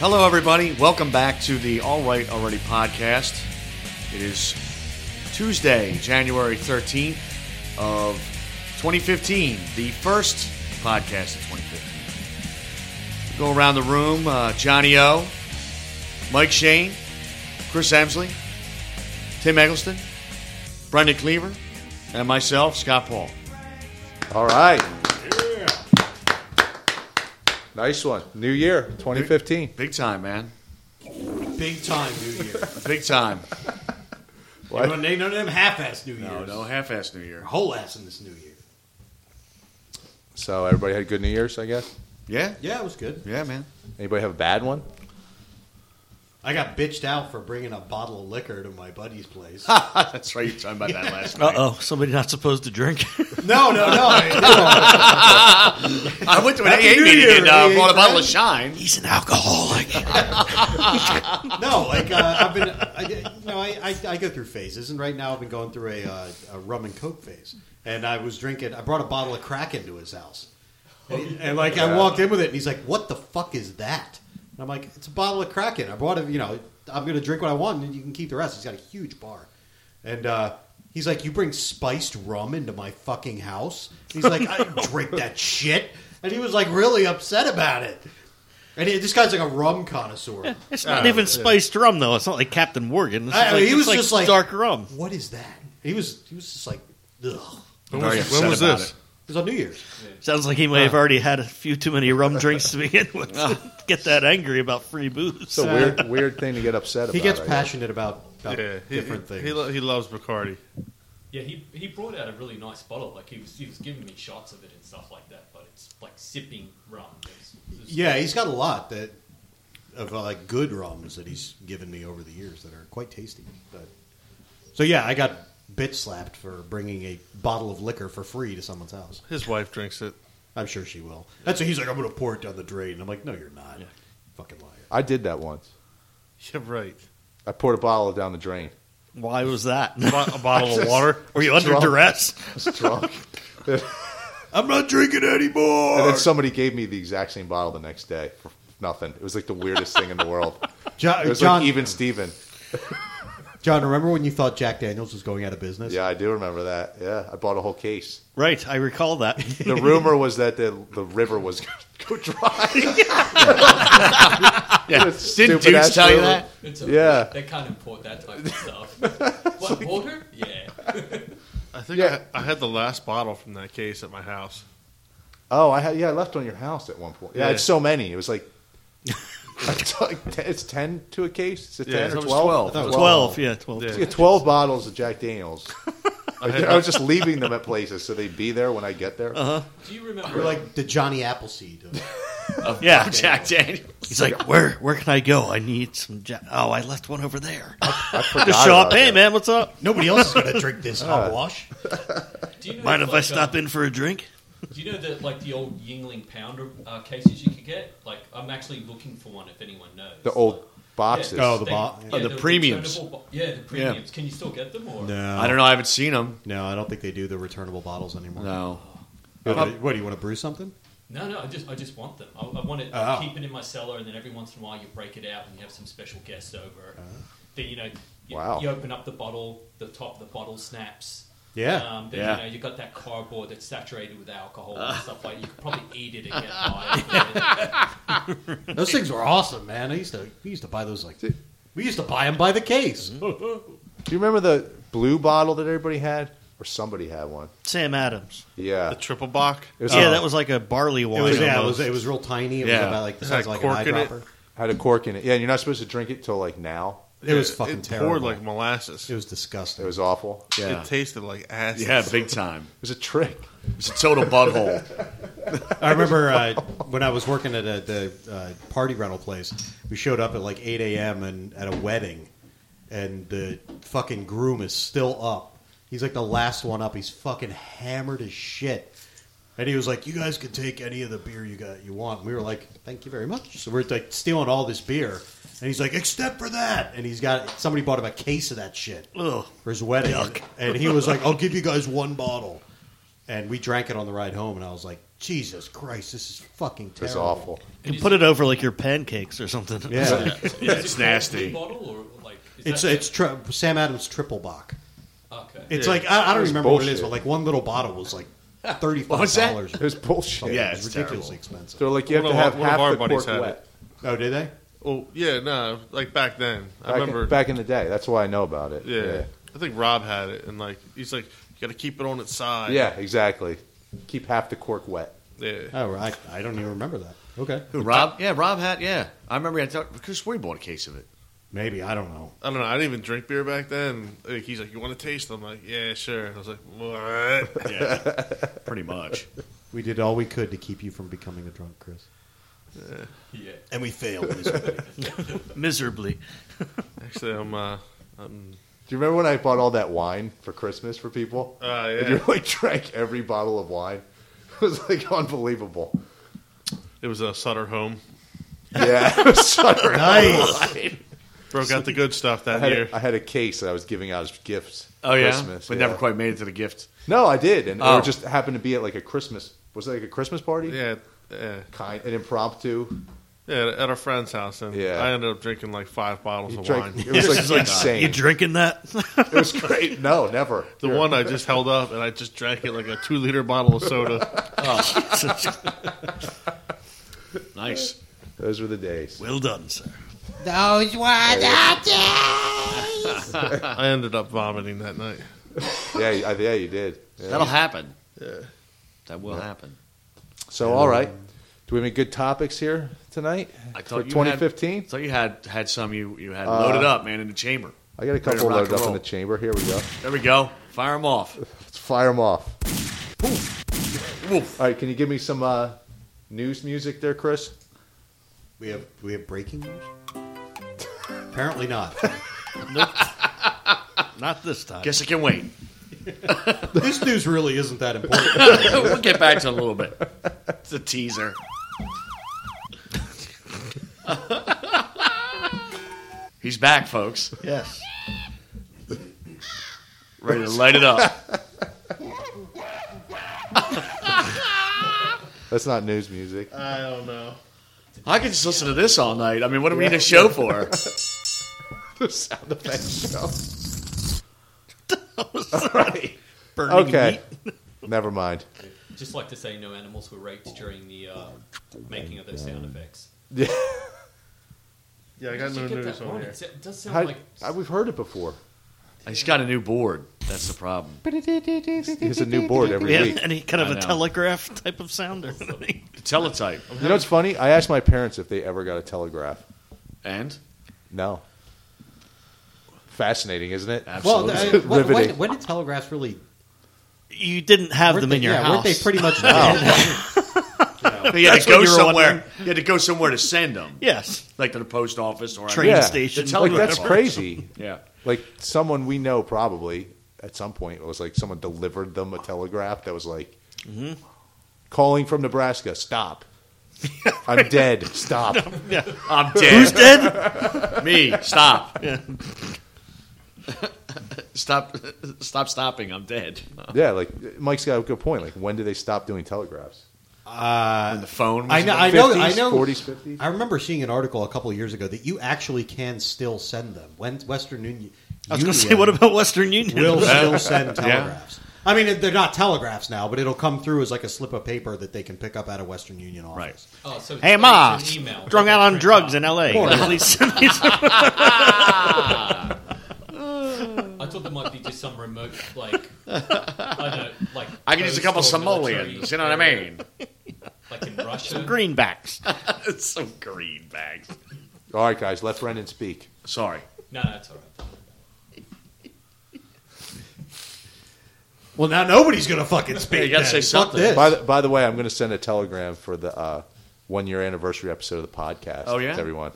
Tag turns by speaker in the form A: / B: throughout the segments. A: Hello, everybody. Welcome back to the All Right Already podcast. It is Tuesday, January 13th of 2015, the first podcast of 2015. Go around the room uh, Johnny O, Mike Shane, Chris Emsley, Tim Eggleston, Brendan Cleaver, and myself, Scott Paul.
B: All right. Nice one. New year, 2015.
A: Big time, man.
C: Big time New Year.
A: Big time.
C: You know, they none of them half-ass New
A: No,
C: Years.
A: no half-ass New Year.
C: Whole ass in this New Year.
B: So everybody had good New Year's, I guess.
A: Yeah,
C: Yeah, it was good.
A: yeah, man.
B: Anybody have a bad one?
C: I got bitched out for bringing a bottle of liquor to my buddy's place.
A: That's right. You were talking about that last
D: Uh
A: night.
D: oh, somebody not supposed to drink.
C: no, no, no.
A: I went to an AA
C: New
A: meeting
C: Year,
A: and uh,
C: AA
A: bought a bottle of
C: friend.
A: Shine.
D: He's an alcoholic.
C: no, like uh, I've been, I, you know, I, I, I go through phases, and right now I've been going through a, uh, a rum and coke phase. And I was drinking. I brought a bottle of crack into his house, and, and, like I walked in with it, and he's like, "What the fuck is that?" And I'm like, "It's a bottle of Kraken. I brought it. You know, I'm gonna drink what I want, and you can keep the rest." He's got a huge bar, and uh, he's like, "You bring spiced rum into my fucking house?" He's like, "I didn't drink that shit," and he was like really upset about it. And he, this guy's like a rum connoisseur.
D: It's not even spiced rum though. It's not like Captain Morgan. This
C: I-
D: is
C: I mean, he
D: it's
C: was just like-
D: dark rum.
C: What is that? He was he was just like, ugh.
A: When
B: was- when was this?
C: It was on New Year's.
D: Sounds like he may have already had a few too many rum drinks to begin with. to Get that angry about free booze.
B: It's a weird, weird thing to get upset about.
C: He gets
B: I guess.
C: passionate about, about different
E: he,
C: things.
E: He, lo- he loves Bacardi.
F: Yeah, he, he brought out a really nice bottle. Like he was he was giving me shots of it and stuff like that. But it's like sipping rum. It was- it was-
C: yeah, he's got a lot that of uh, like good rums that he's given me over the years that are quite tasty. But so yeah, I got bitch slapped for bringing a bottle of liquor for free to someone's house.
E: His wife drinks it.
C: I'm sure she will. That's so he's like, I'm gonna pour it down the drain. And I'm like, no, you're not. Fucking liar.
B: I did that once.
E: Yeah, right.
B: I poured a bottle down the drain.
D: Why was that?
E: Bo- a bottle of water.
D: Were you under
B: Drunk.
D: duress?
B: I was drunk.
C: I'm not drinking
B: and
C: anymore.
B: then somebody gave me the exact same bottle the next day for nothing. It was like the weirdest thing in the world.
C: John,
B: It was
C: John,
B: like even Steven.
C: John, remember when you thought Jack Daniels was going out of business?
B: Yeah, I do remember that. Yeah, I bought a whole case.
D: Right, I recall that.
B: The rumor was that the, the river was going to go dry.
A: Yeah.
B: It's
A: Didn't
B: stupid
A: dudes
B: ass
A: tell you
B: rumor.
A: that?
F: It's
B: Yeah.
F: They can't import that type of stuff. what water? Yeah.
E: I think
B: Yeah.
E: I, I had the last bottle from that case at my house.
B: Oh, I had yeah, I left on your house at one point. Yeah, I had
E: Yeah.
B: so many. It was like it's like te- it's ten to a case. It's a
E: Yeah,
B: ten
E: it
B: or
E: was
B: twelve.
E: 12. I thought it was
D: 12, yeah, 12.
E: Yeah.
B: Yeah, twelve bottles of Jack Daniels.
E: I
B: I
E: had,
B: was just leaving them at places so they'd be there when I get there.
E: Uh-huh.
F: Do you remember?
C: We're like the Johnny Appleseed. of-
D: Yeah.
A: Jack Daniels.
D: He's like, where where can I go? I need some. Ja- oh, I left one over there.
B: I forgot
D: Just show up.
B: about
D: Hey,
B: that.
D: man, what's up?
C: Nobody else is going to drink this hot wash.
F: do you know
D: Mind if I
F: like,
D: stop
F: um,
D: in for a drink?
F: Do you know that like the old Yingling Pounder uh, cases you could get? Like I'm actually looking for one if anyone knows.
B: The old boxes.
C: Oh, the
F: They-
C: bo-
F: yeah,
C: Oh,
A: the
F: they're
A: premiums.
F: returnable Bo- yeah, the premiums. Can you still get them or?
C: No,
A: I don't know. I haven't seen them.
C: No, I don't think they do the returnable bottles anymore.
A: No.
E: Uh,
C: What, what, do you want to brew something?
F: No, no, I just I just want them. I, I want to
C: Oh.
F: keep it in my cellar, and then every once in a while you break it out and you have some special guests over. Then you know, you,
B: Wow.
F: you open up the bottle, the top of the bottle snaps.
C: Yeah.
F: um, then
A: Yeah.
F: you know you got that cardboard that's saturated with alcohol and stuff like. You could probably eat it and get high.
C: Those things were awesome, man. I used to we used to buy those like we used to buy them by the case.
E: Mm-hmm.
B: Do you remember the blue bottle that everybody had? Or somebody had one.
D: Sam Adams.
B: Yeah.
E: the triple bock.
B: It was
D: Yeah, that was like a barley
C: It
D: wine.
C: was, yeah, it
D: almost.
C: was it was real tiny. It was
A: Yeah.
C: about like the
E: It
C: size
E: had
C: of like an
E: cork in it.
C: eyedropper.
B: had a cork in it. Yeah, and you're not supposed to drink it till like now.
C: It, was fucking
E: it
C: terrible.
E: poured like molasses.
C: it
E: It,
C: was disgusting.
B: It was awful. It
A: Yeah.
E: tasted like acid.
A: Yeah, big time.
B: was a trick.
A: It was a total butthole.
C: I remember uh, when I was working at a, the uh, party rental place, we showed up at like 8 a.m. and at a wedding, and the fucking groom is still up. He's like the last one up. He's fucking hammered as shit. And he was like, "You guys can take any of the beer you got you want." And we were like, "Thank you very much." So we're like stealing all this beer, and he's like, "Except for that." And he's got somebody bought him a case of that shit
D: Ugh.
C: for his wedding,
D: Yuck.
C: and he was like, "I'll give you guys one bottle," and we drank it on the ride home, and I was like, Jesus Christ, this is fucking terrible.
B: It's awful.
D: You put it over like your pancakes or something.
C: Yeah,
A: It's nasty.
F: Bottle or like is
C: it's
F: that-
C: it's tri- Sam Adams triple bock.
F: okay.
C: It's like I, I don't
B: It's
C: remember what it is,
B: bullshit.
C: but like one little bottle was like thirty five
A: What's that?
C: dollars.
B: It was bullshit.
A: Yeah,
C: it's
A: it's
C: ridiculously
A: terrible.
C: expensive.
B: They're like you have
E: One
B: to
E: of our-
B: have
E: one of our
B: half the
E: buddies
B: cork
E: had
B: wet.
E: it.
C: Oh, did they?
E: Well, yeah, no, like back then. I
B: Back,
E: remember.
B: back in the day. That's why I know about it.
E: yeah,
B: yeah.
E: I think Rob had it, and like he's like, you got to keep it on its side.
B: Yeah, exactly. Keep half the cork wet.
E: yeah.
C: Oh, I, I don't even remember that. Okay,
A: Who, Rob? Yeah, Rob had. Yeah, I remember. I thought because we bought a case of it.
C: maybe I don't know.
E: I don't know. I didn't even drink beer back then. Like, he's like, you want to taste? I'm like, yeah, sure. I was like, what?
A: Pretty much.
C: We did all we could to keep you from becoming a drunk, Chris.
F: yeah.
C: And we failed. miserably.
D: Miserably.
E: Actually, I'm. Uh, I'm.
B: Do you remember when I bought all that wine for Christmas for people?
E: Uh,
B: And
E: yeah.
B: you like drank every bottle of wine. It was like unbelievable.
E: It was a Sutter home.
B: Yeah, it was so-
C: nice.
E: Broke out the good stuff
B: I
E: that
B: had,
E: year.
B: a, I had a case that I was giving out as gifts.
A: Oh yeah,
B: Christmas,
A: but
B: yeah.
A: never quite made it to the gift.
B: No, I did, and
A: Oh.
B: it just happened to be at like a Christmas. Was it like a Christmas party?
E: yeah, yeah,
B: kind an impromptu.
E: yeah. At our friend's house, and
B: Yeah.
E: I ended up drinking like five bottles
B: You
E: of
B: drank-
E: wine.
B: It was like
D: It's like,
B: insane.
D: You drinking that?
B: it was great. No, never.
E: The one I just held up, and I just drank it like a two-liter bottle of soda.
A: Nice.
B: Those were the days.
D: well done, sir.
E: I ended up vomiting that night.
B: Yeah, I, yeah, you did. Yeah.
A: That'll happen. That will happen.
B: So, all right. Do we have any good topics here tonight
A: I
B: for
A: thought you
B: 2015?
A: Had, thought you had had some you you had
B: Uh,
A: loaded up, man, in the chamber.
B: I got a
A: Ready to
B: couple
A: rock
B: loaded
A: and
B: up in
A: roll.
B: the chamber. Here we go.
A: There we go. Fire them off.
B: Let's fire them off.
A: Woof.
B: All right, can you give me some uh, news music there, Chris?
C: We have we have breaking news. Apparently not.
D: Not this time.
A: Guess I can wait.
C: this news really isn't that important.
A: we'll get back to it in a little bit. It's a teaser. He's back, folks.
D: yes.
A: Ready to light it up.
B: That's not news music.
A: Uh,
E: I don't know.
A: I could just listen to this all night. I mean, what do we need a show for?
B: Sound effects show.
D: Burning
B: Okay.
D: meat.
B: Never mind.
F: Just like to say, no animals were raped during the uh, making of those sound effects.
B: Yeah,
E: Yeah, I got no
F: Did you get
E: news
F: that
E: on
F: wrong?
E: here.
F: It's- It does sound
B: I,
F: like oh,
B: I- we've heard it before.
A: He's got a new board. That's the problem.
B: He's a new board every
D: Yeah,
B: week.
D: any kind of
A: I
D: a
A: know.
D: telegraph type of sound or anything.
A: The teletype.
B: You know what's funny? I asked my parents if they ever got a telegraph.
A: And?
B: No. Fascinating, isn't it?
A: Absolutely.
C: well, I, when, when,
B: Riveting.
C: when did telegraphs really
D: You didn't have
C: weren't
D: them in
C: they-
D: your
C: yeah,
D: house.
C: Weren't they pretty much? Oh.
A: you had
D: That's
A: to
D: what
A: go
D: you were
A: somewhere.
D: wondering.
A: You had to go somewhere to send them,
D: yes.
A: like to the post office or
D: Train
B: Yeah.
D: station.
A: The
B: like
A: telegraph.
B: that's crazy.
A: Yeah.
B: Like someone we know probably at some point it was like someone delivered them a telegraph that was like
D: Mm-hmm.
B: calling from Nebraska. Stop. I'm dead. Stop.
A: I'm
D: Who's
A: dead.
D: dead?
A: Me. Stop. stop. Stop stopping. I'm dead.
B: Yeah, like Mike's got a good point. Like when did they stop doing telegraphs?
A: And the phone. Was
C: Uh, I know.
A: in
C: I
B: 50s,
C: know. I know.
B: 40s, 50s.
C: I remember seeing an article a couple of years ago that you actually can still send them. When Western Union,
D: I was going to say,
C: Union
D: what about Western Union?
C: will still send telegraphs. I mean, they're not telegraphs now, but it'll come through as like a slip of paper that they can pick up at a Western Union office.
A: Right.
F: oh, so it's-
D: Hey,
F: it's
D: Ma,
F: an email.
D: drunk out on drugs in L.A.
F: I thought there might be just some remote, like I don't know, like
A: I can use a couple
F: coastal military
A: simoleons. You know what I mean?
F: Like in Russia,
D: Greenbacks.
A: it's some green bags.
B: All right, guys, let Brendan speak.
A: Sorry.
F: no, no, it's all right.
C: Well, now nobody's gonna fucking speak.
A: Yeah, you gotta
C: then.
A: say
C: Fuck
A: something.
C: this.
B: By the, by the way, I'm going to send a telegram for the uh, one year anniversary episode of the podcast.
A: Oh, yeah?
B: to everyone.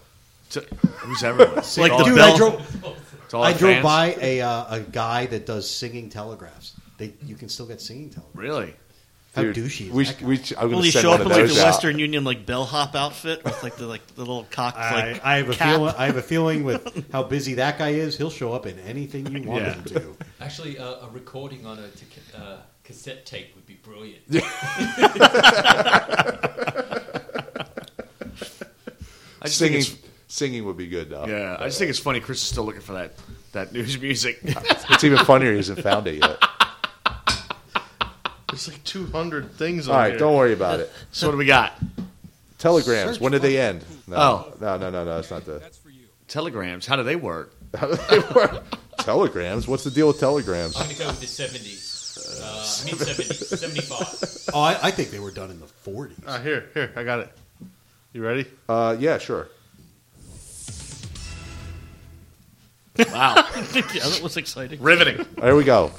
A: To, who's everyone?
D: Like
A: To all our-
D: the
C: Dude,
D: bell.
C: I drove.
A: to all our
C: I drove
A: fans?
C: by a uh, a guy that does singing telegraphs. They, you can still get singing telegraphs.
A: Really?
C: How
B: Dude,
C: douchey is
B: we,
C: that guy?
B: we, I'm going
D: Will
B: to
D: he
B: send
D: show
B: one
D: up
B: of
D: in like
B: those
D: the
B: out.
D: Western Union like bellhop outfit with like the like the little cocked
C: I,
D: like
C: I have a
D: cap?
C: feeling. I have a feeling with how busy that guy is, he'll show up in anything you want
A: Yeah.
C: him to.
F: Actually, uh, a recording on a tic- uh, cassette tape would be brilliant.
A: I just
B: singing,
A: think it's,
B: singing would be good though.
A: yeah, I just think it's funny. Chris is still looking for that that news music.
B: It's even funnier. He hasn't found it yet.
E: There's like 200 things on
B: All right,
E: here.
B: don't worry about it.
A: so what do we got?
B: Telegrams. When did they end? No,
A: Oh.
B: no, no, no, no. It's not the
A: Telegrams. How do they work?
B: telegrams. What's the deal with telegrams?
F: I'm going to go with the 70s. Uh, Mid 70s, 75.
C: Oh, I, I think they were done in the 40s.
E: Ah, here, here, I got it. You ready?
B: Uh, yeah, sure.
A: Wow,
D: yeah, that was exciting.
A: riveting.
B: There we go.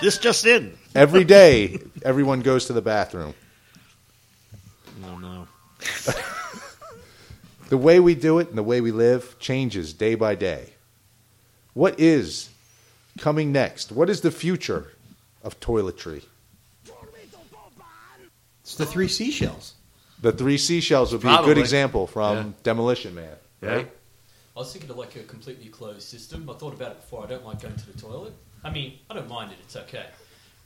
D: This just in.
B: Every day, everyone goes to the bathroom.
D: Oh no.
B: The way we do it and the way we live changes day by day. What is coming next? What is the future of toiletry?
C: It's the three seashells.
B: The three seashells would be a good
A: Probably.
B: example from
A: Yeah.
B: Demolition Man.
A: Yeah.
F: I was thinking of like a completely closed system. I thought about it before. I don't like going to the toilet. I mean, I don't mind it. It's okay.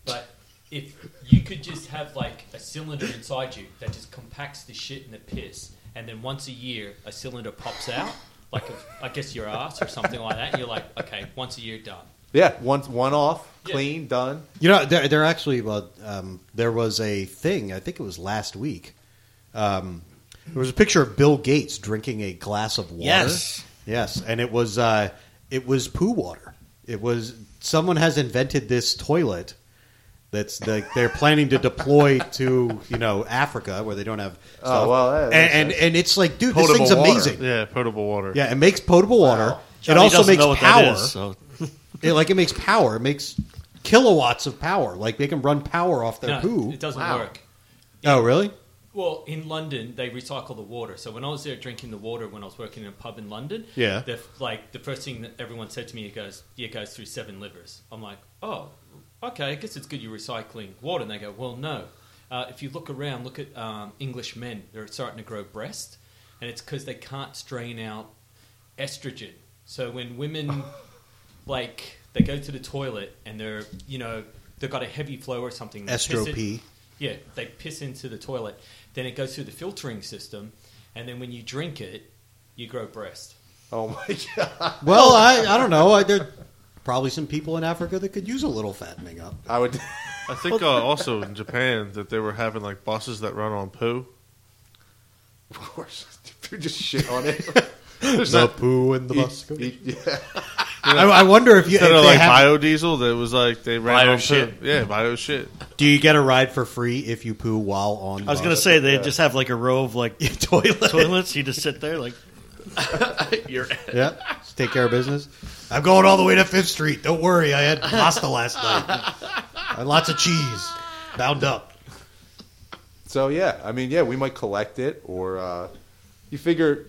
F: But if you could just have like a cylinder inside you that just compacts the shit and the piss, and then once a year a cylinder pops out, like a, I guess your ass or something like that, and you're like, okay, once a year done.
B: Yeah, one one off,
F: Yeah.
B: clean, done.
C: You know, there, there actually, well, um, there was a thing. I think it was last week. Um, there was a picture of Bill Gates drinking a glass of water.
D: Yes.
C: yes, and it was uh, it was poo water. It was someone has invented this toilet that's that they're planning to deploy to you know Africa where they don't have.
B: Oh,
C: stuff.
B: well, that
C: and,
B: makes
C: and and it's like, dude,
A: Potable
C: this thing's
A: water.
C: amazing.
E: Yeah, potable water.
C: Yeah, it makes potable water. It
D: Johnny
C: also
D: doesn't
C: makes
D: know what
C: power.
D: That is, so.
C: It, like it makes power. It makes kilowatts of power. Like they can run power off their
F: No,
C: poo.
F: it doesn't
A: Wow.
F: work.
C: Oh, really?
F: Well, in London, they recycle the water. So when I was there drinking the water when I was working in a pub in London,
C: Yeah.
F: the, like the first thing that everyone said to me, it goes, "Yeah, it goes through seven livers." I'm like, "Oh, okay, I guess it's good you're recycling water." And they go, "Well, no. Uh, if you look around, look at um, English men; they're starting to grow breast, and it's because they can't strain out estrogen. So when women like they go to the toilet and they're you know they've got a heavy flow or something, they piss it-
C: Estropee.
F: yeah, they piss into the toilet. Then it goes through the filtering system, and then when you drink it, you grow breast.
B: Oh my god.
C: Well, I, I don't know. I, there probably some people in Africa that could use a little fattening up.
B: I would
E: I think uh, also in Japan that they were having like buses that run on poo.
B: of course you just shit on it.
E: There's
C: The
E: that-
C: poo and the
B: You-
C: bus. go-
B: you- yeah.
C: I, I wonder if you if
E: Instead of
C: they
E: like
C: have-
E: biodiesel, that was like they ran
A: Bio
E: on
A: shit.
E: Poo. Yeah, bio shit.
C: do you get a ride for free if you poo while on? the
D: I was
C: bus?
D: gonna say they just have like a row of like toilets. You just sit there like
A: You're
C: yeah, just take care of business. I'm going all the way to Fifth Street. Don't worry, I had pasta last night. And lots of cheese, bound up.
B: So yeah, I mean, yeah, we might collect it, or uh, you figure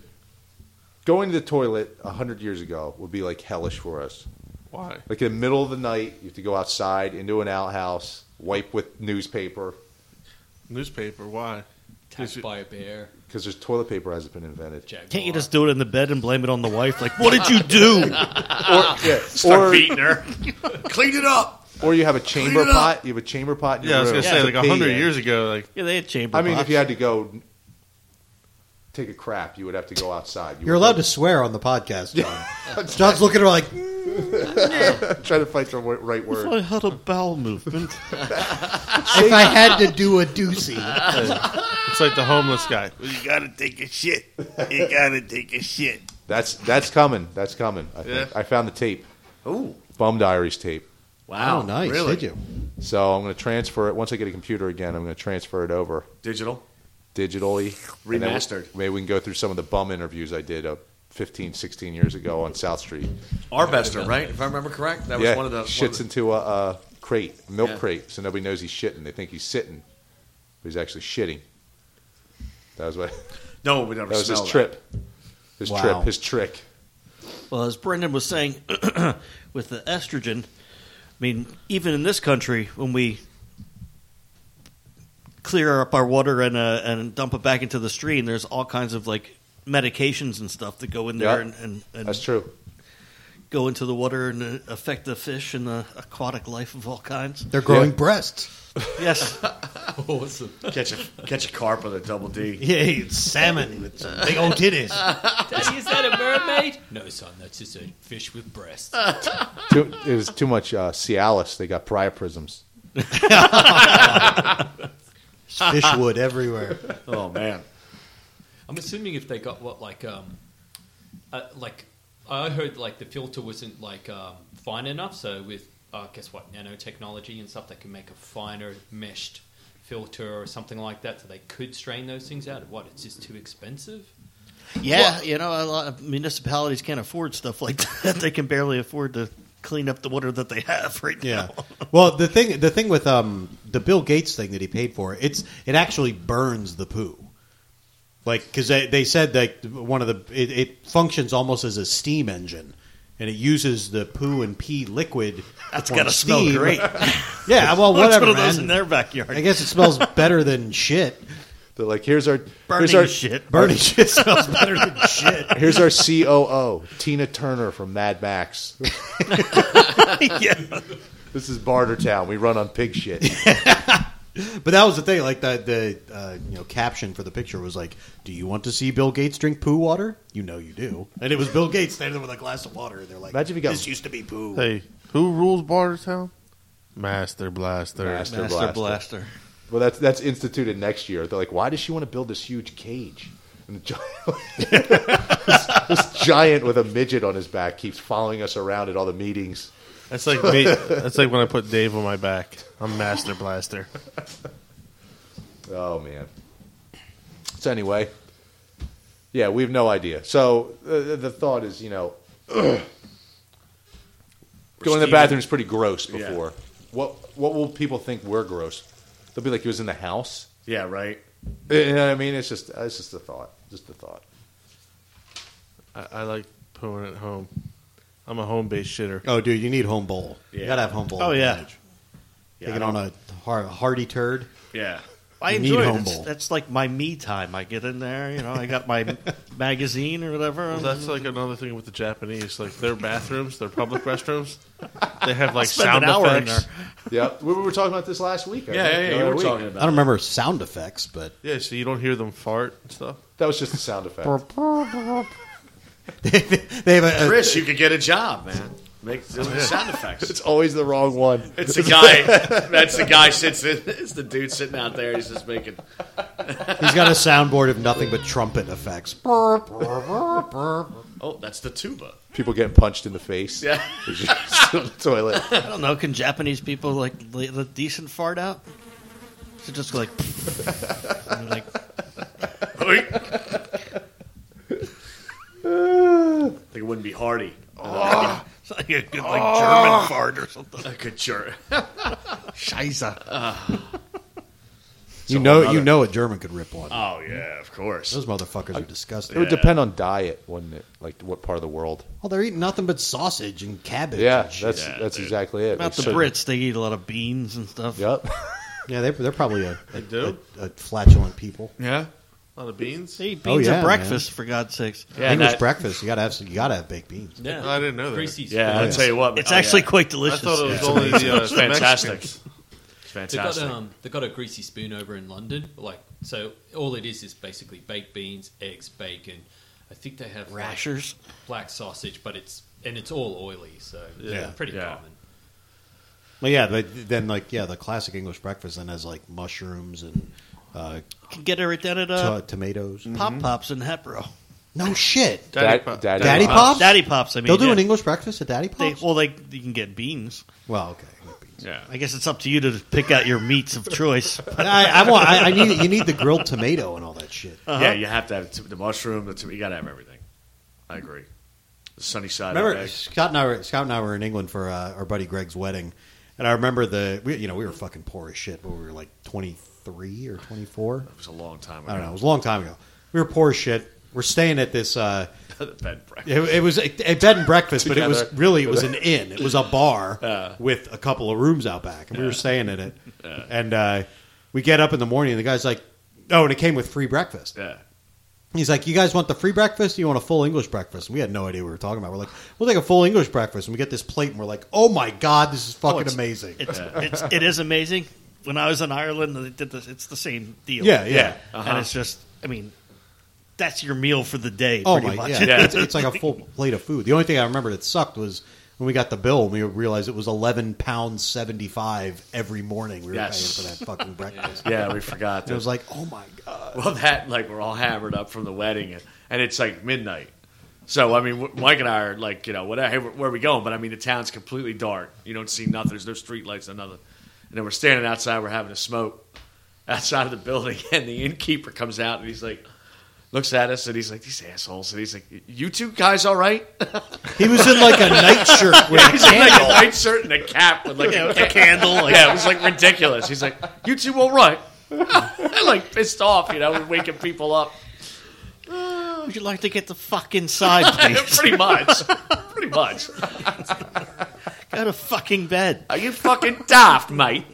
B: going to the toilet hundred years ago would be like hellish for us.
E: Why?
B: Like in the middle of the night, you have to go outside into an outhouse, wipe with newspaper
E: Newspaper. Why?
F: Attacked
E: Is it-
F: by a bear,
B: because there's toilet paper hasn't been invented.
F: jaguar.
D: can't you just do it in the bed and blame it on the wife? Like, what did you do?
B: Or, yeah,
A: or,
B: or,
A: beating her. Clean it up.
B: or you have a chamber
A: Clean it up.
B: pot. You have a chamber pot. In
E: Yeah, I
B: your
E: was
B: room
E: gonna say
B: to
E: like a
B: pee
E: hundred
B: in.
E: years ago, like
D: yeah, they had chamber.
B: I mean,
D: pots.
B: if you had to go take a crap, you would have to go outside. You
C: You're
B: would
C: allowed to swear on the podcast, John. John's looking at her like,
B: try to find the right
D: If
B: word.
D: I had a bowel movement.
C: if I had to do a doozy.
E: it's like the homeless guy.
G: You gotta take a shit. You gotta take a shit.
B: That's that's coming. That's coming. I, think.
E: Yeah.
B: I found the tape.
A: Ooh.
B: Bum Diaries tape.
A: Wow.
C: oh, nice.
A: Really?
C: Did you?
B: So I'm going to transfer it once I get a computer again. I'm going to transfer it over
A: Digital.
B: digitally, And then
A: Remastered.
B: Maybe we can go through some of the bum interviews I did uh, 15, 16 years ago on South Street.
A: Arbester, right? If I remember correct, that was
B: yeah,
A: one of the
B: shits
A: one of the-
B: into a, a crate, milk
A: Yeah.
B: crate, so nobody knows he's shitting. They think he's sitting, but he's actually shitting. That was what.
A: No, we never.
B: That was his
A: smell that.
B: trip. His
C: Wow.
B: trip. His trick.
D: Well, as Brendan was saying, with the estrogen, I mean, even in this country, when we clear up our water and uh, and dump it back into the stream, there's all kinds of like medications and stuff that go in there
B: Yeah.
D: and, and, and
B: That's true.
D: go into the water and uh, affect the fish and the aquatic life of all kinds.
C: They're growing
B: Yeah.
C: breasts.
D: Yes.
F: Awesome.
A: Catch a catch a carp with a double D.
C: Yeah, it's salmon with some big old titties.
F: Daddy, is that a mermaid? No, son, that's just a fish with breasts.
D: Ah.
B: Too, it was too much uh, Cialis. They got priaprisms.
C: Fish wood everywhere.
A: Oh man.
F: I'm assuming if they got what like um, uh, like I heard like the filter wasn't like um, fine enough. So with uh, guess what nanotechnology and stuff, they can make a finer meshed filter or something like that. So they could strain those things out. What? It's just too expensive.
D: Yeah, you know, a lot of municipalities can't afford stuff like that. They can barely afford to clean up the water that they have right
C: Yeah.
D: now.
C: Well, the thing the thing with um the Bill Gates thing that he paid for, it's it actually burns the poo. Like because they, they said that one of the it, it functions almost as a steam engine, and it uses the poo and pee liquid.
D: That's
C: form
D: gotta smell
C: steam.
D: great.
C: Yeah, well,
D: What's
C: whatever,
D: one of those
C: man.
D: in their backyard?
C: I guess it smells better than shit.
B: They're like, here's our
D: Burning
B: here's our
D: shit.
C: Burning shit smells better than shit.
B: here's our COO Tina Turner from Mad Max.
D: yeah.
B: This is Bartertown. We run on pig shit.
C: But that was the thing. Like the the uh, you know caption for the picture was like, "Do you want to see Bill Gates drink poo water? You know you do." And it was Bill Gates standing there with a glass of water, and they're like,
B: Imagine if he got-
C: this used to be poo."
E: Hey, who rules Bartertown? Master Blaster.
B: Master,
D: Master
B: Blaster.
D: Blaster.
B: Well, that's that's instituted next year. They're like, why does she want to build this huge cage? And the giant, this, this giant with a midget on his back keeps following us around at all the meetings.
E: That's like me. That's like when I put Dave on my back. I'm Master Blaster.
B: Oh man. So anyway, yeah, we have no idea. So uh, the thought is, you know, going to the bathroom is pretty gross. Before what what will people think we're gross? They'll be like, he was in the house.
A: Yeah, right.
B: You know what I mean? It's just it's just a thought. Just a thought.
E: I, I like pooing at home. I'm a home based shitter.
C: Oh, dude, you need home bowl. You
A: Yeah.
C: gotta have home bowl.
D: Oh, yeah.
C: advantage.
A: Yeah,
C: Take
A: I
C: it on a har- hearty turd.
A: Yeah.
D: I
C: You need
D: enjoy it.
C: home
D: That's,
C: bowl.
D: that's like my me time. I get in there, you know, I got my magazine or whatever.
E: Well, that's like another thing with the Japanese. Like their bathrooms, their public restrooms, they have like
D: Spend
E: sound
D: an hour in
E: effects.
B: Yeah, we were talking about this last week. I
A: Yeah, yeah,
B: think,
A: yeah.
B: the
A: You
B: other
A: were
B: week.
A: talking
C: I
A: about.
C: don't remember sound effects, but
E: Yeah, so you don't hear them fart and stuff.
B: That was just a sound effect.
C: they have a, a
A: Chris, you could get a job, man. Make sound effects.
B: it's always the wrong one.
A: It's the guy. That's the guy sits. In, it's the dude sitting out there. He's just making.
C: he's got a soundboard of nothing but trumpet effects.
A: Oh, that's the tuba.
B: People getting punched in the face.
A: Yeah.
B: It's just on the toilet.
D: I don't know. Can Japanese people like let a decent fart out? So just like, and, like
A: I think it wouldn't be Hardy.
D: Ah.
A: Ah.
D: it's like a good like German fart or something.
A: I could sure.
D: Scheiße.
C: You know,
A: another-
C: you know, a German could rip one.
A: Oh yeah, of course.
C: Those motherfuckers are disgusting.
B: It would depend on diet, wouldn't it? Like what part of the world?
C: Well, they're eating nothing but sausage and cabbage.
B: Yeah,
C: and shit.
B: that's
A: Yeah,
B: that's
A: dude.
B: exactly it.
D: About
B: Like,
D: the
B: so-
D: Brits, they eat a lot of beans and stuff.
B: Yep.
C: Yeah, Oh, they're, they're probably a, a,
E: do?
C: a, a flatulent people.
E: Yeah, a lot of beans.
D: They eat
C: Oh,
D: beans
C: yeah,
D: at breakfast, for God's sakes.
A: Yeah,
C: English
A: that-
C: breakfast, you gotta have you gotta have baked beans.
F: Yeah,
E: I didn't know that.
F: Greasy
A: Yeah,
F: stuff.
A: I'll tell you what. man.
D: It's
A: Oh,
D: actually
A: yeah.
D: quite
E: I
D: delicious.
E: thought it was only the uh,
A: It's fantastic.
E: Mexicans.
A: It's
F: They got
D: uh,
A: fantastic.
F: um, they got a greasy spoon over in London. Like so, all it is is basically baked beans, eggs, bacon. I think they have like,
D: Rashers.
F: black sausage, but it's and it's all oily, so
C: Yeah.
F: yeah, pretty
A: Yeah.
F: common.
C: Well, yeah, but then like yeah, the classic English breakfast then has like mushrooms and uh,
D: can get it right down at uh,
C: to- tomatoes.
D: Pop Pops in Hepro.
C: No shit,
B: Daddy,
E: Daddy
B: Pop-
E: Pop-
B: Daddy,
C: Daddy
B: Pop.
C: Pops.
D: Daddy Pops, I mean.
C: They'll do
D: yeah.
C: an English breakfast at Daddy
D: They,
C: Pops.
D: well, they you can get beans.
C: well, okay.
A: yeah.
D: I guess it's up to you to pick out your meats of choice.
C: I, I want. I, I need. You need the grilled tomato and all that shit.
D: Uh-huh.
A: Yeah, you have to have t- the mushroom. The t- you got to have everything. I agree. The sunny side.
C: Remember,
A: Of
C: Scott and I were Scott and I were in England for uh, our buddy Greg's wedding, and I remember the we, you know we were fucking poor as shit, but we were like twenty three or twenty four.
A: it was a long time ago.
C: I don't know. It was a long time ago. We were poor as shit. We're staying at this. Uh,
A: Bed breakfast.
C: it, it was a, a bed and breakfast, but it was
B: Together.
C: really it was an inn. It was a bar with a couple of rooms out back, and we were staying in it. and uh, we get up in the morning, and the guy's like, "Oh, and it came with free breakfast."
A: Yeah.
C: He's like, you guys want the free breakfast? Or you want a full English breakfast? And we had no idea what we were talking about. We're like, we'll take a full English breakfast, and we get this plate, and we're like, oh my god, this is
D: Oh,
C: fucking
D: it's-
C: amazing.
D: It's, it's it is amazing. When I was in Ireland, they did this. It's the same deal.
C: Yeah, yeah.
D: and
E: Uh-huh.
D: it's just. I mean, that's your meal for the day.
C: Oh
D: pretty
C: my
D: much.
C: yeah, It's, it's like a full plate of food. The only thing I remember that sucked was when we got the bill and we realized it was eleven pounds seventy five every morning. We were
A: Yes.
C: paying for that fucking breakfast.
A: Yeah, we forgot.
C: And it
A: that.
C: was like, oh my god.
A: Well, that like we're all hammered up from the wedding, and, and it's like midnight. So I mean, w- Mike and I are like, you know, what, hey, where, where are we going? But I mean, the town's completely dark. You don't see nothing. There's no street lights, no nothing. And then we're standing outside. We're having a smoke outside of the building, and the innkeeper comes out, and he's like, looks at us, and he's like, these assholes, and he's like, you two guys, all right?
C: He was in like a nightshirt with a
A: He's in, like a
C: candle.
A: white shirt and a cap with like a, candle. yeah, it was like ridiculous. He's like, you two, all right? like pissed off, you know, and waking people up.
D: Would you like to get the fuck inside, please?
A: pretty much. pretty much.
D: Go to fucking bed.
A: Are you fucking daft, mate?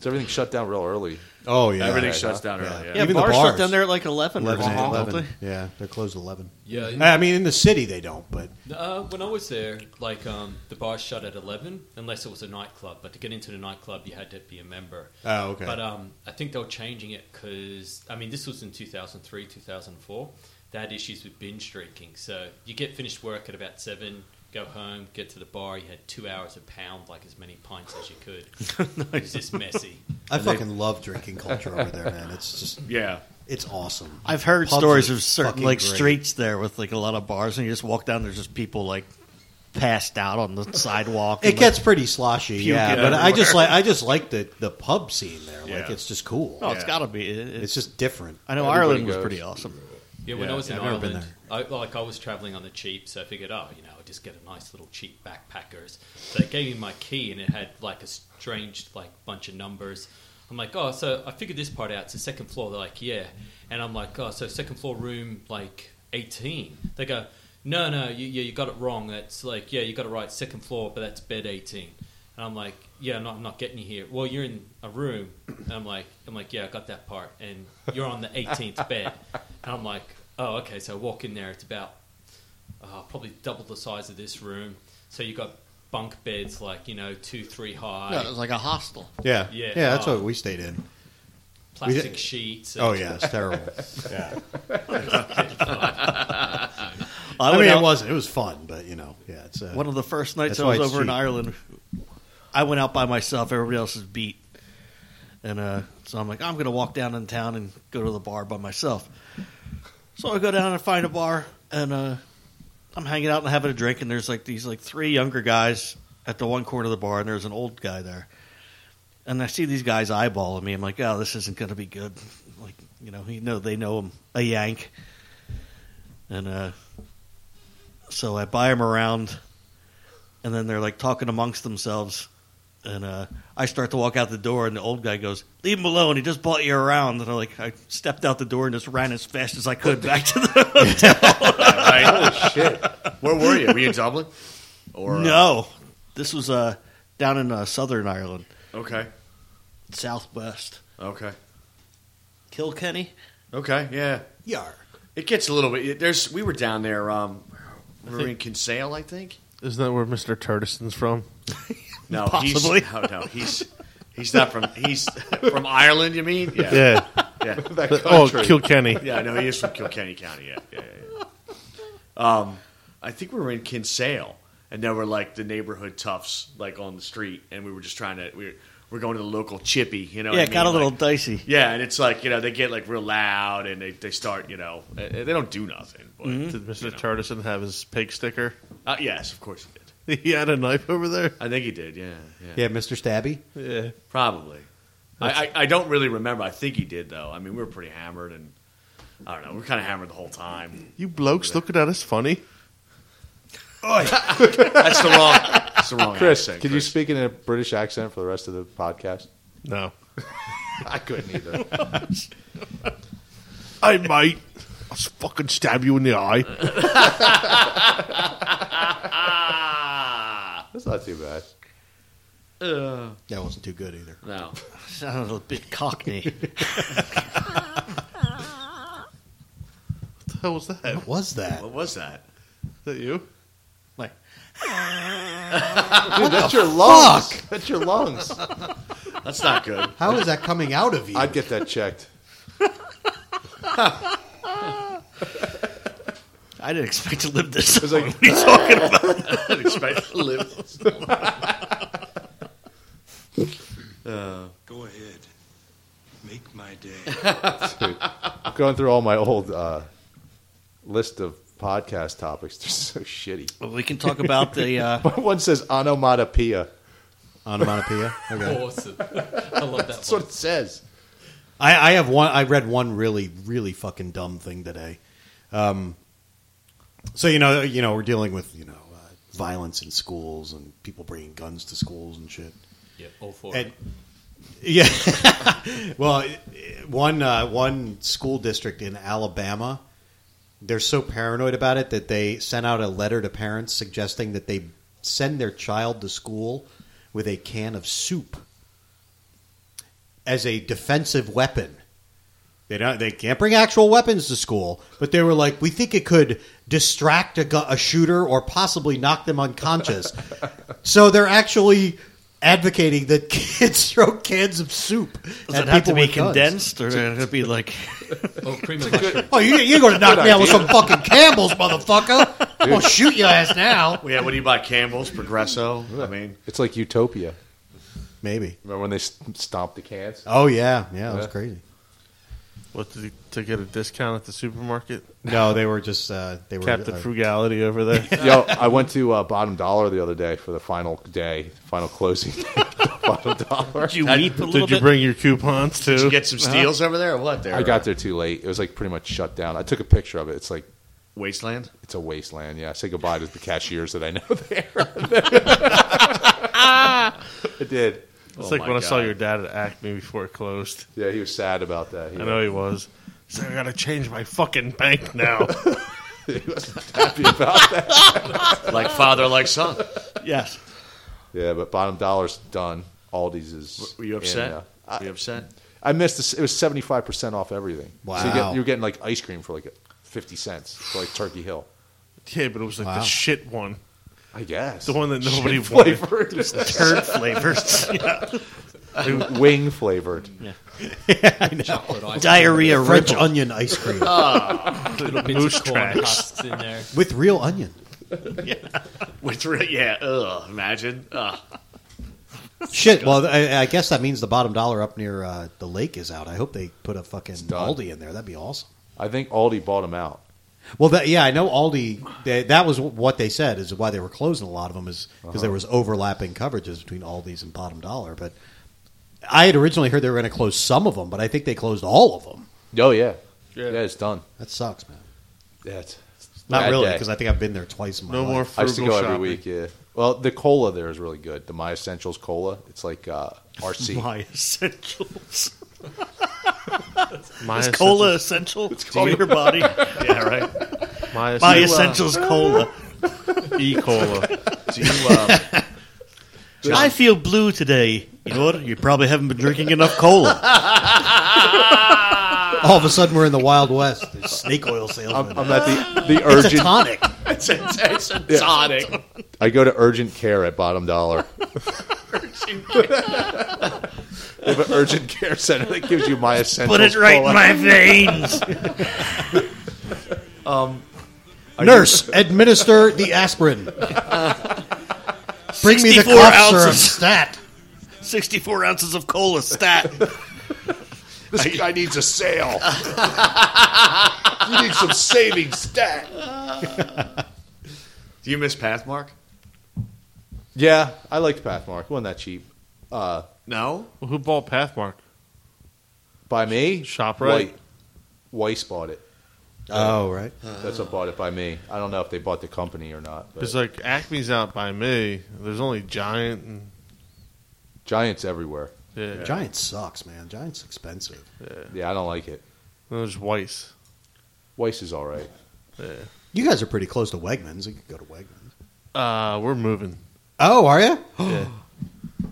B: So everything shut down real early.
C: Oh yeah,
A: Everything
B: yeah,
A: shuts down early. Yeah.
D: Yeah,
C: Even the
D: bars
C: bars.
D: shut down there at like eleven. or
C: 11,
D: something, don't
C: 11.
D: they?
C: Yeah, they're closed at eleven.
F: Yeah, in-
C: I mean, in the city they don't, but
F: Uh, when I was there, like um, the bar shut at eleven, unless it was a nightclub. But to get into the nightclub, you had to be a member.
C: Oh, okay.
F: But um, I think they were changing it because I mean, this was in two thousand three, two thousand four. They had issues with binge drinking, so you get finished work at about seven, go home, get to the bar. You had two hours of pound, like as many pints as you could. It was just messy.
C: I fucking love drinking culture over there, man. It's just
A: Yeah.
C: it's awesome.
D: I've heard
C: Pubs
D: stories
C: are
D: of certain
C: fucking
D: like
C: great.
D: streets there with like a lot of bars, and you just walk down. There's just people like passed out on the sidewalk.
C: It
D: and,
C: gets pretty sloshy, yeah. But I just like I just like the the pub scene there. Like
A: Yeah.
C: it's just cool.
D: Like, oh, it's got to be. It- it's,
C: It's just different.
D: I know
B: Everybody
D: Ireland was
B: goes.
D: pretty awesome.
F: Yeah, when
A: Yeah,
F: I was
C: yeah,
F: in
C: I've never been
F: Ireland, I, like I was traveling on the cheap, so I figured, oh, you know, I'll just get a nice little cheap backpackers. So they gave me my key, and it had like a strange like bunch of numbers. I'm like, oh, so I figured this part out. It's the second floor. They're like, yeah, and I'm like, oh, so second floor room like 18. They go, no, no, you, yeah, you got it wrong. That's like, yeah, you got it right, second floor, but that's bed 18. And I'm like, yeah, I'm not, I'm not getting you here. Well, you're in a room. And I'm like, I'm like, yeah, I got that part. And you're on the 18th bed. And I'm like, oh, okay. So I walk in there. It's about uh, probably double the size of this room. So you got bunk beds, like you know, two, three high,
D: Yeah, it was like a hostel.
C: Yeah,
F: Yeah.
C: yeah. That's
F: Oh.
C: what we stayed in.
F: plastic
C: did-
F: sheets. and-
C: Oh yeah, it's terrible. yeah, I,
D: went
C: mean
D: out-
C: it wasn't. It was fun, but you know, yeah. It's uh,
D: One of the first nights
C: That's
D: I was
C: why it's
D: over in
C: cheap.
D: Ireland, I went out by myself. Everybody else is beat, and uh, so I'm like, I'm gonna walk down in town and go to the bar by myself. So I go down and find a bar, and uh, I'm hanging out and having a drink. And there's like these like three younger guys at the one corner of the bar, and there's an old guy there. And I see these guys eyeballing me. I'm like, oh, this isn't gonna be good. Like, you know, you know, they know I'm a Yank, and uh, so I buy them around and then they're like talking amongst themselves. And uh, I start to walk out the door, and the old guy goes, "Leave him alone. He just bought you around." And I like, I stepped out the door and just ran as fast as I could back to the.
A: Where were you? Were you in Dublin? Or uh,
D: no, this was uh, down in uh, Southern Ireland,
A: okay.
D: Southwest
A: Okay.
D: Kilkenny.
A: Okay. Yeah.
C: yeah.
A: It gets a little bit. There's. We were down there. Um, we were in Kinsale, I think.
E: Isn't that where Mr. Turtison's from?
A: No,
D: Possibly.
A: He's, no, no, he's he's not from. He's from Ireland. You mean? Yeah.
E: Yeah.
A: yeah.
B: That
E: oh,
B: country.
E: Kilkenny.
A: Yeah, I know he is from Kilkenny County. Yeah, yeah, yeah. yeah. Um, I think we were in Kinsale, and there were like the neighborhood toughs, like on the street, and we were just trying to we were, we're going to the local chippy, you know.
D: yeah,
A: what I
D: it got a
A: mean?
D: little
A: Like,
D: dicey.
A: yeah, and it's like you know they get like real loud, and they, they start you know eh, eh, they don't do nothing. But,
D: Mm-hmm.
E: Did Mr. Turtison have his pig sticker?
A: uh, yes, of course he did.
E: He had a knife over there.
A: I think he did. Yeah, yeah,
C: Yeah, Mr. Stabby.
E: Yeah.
A: probably. I, I I don't really remember. I think he did though. I mean, we were pretty hammered, and I don't know. We were kind of hammered the whole time.
E: You blokes looking at us funny.
A: That's the wrong. That's the wrong.
B: Chris,
A: accent,
B: could you speak in a British accent for the rest of the podcast?
E: No.
B: I couldn't either.
E: Hey, mate. I'll s- fucking stab you in the eye.
A: Ah.
B: That's not too bad.
A: Uh,
C: That wasn't too good either.
A: no.
D: Sounded a bit Cockney.
E: hell was that? Is
C: was that?
A: What was that?
E: that you?
D: Like,
B: Dude, that's your lungs. That's your lungs.
A: That's not good.
C: How is that coming out of you?
B: I'd get that checked.
D: I didn't expect to live this.
B: It's like
A: I didn't expect to live.
G: Go ahead. Make my day.
B: dude, I'm going through all my old uh, list of podcast topics. They're so shitty.
D: Well, we can talk about the. Uh,
B: My one says onomatopoeia.
C: Onomatopoeia. Okay.
F: Awesome. I love that
B: That's
F: one.
B: what it says.
C: I, I have one. I read one really, really fucking dumb thing today. Um, so you know, you know, we're dealing with you know uh, violence in schools and people bringing guns to schools and shit.
F: Yeah, all for
C: And
F: it.
C: yeah, well, it- it- one uh, one school district in Alabama, they're so paranoid about it that they sent out a letter to parents suggesting that they send their child to school with a can of soup as a defensive weapon. They don't. They can't bring actual weapons to school, but they were like, we think it could distract a, gu- a shooter or possibly knock them unconscious. so they're actually advocating that kids throw cans of soup.
D: does
C: at
D: it have
C: people
D: to be
C: with guns.
D: condensed, or it to be like?
F: Oh, cream of mushroom.
C: Oh, you, you're going to knock me out with some fucking Campbell's, motherfucker! We'll shoot your ass now.
A: Yeah, what do you buy? Campbell's, Progresso. I mean,
B: It's like Utopia.
C: Maybe.
B: Remember when they st- stomped the cans?
C: Oh yeah, yeah, that was
B: Yeah.
C: crazy.
E: What to, to get a discount at the supermarket?
C: No, they were just uh, they were
E: Captain
C: uh,
E: Frugality over there.
B: Yo, I went to uh, Bottom Dollar the other day for the final day, final closing. day of Bottom Dollar.
D: Did you
A: That-
D: weep a little
E: Did you
D: bit?
E: bring your coupons too?
A: did you get some steals over there or what there?
B: I got there too late. It was like pretty much shut down. I took a picture of it. It's like
A: Wasteland?
B: it's a wasteland. Yeah, I say goodbye to the cashiers that I know there. I did.
E: It's
A: Oh
E: like
A: my
E: when I saw
A: God.
E: your dad at Acme before it closed.
B: Yeah, he was sad about that. He,
E: I know he was. He's like, I gotta change my fucking bank now.
B: he wasn't happy about that.
A: Like father, like son.
D: Yes.
B: Yeah, but Bottom Dollar's done. Aldi's is.
A: Were you
B: in,
A: upset?
B: uh,
A: Were you upset?
B: I missed this. It was seventy five percent off everything. so you
C: Wow.
B: get, you're getting like ice cream for like fifty cents for like Turkey Hill.
E: yeah, but it was like
C: Wow.
E: the shit one,
B: I guess
E: the one that nobody wanted.
B: flavored,
D: Turd flavors.
B: wing flavored.
F: Chocolate ice
D: Diarrhea
C: French
D: original.
C: onion ice cream
F: cream, little bits of corn husks in there.
C: with real onion.
A: With re- yeah, ugh, imagine. Ugh.
C: Shit. Well, I, I guess that means the bottom dollar up near uh, the lake is out. I hope they put a fucking
B: done.
C: Aldi in there. That'd be awesome.
B: I think Aldi bought them out.
C: Well, that, yeah, I know Aldi. They, that was what they said is why they were closing a lot of them is because there was overlapping coverages between Aldi's and Bottom Dollar. But I had originally heard they were going to close some of them, but I think they closed all of them.
B: Oh yeah, yeah, it's done.
C: That sucks, man.
B: Yeah, it's, it's
C: Not
B: bad
C: really,
B: day.
C: because I think I've been there twice. In my
E: No
C: life.
E: more
B: I used to go
E: frugal
B: every
E: shopping.
B: week. Yeah. Well, the cola there is really good. The My Essentials cola. It's like uh, RC.
D: My essentials.
E: My
D: Is
E: essentials-
D: cola uh, essential to your body?
A: Yeah, right.
E: My,
D: My essentials
E: essentials-
D: cola.
E: E. cola.
A: Do you, um,
D: I feel blue today. You know what? You probably haven't been drinking enough cola.
C: All of a sudden, we're in the Wild West. There's snake oil salesman.
B: I'm, I'm at the the
C: it's a
B: urgent.
C: tonic.
A: it's, it's, it's a tonic.
B: I go to Urgent Care at Bottom Dollar. they have an urgent care center that gives you my essentials.
D: Put it right
B: cola.
D: in my veins.
C: Nurse, administer the aspirin. Bring me the
D: 64
C: cough syrup.
D: ounces.
C: Stat.
D: 64 ounces of cola stat.
B: This guy needs a sale. you need some savings stat.
A: Do you miss Pathmark?
B: Yeah, I liked Pathmark. It wasn't that cheap. Uh,
A: No?
E: Well, who bought Pathmark?
B: by me,
E: ShopRite?
B: White. Weiss bought it.
C: Oh, right.
B: That's what bought it by me. I don't know if they bought the company or not. But
E: It's like Acme's out by me. There's only Giant and
B: Giants everywhere.
E: yeah.
C: Giant sucks, man. Giant's expensive.
B: Yeah, I don't like it.
E: And there's Weiss.
B: Weiss is all right.
C: You guys are pretty close to Wegmans. You can go to Wegmans.
E: Uh, we're moving.
C: Oh, are you?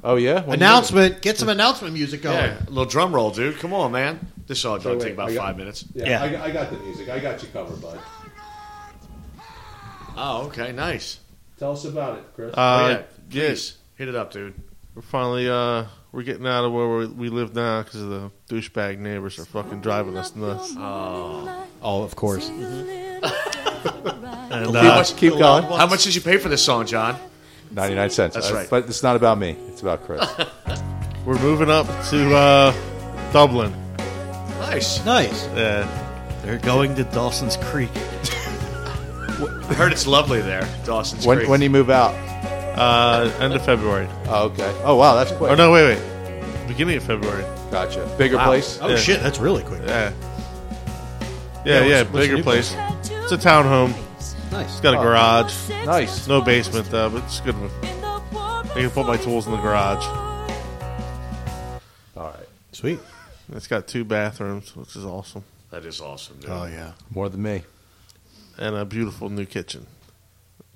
B: Oh yeah, When you-
C: announcement. Get some announcement music going.
A: Yeah, a little drum roll, dude. Come on, man. This is all
B: So
A: going to
B: wait,
A: take about
B: I got-
A: five minutes.
D: Yeah.
B: Yeah, I, I got the music. I got you covered, bud.
A: Oh, okay, nice.
B: Tell us about it, Chris.
A: Oh,
E: Uh,
A: yeah, please hit it up, dude.
E: We're finally, uh, we're getting out of where we we live now because the douchebag neighbors are fucking driving us nuts.
C: Oh, of course.
D: And,
B: keep,
D: uh,
B: keep going.
A: How much did you pay for this song, John?
B: 99 cents.
A: That's
B: Uh,
A: right.
B: But it's not about me. It's about Chris.
E: We're moving up to uh, Dublin.
A: Nice.
C: Nice.
E: Yeah,
D: they're going to Dawson's Creek.
A: I heard it's lovely there, Dawson's
B: when,
A: Creek.
B: when do you move out?
E: uh, end of February.
B: Oh, okay. Oh, wow. That's quick.
E: Oh no, wait, wait, beginning of February.
B: Gotcha. Bigger place?
C: Oh
E: Yeah.
C: shit, that's really quick.
E: Yeah, yeah, yeah.
C: what's- what's the
E: bigger
C: new
E: place. It's a townhome.
C: Nice.
E: It's got a
B: Oh.
E: garage.
B: Nice.
E: No basement though, but it's good. One.
H: I
E: I can put my tools in the garage.
B: All right.
C: Sweet.
E: It's got two bathrooms, which is awesome,
A: that is awesome, dude.
C: Oh yeah.
B: More than me.
E: and a beautiful new kitchen.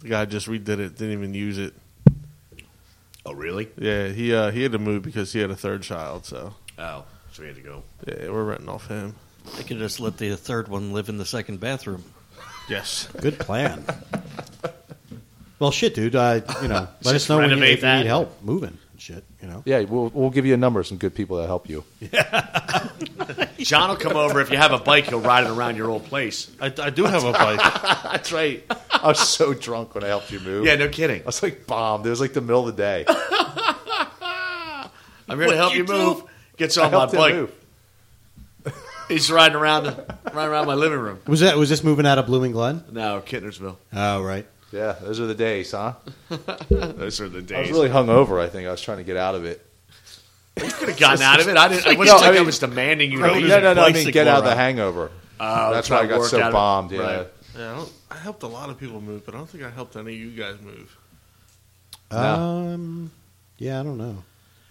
E: The guy just redid it. Didn't even use it.
A: Oh, really?
E: Yeah, he uh, he had to move because he had a third child. So
A: Oh, so we had to go.
E: yeah, we're renting off him.
D: They could just let the third one live in the second bathroom.
E: Yes.
C: Good plan. well, shit, dude. Uh, you know, let us know when you,
A: renovate
C: if you
A: that.
C: need help moving. and Shit, you know.
B: Yeah, we'll, we'll give you a number of some good people that help you.
A: John will come over. If you have a bike, he'll ride it around your old place.
E: I, I do have a bike.
A: That's right.
B: I was so drunk when I helped you move.
A: Yeah, no kidding.
B: I was like bombed. It was like the middle of the day.
A: I'm here to help you move. Gets on my
B: helped him
A: bike.
B: move.
A: He's riding around, riding around my living room.
C: Was that was this moving out of Blooming Glen?
A: No, Kittnersville.
C: Oh, right.
B: Yeah, those are the days, huh?
A: Those are the
B: I was
A: days.
B: really hungover, I think. I was trying to get out of it.
A: you could have gotten out of it. I didn't. I wasn't
B: No, I
A: like I
B: mean-
A: was demanding you to
B: No,
A: leave.
B: no, no. I mean,
D: bicycle
B: get out of the
D: ride.
B: hangover.
A: Oh,
B: that's
A: try
B: why I
A: to
B: got
A: work out
B: so
A: of-
B: bombed.
A: right.
E: Yeah, I, don't, I helped a lot of people move, but I don't think I helped any of you guys move.
C: Um, yeah, I don't know.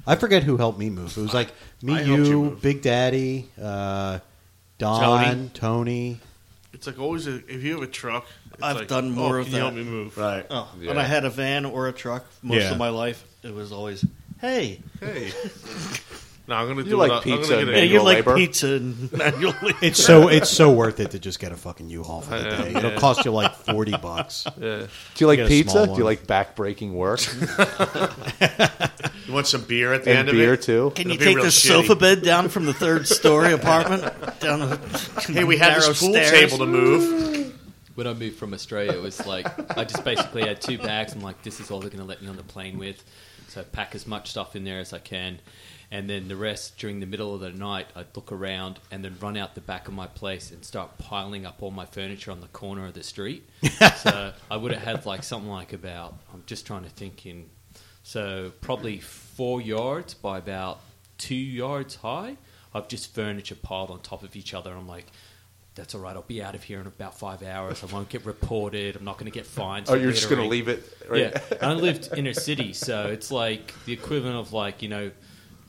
C: I forget who helped me move. It was like me,
E: I helped
C: you,
E: you move.
C: Big Daddy, uh, Don, Tony.
E: It's like always a, if you have a truck. It's
D: I've
E: like,
D: done more
E: oh,
D: of
E: can you
D: that.
E: Help me move.
A: Right.
D: Oh,
B: Yeah.
D: and I had a van or a truck most
C: Yeah.
D: of my life. It was always, hey,
E: Hey. no, I'm gonna
B: You
E: do
B: like
E: it. I'm
B: pizza,
E: gonna get
D: yeah,
E: a-
B: man.
D: you
B: Manual
D: like
B: labor.
D: pizza and manual labor.
C: It's so it's so worth it to just get a fucking U-Haul for the
E: Yeah,
C: day.
E: yeah.
C: It'll cost you like forty bucks.
E: Yeah.
B: Do you like
C: get a small
B: pizza? Do
C: one.
B: you like back-breaking work
A: You want some beer at the
B: and
A: end
B: beer
A: of it?
B: too?
D: Can
A: It'll
D: you
A: be
D: take
A: real
D: the
A: shitty.
D: sofa bed down from the third story apartment down the
A: Hey, we had
D: narrow
A: this pool
D: stairs?
A: table to move.
F: When I moved from Australia, it was like I just basically had two bags. I'm like, this is all they're going to let me on the plane with. So I pack as much stuff in there as I can. And then the rest during the middle of the night, I'd look around and then run out the back of my place and start piling up all my furniture on the corner of the street. so I would have had like something like about, I'm just trying to think in, so probably four yards by about two yards high. I've just furniture piled on top of each other. I'm like, that's all right. I'll be out of here in about five hours. I won't get reported. I'm not going to get fined.
B: Oh,
F: for
B: you're just gonna
F: littering."
B: leave it? Right?
F: Yeah, and I lived inner city, so it's like the equivalent of like you know,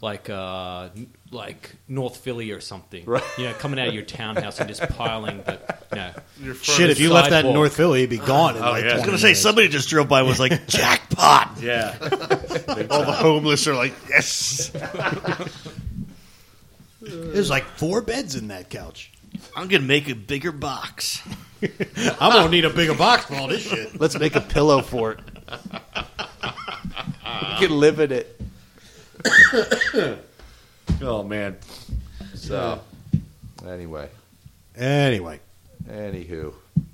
F: like uh, n- like North Philly or something.
B: Right.
F: You know, coming out of your townhouse and just piling the you know.
E: Your front
C: Shit, if you left that in
F: Sidewalk.
C: North Philly, it'd be gone. In
A: Oh,
C: like
A: yeah. I was
C: 20
D: I'm gonna say
C: minutes.
D: somebody just drove by and was like jackpot.
A: Yeah.
E: all the homeless are like, yes.
C: There's like four beds in that couch.
D: I'm gonna make a bigger box.
C: I'm gonna need a bigger box for all this shit.
B: Let's make a pillow fort. you can live in it.
A: Oh man.
B: So, anyway,
C: Anyway,
B: anywho,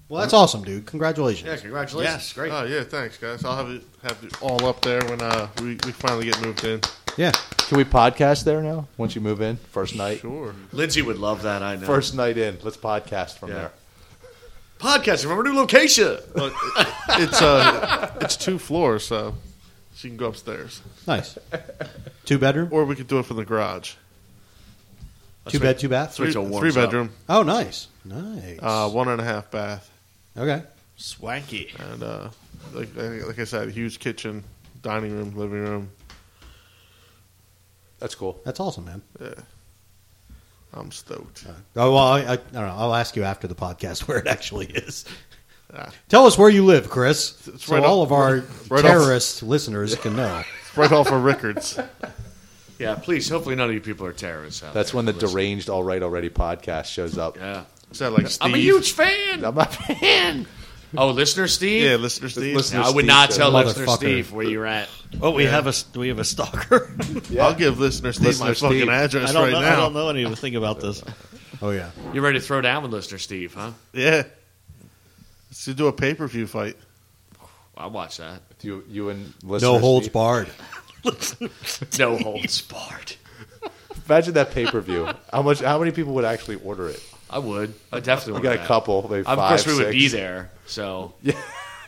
C: well, that's awesome, dude. Congratulations.
A: Yeah. Congratulations. Great.
E: Oh yeah, thanks guys. I'll have it have it all up there when uh we, we finally get moved in.
C: Yeah.
B: can we podcast there now? Once you move in, first night,
E: Sure.
A: Lindsay would love that. I know.
B: first night in. Let's podcast from
A: Yeah.
B: there.
A: podcast from our new location.
E: But it- it's uh it's two floors, so she can go upstairs,
C: Nice. Two bedroom,
E: or we could do it from the garage.
C: two bed, two bath.
A: Three-
E: Three,
A: Rachel warms
E: three bedroom,
C: Oh, nice, nice.
E: uh, one and a half bath,
C: okay.
D: Swanky.
E: and uh, like like I said, huge kitchen, dining room, living room.
B: That's cool.
C: That's awesome, man.
E: I'm stoked.
C: Oh, well, I, I, I don't know. I'll ask you after the podcast where it actually is.
E: Ah.
C: Tell us where you live, Chris,
E: It's
C: so
E: right
C: all
E: off-
C: of our
E: right off-
C: terrorist listeners can know.
E: It's right off of Rickards.
A: Yeah, please. Hopefully, none of you people are terrorists. Out
B: That's
A: there
B: when the
A: listening.
B: deranged all right already podcast shows up.
A: Yeah,
E: Is that like Steve?
A: I'm a huge fan.
B: I'm not fan.
A: Oh, listener Steve.
E: yeah, listener Steve.
B: Listener
A: No, I would
B: Steve
A: not
B: says,
A: tell listener
D: "Motherfucker."
A: Steve where you're at.
D: Oh, we have a do we have a stalker.
E: I'll give listener Steve
B: Listener
E: my fucking
B: Steve.
E: address
D: I don't
E: right
D: know. I
E: now.
D: don't know anything about this.
C: Oh yeah.
A: You're ready to throw down with listener Steve, huh?
E: Yeah. Let's do a pay per view fight.
A: I'll watch that.
B: You, you and listener
C: No holds
B: Steve.
C: barred.
A: No holds barred.
B: Imagine that pay per view. How much? How many people would actually order it?
A: I would. I definitely
B: We
A: would.
B: got a couple. Maybe
A: Of
B: five,
A: course, we would
B: six.
A: be there. So
B: You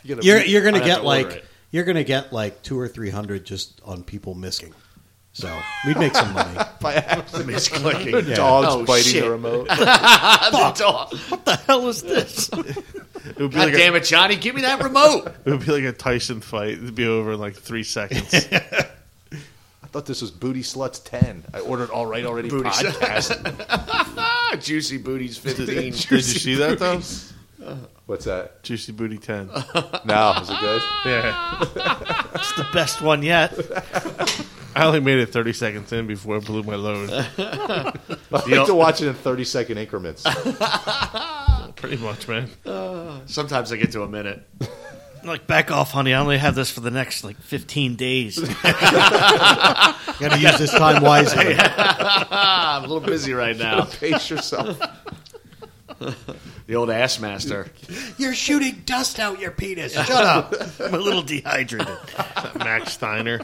B: gotta
C: You're
B: be-
C: you're gonna
A: I'd have
C: get
A: to
C: like
A: order it.
C: you're gonna get like two or three hundred just on people missing. So we'd make some money.
B: by accident.
A: it's clicking.
B: Dogs
A: Oh,
B: biting
A: shit.
B: the remote.
A: The dog.
D: What the hell is this?
E: It would
A: God
E: be, like
A: damn
E: a,
A: it, Johnny! Give me that remote.
E: it would be like a Tyson fight. It'd be over in like three seconds.
B: I thought this was Booty Sluts ten. I ordered all right already
A: Booty Sluts.
B: podcast.
A: Ah, juicy booties, fifteen.
E: Did you see that though?
B: What's that?
E: Juicy Booty 10.
B: No, is it good?
E: Yeah.
D: It's the best one yet.
E: I only made it 30 seconds in before I blew my load.
B: I like to watch it in thirty second increments.
E: Pretty much, man.
A: Sometimes I get to a minute.
D: Like, back off, honey. I only have this for the next like 15 days.
C: Gotta use this time wisely.
A: Ah, I'm a little busy right now.
B: Pace yourself.
A: The old ass master.
C: You're shooting dust out your penis. Shut up.
D: I'm a little dehydrated.
E: Max Steiner.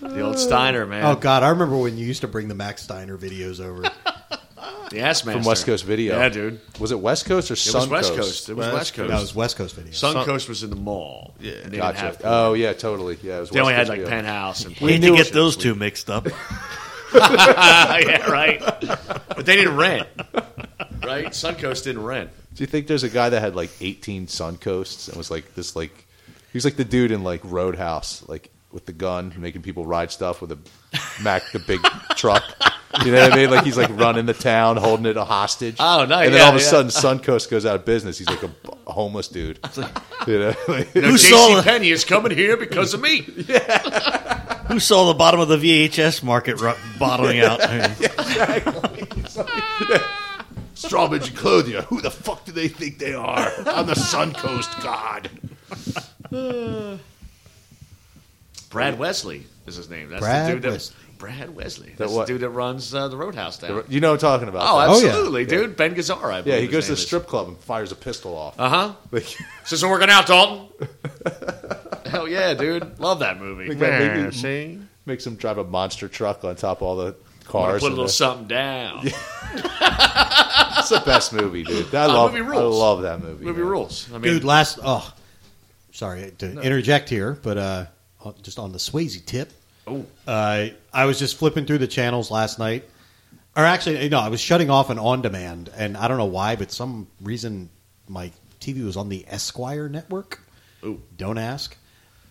A: The old Steiner man.
C: Oh god, I remember when you used to bring the Max Steiner videos over.
A: The ass master
B: From West Coast Video.
A: Yeah, dude. It
B: Was it West Coast or Sun
A: was West Coast. It was
E: West
A: West Coast.
C: That was West Coast videos.
A: Sun Coast was in the mall. Yeah, and they
B: Gotcha.
A: didn't have.
B: Oh yeah, totally. Yeah, it was
A: they only
B: West
A: had
B: Coast
A: like
B: Video.
A: penthouse and.
D: Hate to get those two mixed up.
A: yeah, right. But they didn't rent, right? Suncoast didn't rent.
B: Do you think there's a guy that had like 18 Suncoasts and was like this like he was like the dude in like Roadhouse like with the gun making people ride stuff with a Mac the big truck. You know what I mean? Like he's like running the town holding it a hostage.
A: Oh, nice.
B: And then
A: Yeah,
B: all of a
A: yeah.
B: sudden Suncoast goes out of business. He's like a, b- a homeless dude. You know? Like,
A: No,
D: Who saw
A: JC
D: it?
A: Penny is coming here because of me.
D: Who saw the bottom of the VHS market ru- bottoming out?
B: Strawbridge and Clothier. Who the fuck do they think they are? I'm the Suncoast god.
A: Brad Wesley is his name. That's
C: Brad
A: the dude that,
C: Wesley.
A: Brad Wesley. That's the
B: what?
A: dude that runs uh, the Roadhouse down.
B: You know what I'm talking about.
A: Oh,
B: though.
C: yeah.
A: absolutely, dude. Ben Gazzara, I believe.
B: yeah, he goes to the strip club and fires a pistol off.
A: Uh huh.
B: Like,
A: This isn't working out, Dalton. Hell yeah, dude. Love that movie.
B: like
A: Put
B: that
E: Yeah,
B: maybe-
E: see?
B: makes them drive a monster truck on top of all the
A: a
B: cars.
A: little
B: and the-
A: something down.
B: That's the best movie, dude. I love.
A: Uh, movie
B: I
A: rules.
B: love that movie.
A: Movie
B: man.
A: rules. I mean,
C: Dude, last oh, sorry to interject here, but uh, on- just on the Swayze tip,
A: oh,
C: uh, I was just flipping through the channels last night, or actually, no, I was shutting off an on demand, and I don't know why, but some reason my TV was on the Esquire network.
A: Ooh.
C: Don't ask.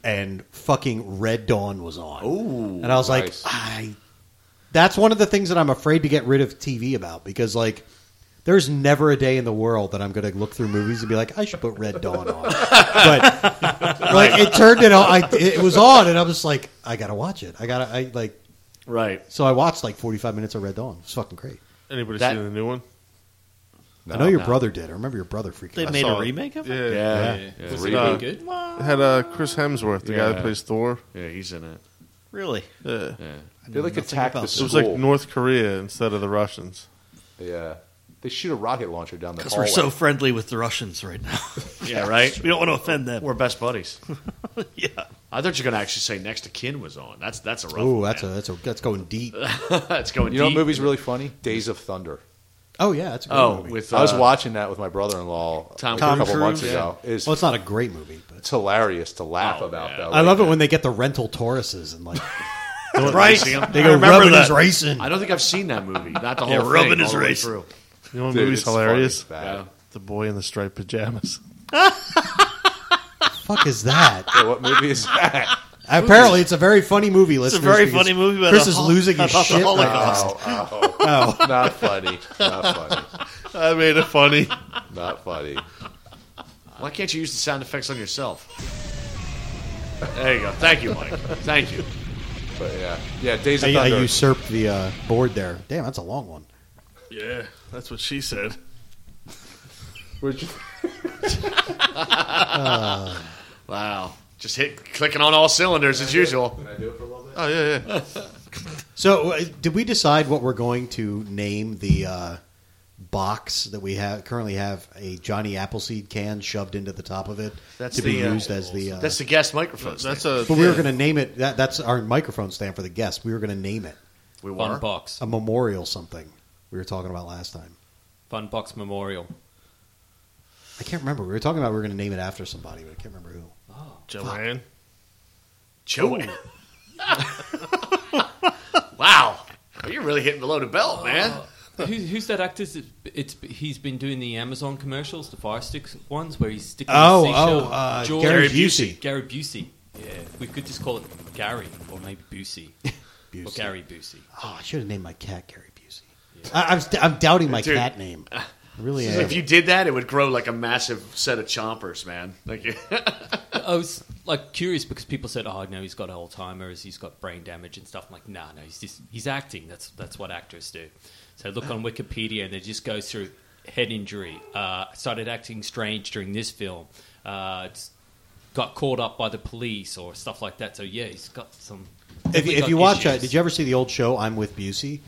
C: And fucking Red Dawn was on.
A: Ooh,
C: and I was
B: nice.
C: like, I. That's one of the things that I'm afraid to get rid of TV about because like. There's never a day in the world that I'm going to look through movies and be like, I should put Red Dawn on. But like, it turned it on. I, it was on, and I was like, I gotta watch it. I gotta. I like.
A: right.
C: So I watched like 45 minutes of Red Dawn. It's fucking great.
E: Anybody
A: That-
E: seen the new one?
C: I know your
A: no.
C: brother did. I remember your brother freaking.
D: They
C: out.
D: made
E: saw
D: a
E: it.
D: remake of it?
E: Yeah.
A: Yeah.
B: Yeah,
F: Was it
B: reboot.
F: really good?
E: It Had uh, Chris Hemsworth, the guy
A: Yeah.
E: that plays Thor.
A: Yeah, he's in it.
D: Really?
E: Yeah.
A: Yeah.
B: They like
D: nothing
B: attack
D: about
B: the
D: this.
E: It
B: school.
E: was like North Korea instead of the Russians.
B: yeah, they shoot a rocket launcher down the
D: Because
B: hallway.
D: we're so friendly with the Russians right now.
A: Yeah, right?
D: we don't want to offend them.
A: We're best buddies.
D: Yeah.
A: I thought you were going to actually say Next to Kin was on. That's that's a rough
C: Oh,
A: one,
C: that's a
A: man.
C: that's a that's going deep.
A: that's going
B: you know, what
A: deep.
B: movie's really funny. Days of Thunder.
C: Oh yeah, that's a great
A: Oh,
C: movie.
A: with
B: I was
A: uh,
B: watching that with my brother-in-law
A: Tom
B: like,
A: Cruise?
B: a couple months
A: Yeah.
B: ago. It's,
C: well, it's not a great movie, but
B: it's hilarious to laugh
A: Oh,
B: about.
A: yeah.
B: Though.
C: I love it when they get the rental Tauruses and like
A: Right.
C: they go
D: remember
C: rubbing
D: that.
C: his racing.
A: I don't think I've seen that movie. Not the whole
D: Yeah,
A: thing.
D: rubbing his
A: all the way
D: race.
A: through.
E: You know what
B: Dude,
E: movie's
B: it's
E: hilarious?
B: funny, man.
E: The boy in the striped pajamas.
C: Fuck is that?
B: Yeah, what movie is that?
C: Apparently, it's a very funny movie.
D: It's a
C: listeners,
D: very
C: because
D: funny movie about
C: Chris
D: a
C: is
D: hol-
C: losing his
D: about the
C: shit. right now.
D: Holocaust.
B: Oh, oh,
C: Oh,
B: not funny. Not funny.
E: I made it funny.
B: Not funny.
A: Why can't you use the sound effects on yourself? There you go. Thank you, Mike. Thank you.
B: But yeah, yeah, Days of
C: I, I
B: Thunder.
C: usurped the uh, board there. Damn, that's a long one.
E: Yeah, that's what she said.
B: Where'd you-
A: Wow. Just hit clicking on all cylinders as usual.
B: Can I do it for a little bit?
E: Oh yeah, yeah.
C: So, uh, did we decide what we're going to name the uh, box that we have currently have a Johnny Appleseed can shoved into the top of it
E: That's
C: to be
E: the, uh,
C: used as the? Uh,
A: That's the guest microphone.
E: That's
A: stand.
E: a.
C: but we were going to name it. That, that's our microphone stand for the guest. We were going to name it
A: we
F: Fun
A: were.
F: box.
C: a memorial something we were talking about last time.
F: Fun box memorial.
C: I can't remember. We were talking about we were going to name it after somebody, but I can't remember who.
E: Joanne.
A: Joey. wow. You're really hitting below the belt, man.
F: Who's, who's that actor? that- It's he's been doing the Amazon commercials, the Fire Sticks ones, where he's sticking.
C: Oh,
F: the
C: oh,
F: seashell.
C: uh,
F: George-
C: Gary Busey.
F: Gary Busey. Yeah, we could just call it Gary or maybe Busey, or
C: Busey.
F: Gary Busey.
C: Oh, I should have named my cat Gary Busey. I, I'm, st- I'm doubting my
A: Dude.
C: cat name. I really am.
A: If you did that, it would grow like a massive set of chompers, man. Like
F: I was like curious because people said, "Oh no, he's got Alzheimer's, he's got brain damage and stuff." I'm like, "Nah, no, he's just he's acting. That's that's what actors do." So look on Wikipedia, and it just goes through head injury. Uh, started acting strange during this film. Uh, it's got caught up by the police or stuff like that. So yeah, he's got some.
C: if, you-
F: definitely
C: if
F: got
C: you watch, uh,
F: issues.
C: did you ever see the old show I'm with Busey?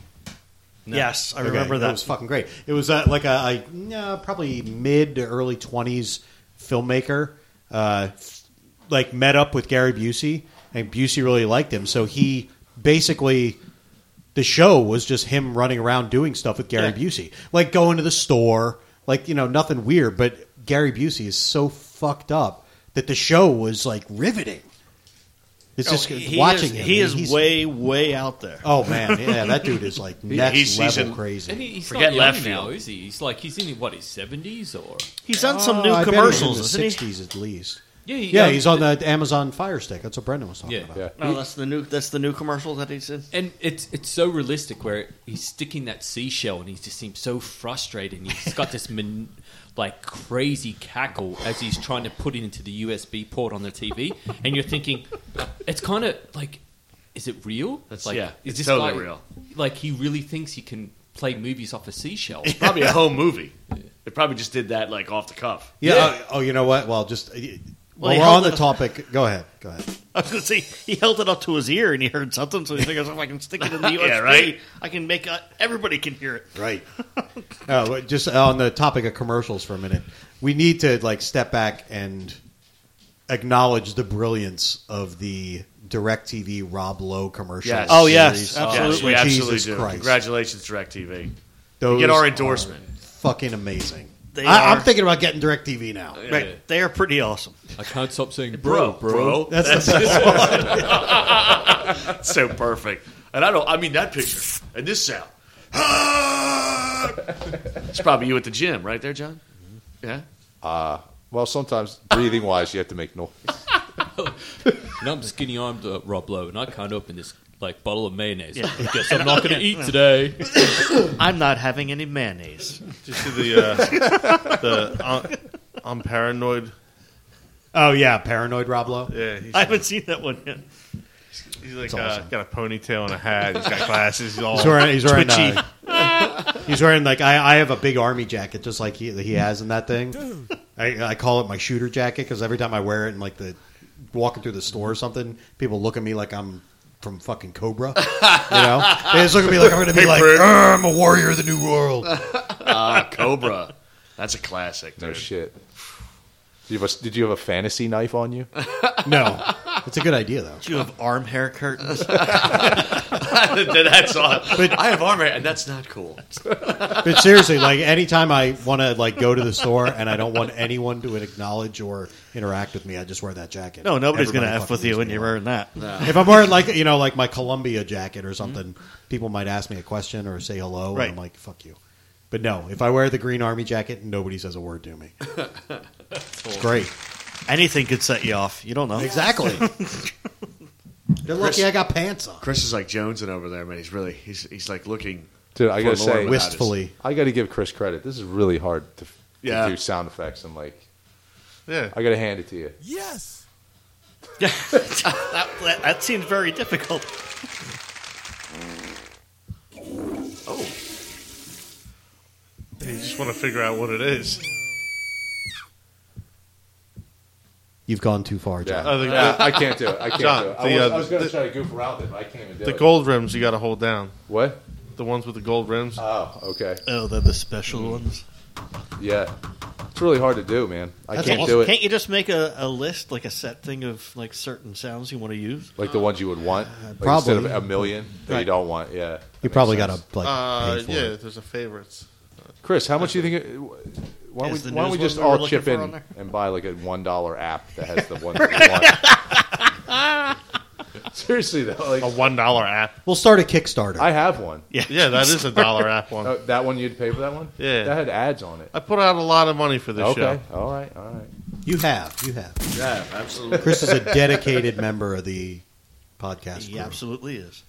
D: Yes, I
C: Okay,
D: remember
C: It was
D: that.
C: fucking great. It was uh, like a, a no, probably mid to early twenties filmmaker, uh, like met up with Gary Busey, and Busey really liked him, so he basically. The show was just him running around doing stuff with Gary Busey, like going to the store, like you know nothing weird. But Gary Busey is so fucked up that the show was like riveting. It's just
D: Oh, He
C: watching
D: is,
C: him.
D: He is
C: he's-
D: way, way out there.
C: Oh man, yeah, that dude is like next
A: he's- he's
C: level
A: in-
C: crazy.
F: And he, he's
A: Forget
F: not young
A: left
F: now,
A: field.
F: is he? He's like he's in what his seventies or
D: He's done some
C: Oh,
D: new
C: I bet he's
D: commercials,
C: in the
D: isn't he?
C: 60s at least.
F: yeah, he-
C: Yeah, he's on the Amazon Fire Stick. That's what Brendan was talking
F: Yeah.
C: about.
B: Yeah.
D: No, that's the new. That's the new commercial that he's in.
F: And it's it's so realistic where he's sticking that seashell and he just seems so frustrated and he's got this man, like crazy cackle as he's trying to put it into the USB port on the TV and you're thinking it's kind of like is it real?
A: That's-
F: like,
A: yeah,
F: is
A: it's totally
F: guy-
A: real.
F: Like he really thinks he can play movies off a seashell.
A: probably a home movie. They probably just did that like off the cuff.
C: Yeah.
F: Yeah.
C: Oh, oh, you know what? Well, just uh,
D: Well,
C: well,
D: he
C: we're
D: held
C: on the
D: it-
C: topic. Go ahead. Go ahead.
D: I was gonna say he held it up to his ear and he heard something, so he figures if I can stick it in the USB,
A: right.
D: I can make uh, everybody can hear it.
C: Right. no, but just on the topic of commercials for a minute, we need to like step back and acknowledge the brilliance of the Directv Rob Lowe commercial.
A: Yes. Oh,
D: yes,
C: series.
A: Yes,
D: absolutely.
A: we absolutely
C: Jesus
A: do.
C: Christ.
A: Congratulations, DirecTV.
C: Those
A: Get our
C: are
A: endorsement.
C: Fucking amazing.
D: They
C: I,
D: are-
C: I'm thinking about getting Directv now.
D: Right. They are pretty awesome.
F: I can't stop saying
A: Bro, bro,
C: That's the best.
A: that's so perfect. And I don't. I mean that picture and this sound. it's probably you at the gym, right there, John. Yeah.
B: Well, sometimes breathing wise, you have to make noise.
F: And I'm skinny armed uh, Rob Lowe and I can't open this like bottle of mayonnaise. I guess I'm not going to eat today.
D: I'm not having any mayonnaise.
E: Did you see the uh, the uh, I'm paranoid?
C: Oh yeah, paranoid Rob Lowe.
E: Yeah, he's,
D: I haven't seen that one yet.
E: he's like uh, got a ponytail and a hat. He's got glasses. He's all
C: He's wearing. He's wearing.
D: Twitchy.
C: Uh, he's wearing like I, I have a big army jacket, just like he he has in that thing. I, I call it my shooter jacket because every time I wear it and like the walking through the store or something, people look at me like I'm from fucking Cobra. You know, they just look at me like I'm going to be like "Arr, I'm a warrior of the new world.
A: Ah, Cobra. That's a classic. Dude.
B: No shit. Did you, have a, did you have a fantasy knife on you?
C: No, it's a good idea though.
D: Do you have arm hair curtains?
A: that's all. I have armor, and that's not cool.
C: But seriously, like anytime I want to like go to the store and I don't want anyone to acknowledge or interact with me, I just wear that jacket.
D: No, nobody's going to
C: Everybody
D: f with
C: fucking
D: you when
C: leaves me
D: you're
C: alone.
D: wearing that.
C: If I'm wearing like you know like my Columbia jacket or something, people might ask me a question or say hello,
D: Right.
C: and I'm like, "Fuck you." But no, if I wear the green army jacket, nobody says a word to me. it's great,
D: Anything could set you off. You don't know.
C: exactly. They're lucky I got pants on.
A: Chris is like jonesing over there, man. He's really he's he's like looking.
B: Dude, I gotta
A: forlorn
B: say-
A: without his-
C: Wistfully,
B: I got to give Chris credit. This is really hard to, to
A: Yeah.
B: do sound effects. I'm like,
E: yeah.
B: I got to hand it to you.
H: Yes.
D: that, that, that seems very difficult.
E: You just want to figure out what it is.
C: You've gone too far, John.
E: I think
B: Yeah, I can't do it. I can't
E: John,
B: do it.
E: the,
B: I was,
E: uh,
B: I was going to
E: the-
B: try to goof around it, but I can't even do
E: the
B: it.
E: gold rims you got to hold down.
B: What?
E: The ones with the gold rims.
B: Oh, okay.
D: Oh, they're the special ones.
B: Yeah. It's really hard to do, man. I
D: That's
B: can't
D: awesome.
B: do it.
D: Can't you just make a, a list, like a set thing of like certain sounds you want to use?
B: Like the ones you would want. Like
C: probably.
B: Instead of a million that you
D: Right.
B: don't want. Yeah. That
C: you
B: makes
C: probably got
B: sense.
C: to like
E: uh,
C: pay for
E: yeah,
C: it.
E: there's a favorites.
B: Chris, how much do you think? It, why don't
D: Is
B: we,
D: the
B: why don't we
D: news one
B: just
D: we were
B: all
D: looking
B: chip
D: for on
B: in
D: there?
B: and buy like a one dollar app that has the one that we want? Seriously though, like
E: A
D: Oh.
E: one dollar app.
C: We'll start a Kickstarter.
B: I have one.
E: Yeah, that is a dollar app one.
B: Oh, that one you'd pay for that one?
E: Yeah.
B: that had ads on it.
E: I put out a lot of money for this
B: okay,
E: show.
B: all right, all right.
C: you have, you have.
A: Yeah, absolutely.
C: Chris is a dedicated member of the podcast.
D: He
C: crew.
D: absolutely is.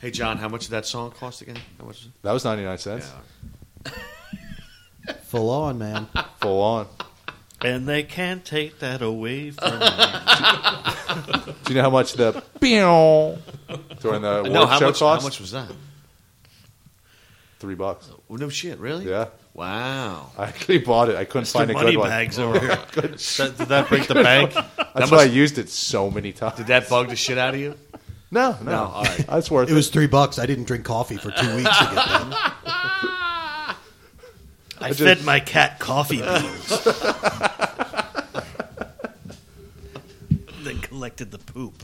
A: hey, John, how much did that song cost again? How much? is it?
B: That was ninety nine cents,
C: full on, man.
B: full on.
D: And they can't take that away from me.
B: Do you know how much the pew during the award
A: No, how
B: show
A: much?
B: cost?
A: How much was that?
B: Three bucks.
A: Oh, no shit, really?
B: Yeah,
A: Wow.
B: I actually bought it. I couldn't find a
D: money
B: good one.
D: bags over here.
E: That- did that break the bank?
B: That's
A: That
B: why I
A: must-
B: used it so many times.
A: Did that bug the shit out of you?
B: No, no,
A: No, all right.
B: that's worth
C: It was three bucks. I didn't drink coffee for two weeks to get that.
D: I
B: just-
D: fed my cat coffee beans. then collected the poop.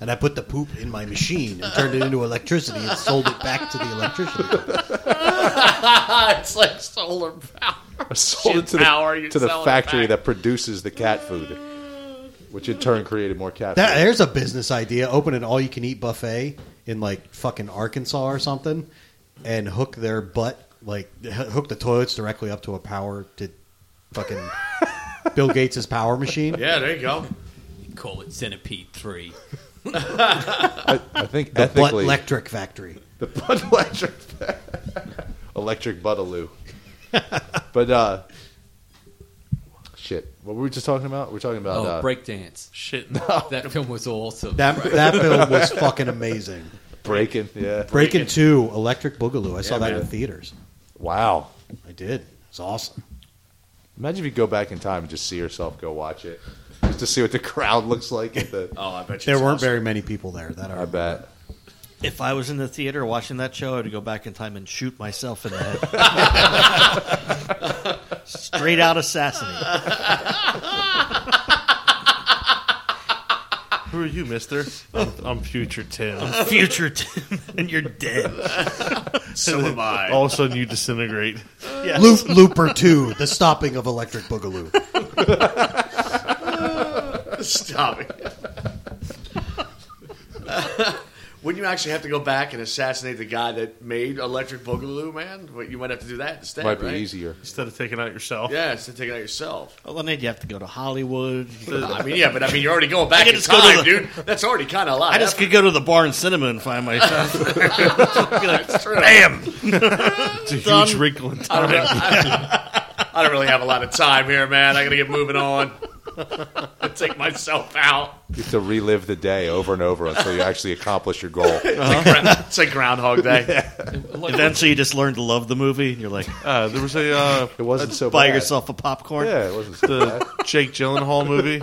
C: And I put the poop in my machine and turned it into electricity and sold it back to the electricity. company.
A: Ah, it's like solar power.
B: I sold it to
A: power,
B: the,
A: you're
B: to the
A: selling it
B: factory
A: back.
B: that produces the cat food, which in turn created more cat
C: That,
B: food.
C: there's a business idea. Open an all-you-can-eat buffet in like fucking Arkansas or something, and hook their butt like h- hook the toilets directly up to a power to fucking Bill Gates' power machine.
A: Yeah, there you go.
F: Call it Centipede 3.
B: I, I think
C: The butt
B: ethically,
C: electric factory.
B: the butt electric, electric buttaloo. but uh, shit, what were we just talking about? We're talking about
F: Oh,
B: uh,
F: Breakdance.
E: Shit.
F: That film was awesome.
C: That that film was fucking amazing.
B: breaking. Yeah,
C: Breaking Two, Electric Boogaloo. I saw that in
B: man.
C: theaters.
B: wow.
C: I did. It's awesome.
B: Imagine if you go back in time and just see yourself go watch it, just to see what the crowd looks like at the.
A: Oh, I bet you
C: There
A: it's
C: weren't
A: awesome.
C: very many people there. That
B: I
C: are
B: bet.
D: If I was in the theater watching that show, I'd go back in time and shoot myself in the head. Straight out assassinate.
E: Who are you, mister? I'm, I'm future Tim.
D: Future Tim, and you're dead.
A: So am I.
E: All of a sudden you disintegrate.
D: Yes.
C: Loop, Looper Two: The Stopping of Electric Boogaloo.
A: Stop it. Wouldn't you actually have to go back and assassinate the guy that made Electric Boogaloo, man? But you might have to do that instead.
B: Might be
A: right?
B: easier.
E: Instead of taking out yourself.
A: Yeah, instead of taking it out yourself.
D: Well, then you have to go to Hollywood.
A: I mean, yeah, but I mean, you're already going back in
D: can just go to
A: time,
D: the-
A: dude. That's already kind of a lot.
D: I just could go to the bar and cinema and find myself.
A: That's true.
E: It's a
D: Done.
E: huge wrinkle in
A: I, don't
E: time.
A: really, I, I don't really have a lot of time here, man. I gotta get moving on. I take myself out.
B: You have to relive the day over and over until you actually accomplish your goal.
A: It's like Groundhog Day.
F: Like,
D: Eventually, you just learn to love the movie, and you're like,
E: Uh, there was a uh,
B: It wasn't so
D: buy
B: bad.
D: yourself a popcorn.
B: Yeah, it wasn't so bad.
E: the Jake Gyllenhaal movie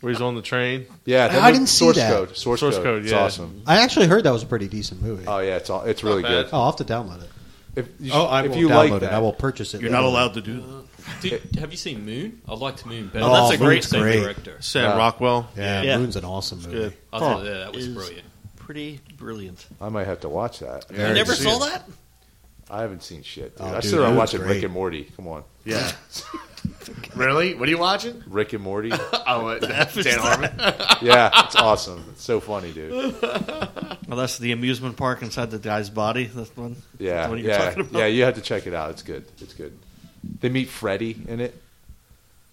E: where he's on the train.
B: Yeah,
C: I
B: that-
C: didn't see
B: source
C: that.
B: code. Source,
E: Source
B: code.
E: code,
B: It's
E: yeah.
B: awesome.
C: I actually heard that was a pretty decent movie.
B: Oh yeah, it's all, it's really
E: bad.
B: good.
C: Oh, I'll have to download it.
B: If you,
C: Uh, Oh, I
B: if
C: will
B: you
C: download
B: like
C: it.
B: that,
C: I will purchase it.
D: You're not
C: later.
D: allowed to do that.
F: Dude, have you seen Moon? I liked Moon better.
C: Oh,
D: that's a great
C: Moon's
F: Same
C: great.
F: director.
E: Sam
B: Yeah.
E: Rockwell.
C: Yeah,
D: Yeah.
C: Moon's an awesome movie.
E: Good.
F: I thought
D: Huh.
F: yeah, that was
D: Is-
F: brilliant.
D: Pretty brilliant.
B: I might have to watch that.
C: Very
D: you never
C: good.
D: saw that?
B: I haven't seen shit. Dude.
C: Oh,
B: I
C: dude,
B: sit around
C: Moon's
B: watching
C: great.
B: Rick and Morty. Come on,
A: Yeah. really? What are you watching?
B: Rick and Morty.
A: Oh, uh, Dan Harmon.
B: yeah, it's awesome. It's so funny, dude.
D: Well, that's the amusement park inside the guy's body. That's the one.
B: Yeah,
D: that's the one you're
B: yeah,
D: talking about.
B: yeah. You have to check it out. It's good. It's good. They meet Freddy in it.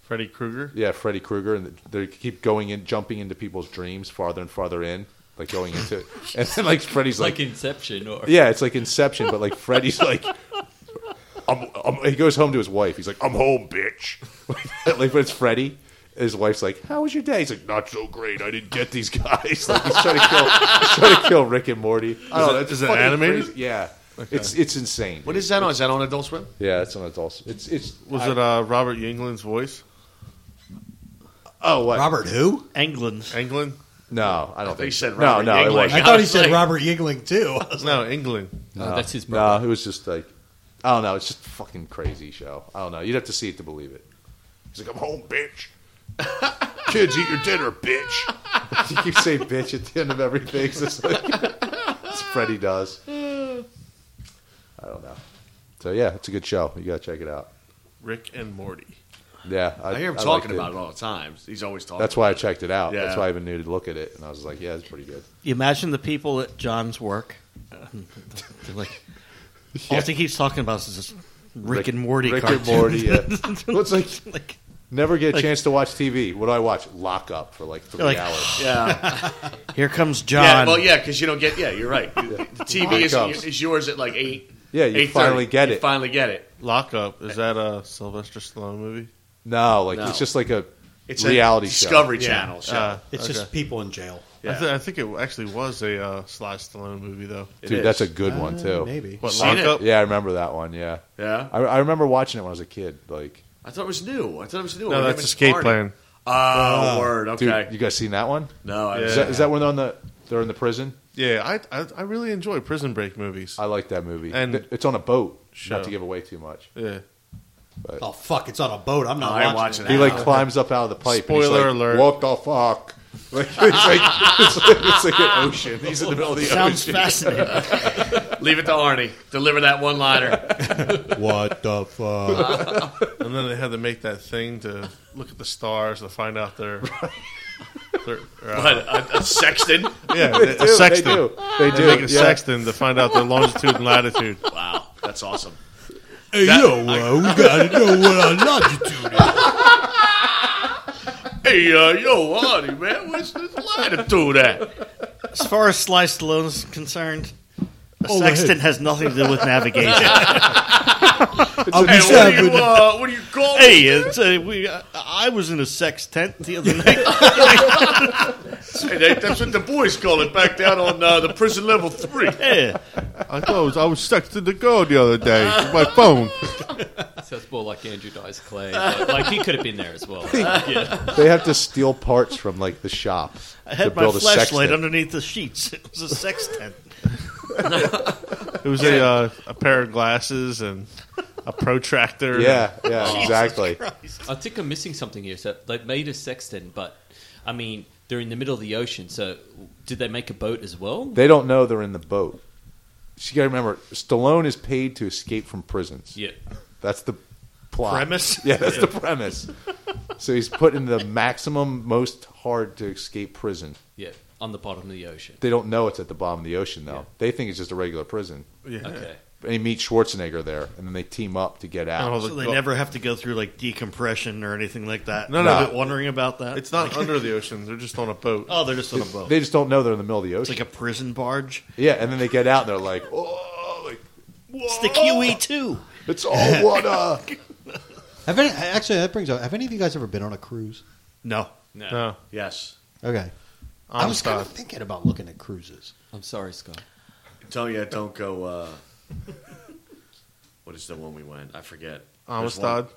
E: Freddy Krueger.
B: Yeah, Freddy Krueger, and they keep going in, jumping into people's dreams farther and farther in, like going into, and then like Freddy's
F: Like
B: like,
F: Inception or
B: yeah, it's like Inception, but like Freddy's like, I'm, I'm, he goes home to his wife. He's like, I'm home, bitch. like, but it's Freddy, His wife's like, "How was your day?" He's like, "Not so great. I didn't get these guys." Like he's trying to kill, he's trying to kill Rick and Morty. I don't
E: Is it-
B: know, it's
E: is it
B: fucking
E: animated?
B: crazy. Yeah, it's it's insane.
A: What is that on? Is that on Adult Swim?
B: Yeah, it's on adults. It's it's
E: Was it uh, Robert Englund's voice?
B: oh what?
C: Robert who?
D: England.
E: Englund?
B: No, I don't
A: They
B: think
A: said
B: no,
A: Robert
B: no, it
A: Englund.
B: wasn't.
C: I thought he said Robert Yingling too.
E: No, England.
F: No, oh, that's his brother.
B: No, it was just like I don't know. It's just a fucking crazy show. I don't know. You'd have to see it to believe it.
G: He's like, I'm home, bitch. Kids, eat your dinner, bitch.
B: You keep saying bitch at the end of everything. It's just like it's Freddie does. I don't know. So yeah, it's a good show. You gotta check it out.
E: Rick and Morty.
B: Yeah,
A: I hear him
B: liked
A: talking about it all the time. He's always talking.
B: That's why I checked it out.
A: Yeah.
B: That's why I even knew to look at it, and I was like, yeah, it's pretty good.
D: You imagine the people at John's work. They're like, all he keeps talking about is this Rick, and Morty
B: Rick
D: cartoon.
B: and Morty. Yeah. well, it's like
D: like,
B: never get a
D: Like-
B: chance to watch TV. What do I watch? Lock up for like three
D: like,
B: hours.
A: Yeah.
D: here comes John.
A: yeah. Well, yeah, because you don't get. Yeah, you're right. The the TV is,
B: Comes.
A: is yours at like eight.
B: Yeah, you
A: 8:30.
B: finally get
A: You
B: it.
A: finally get it.
E: Lock Up. Is that a Sylvester Stallone movie?
B: No, like
A: No.
B: it's just like a
A: It's
B: reality
A: a
B: show.
A: Discovery Channel show.
E: Uh,
C: It's just people in jail.
E: I, th- I think it actually was a uh, Sly Stallone movie, though.
A: It is.
B: Dude,
A: Oh.
B: that's a good one
C: Uh,
B: too.
C: Maybe.
E: What,
A: seen
E: Lock
A: it?
E: Up?
B: Yeah, I remember that one. Yeah,
A: Yeah.
B: I, I remember watching it when I was a kid. Like,
A: I thought it was new. I thought it was new.
E: No,
A: We
E: that's
A: haven't
E: Escape
A: started.
E: Plan.
C: Ah.
A: Oh, word.
B: dude,
A: Okay.
B: you guys seen that one?
A: no, I,
B: Is, that, is that when they're on the they're in the prison?
E: Yeah, I, I I really enjoy Prison Break movies.
B: I like that movie.
E: And-
B: Th- it's on a boat.
E: Show.
B: Not to give away too much.
E: yeah.
C: Oh fuck! It's on a boat. I'm not
A: I ain't
C: watching.
A: watching
C: it.
B: He like climbs up out of the pipe. and he's
E: Spoiler
B: like,
E: alert.
B: What the fuck? Like, it's, like, it's, like, it's like an ocean. He's in the middle of the
D: Sounds
B: ocean.
D: fascinating.
A: leave it to Arnie. Deliver that one liner.
C: What the fuck?
E: And then they had to make that thing to look at the stars to find out their. their uh,
A: a, a sexton.
E: yeah,
B: They
E: a
B: do,
E: sexton.
B: They do. They
E: They
B: do.
E: make a
B: yeah.
E: sexton to find out their longitude and latitude.
A: Wow, that's awesome.
C: hey,
A: That-
C: yo, uh, we gotta know what our longitude is.
A: Hey, uh, yo, Arnie, man, what's this latitude at?
D: As far as Sly Stallone's concerned, a
B: Oh,
C: Overhead.
D: sextant has nothing to do with navigation.
C: I'll
A: Hey, what
C: be
A: do you,
C: seven.
A: uh, what do you call it?
D: hey, it's, uh, we, uh, I was in a sex tent the other night.
A: Hey, that- that's what the boys call it back down on uh, the prison level three.
D: Yeah.
E: I thought it was, I was sexting the girl the other day with my phone.
F: Sounds more like Andrew Dice Clay. But, like he could have been there as well.
B: They have to steal parts from like the shop
D: I
B: to
D: had my
B: build a
D: flashlight
B: sexton.
D: underneath the sheets. It was a sex tent.
E: It was a, uh, a pair of glasses and a protractor.
B: Yeah, yeah, exactly.
F: I think I'm missing something here. So they made a sexton, but I mean they're in the middle of the ocean. So did they make a boat as well?
B: They don't know they're in the boat. You got to remember, Stallone is paid to escape from prisons.
F: Yeah.
B: That's the plot.
D: Premise?
B: Yeah, that's the premise. So he's put in the maximum, most hard to escape prison.
F: Yeah, on the bottom of the ocean.
B: They don't know it's at the bottom of the ocean, though. They think it's just a regular prison.
E: Yeah.
F: Okay.
B: They meet Schwarzenegger there, and then they team up to get
E: And all
B: out.
E: the
D: So they
E: go-
D: never have to go through like decompression or anything like that.
E: No, no,
D: I've
E: no.
D: been wondering about that.
E: It's not under the ocean. They're just on a boat.
D: Oh, they're just on a boat.
B: They just don't know they're in the middle of the
D: it's
B: ocean.
D: like a prison barge.
B: yeah, and then they get out, and they're like, "Oh, like,
D: It's the QE two.
B: it's all water."
C: Have any, actually, that brings up. Have any of you guys ever been on a cruise?
D: No,
A: No.
E: No.
A: Yes.
C: Okay, I was kind of thinking about looking at cruises.
F: I'm sorry, Scott.
A: I'm telling you, I don't go. Uh, what is the one we went? I forget. There's one-
E: Amistad.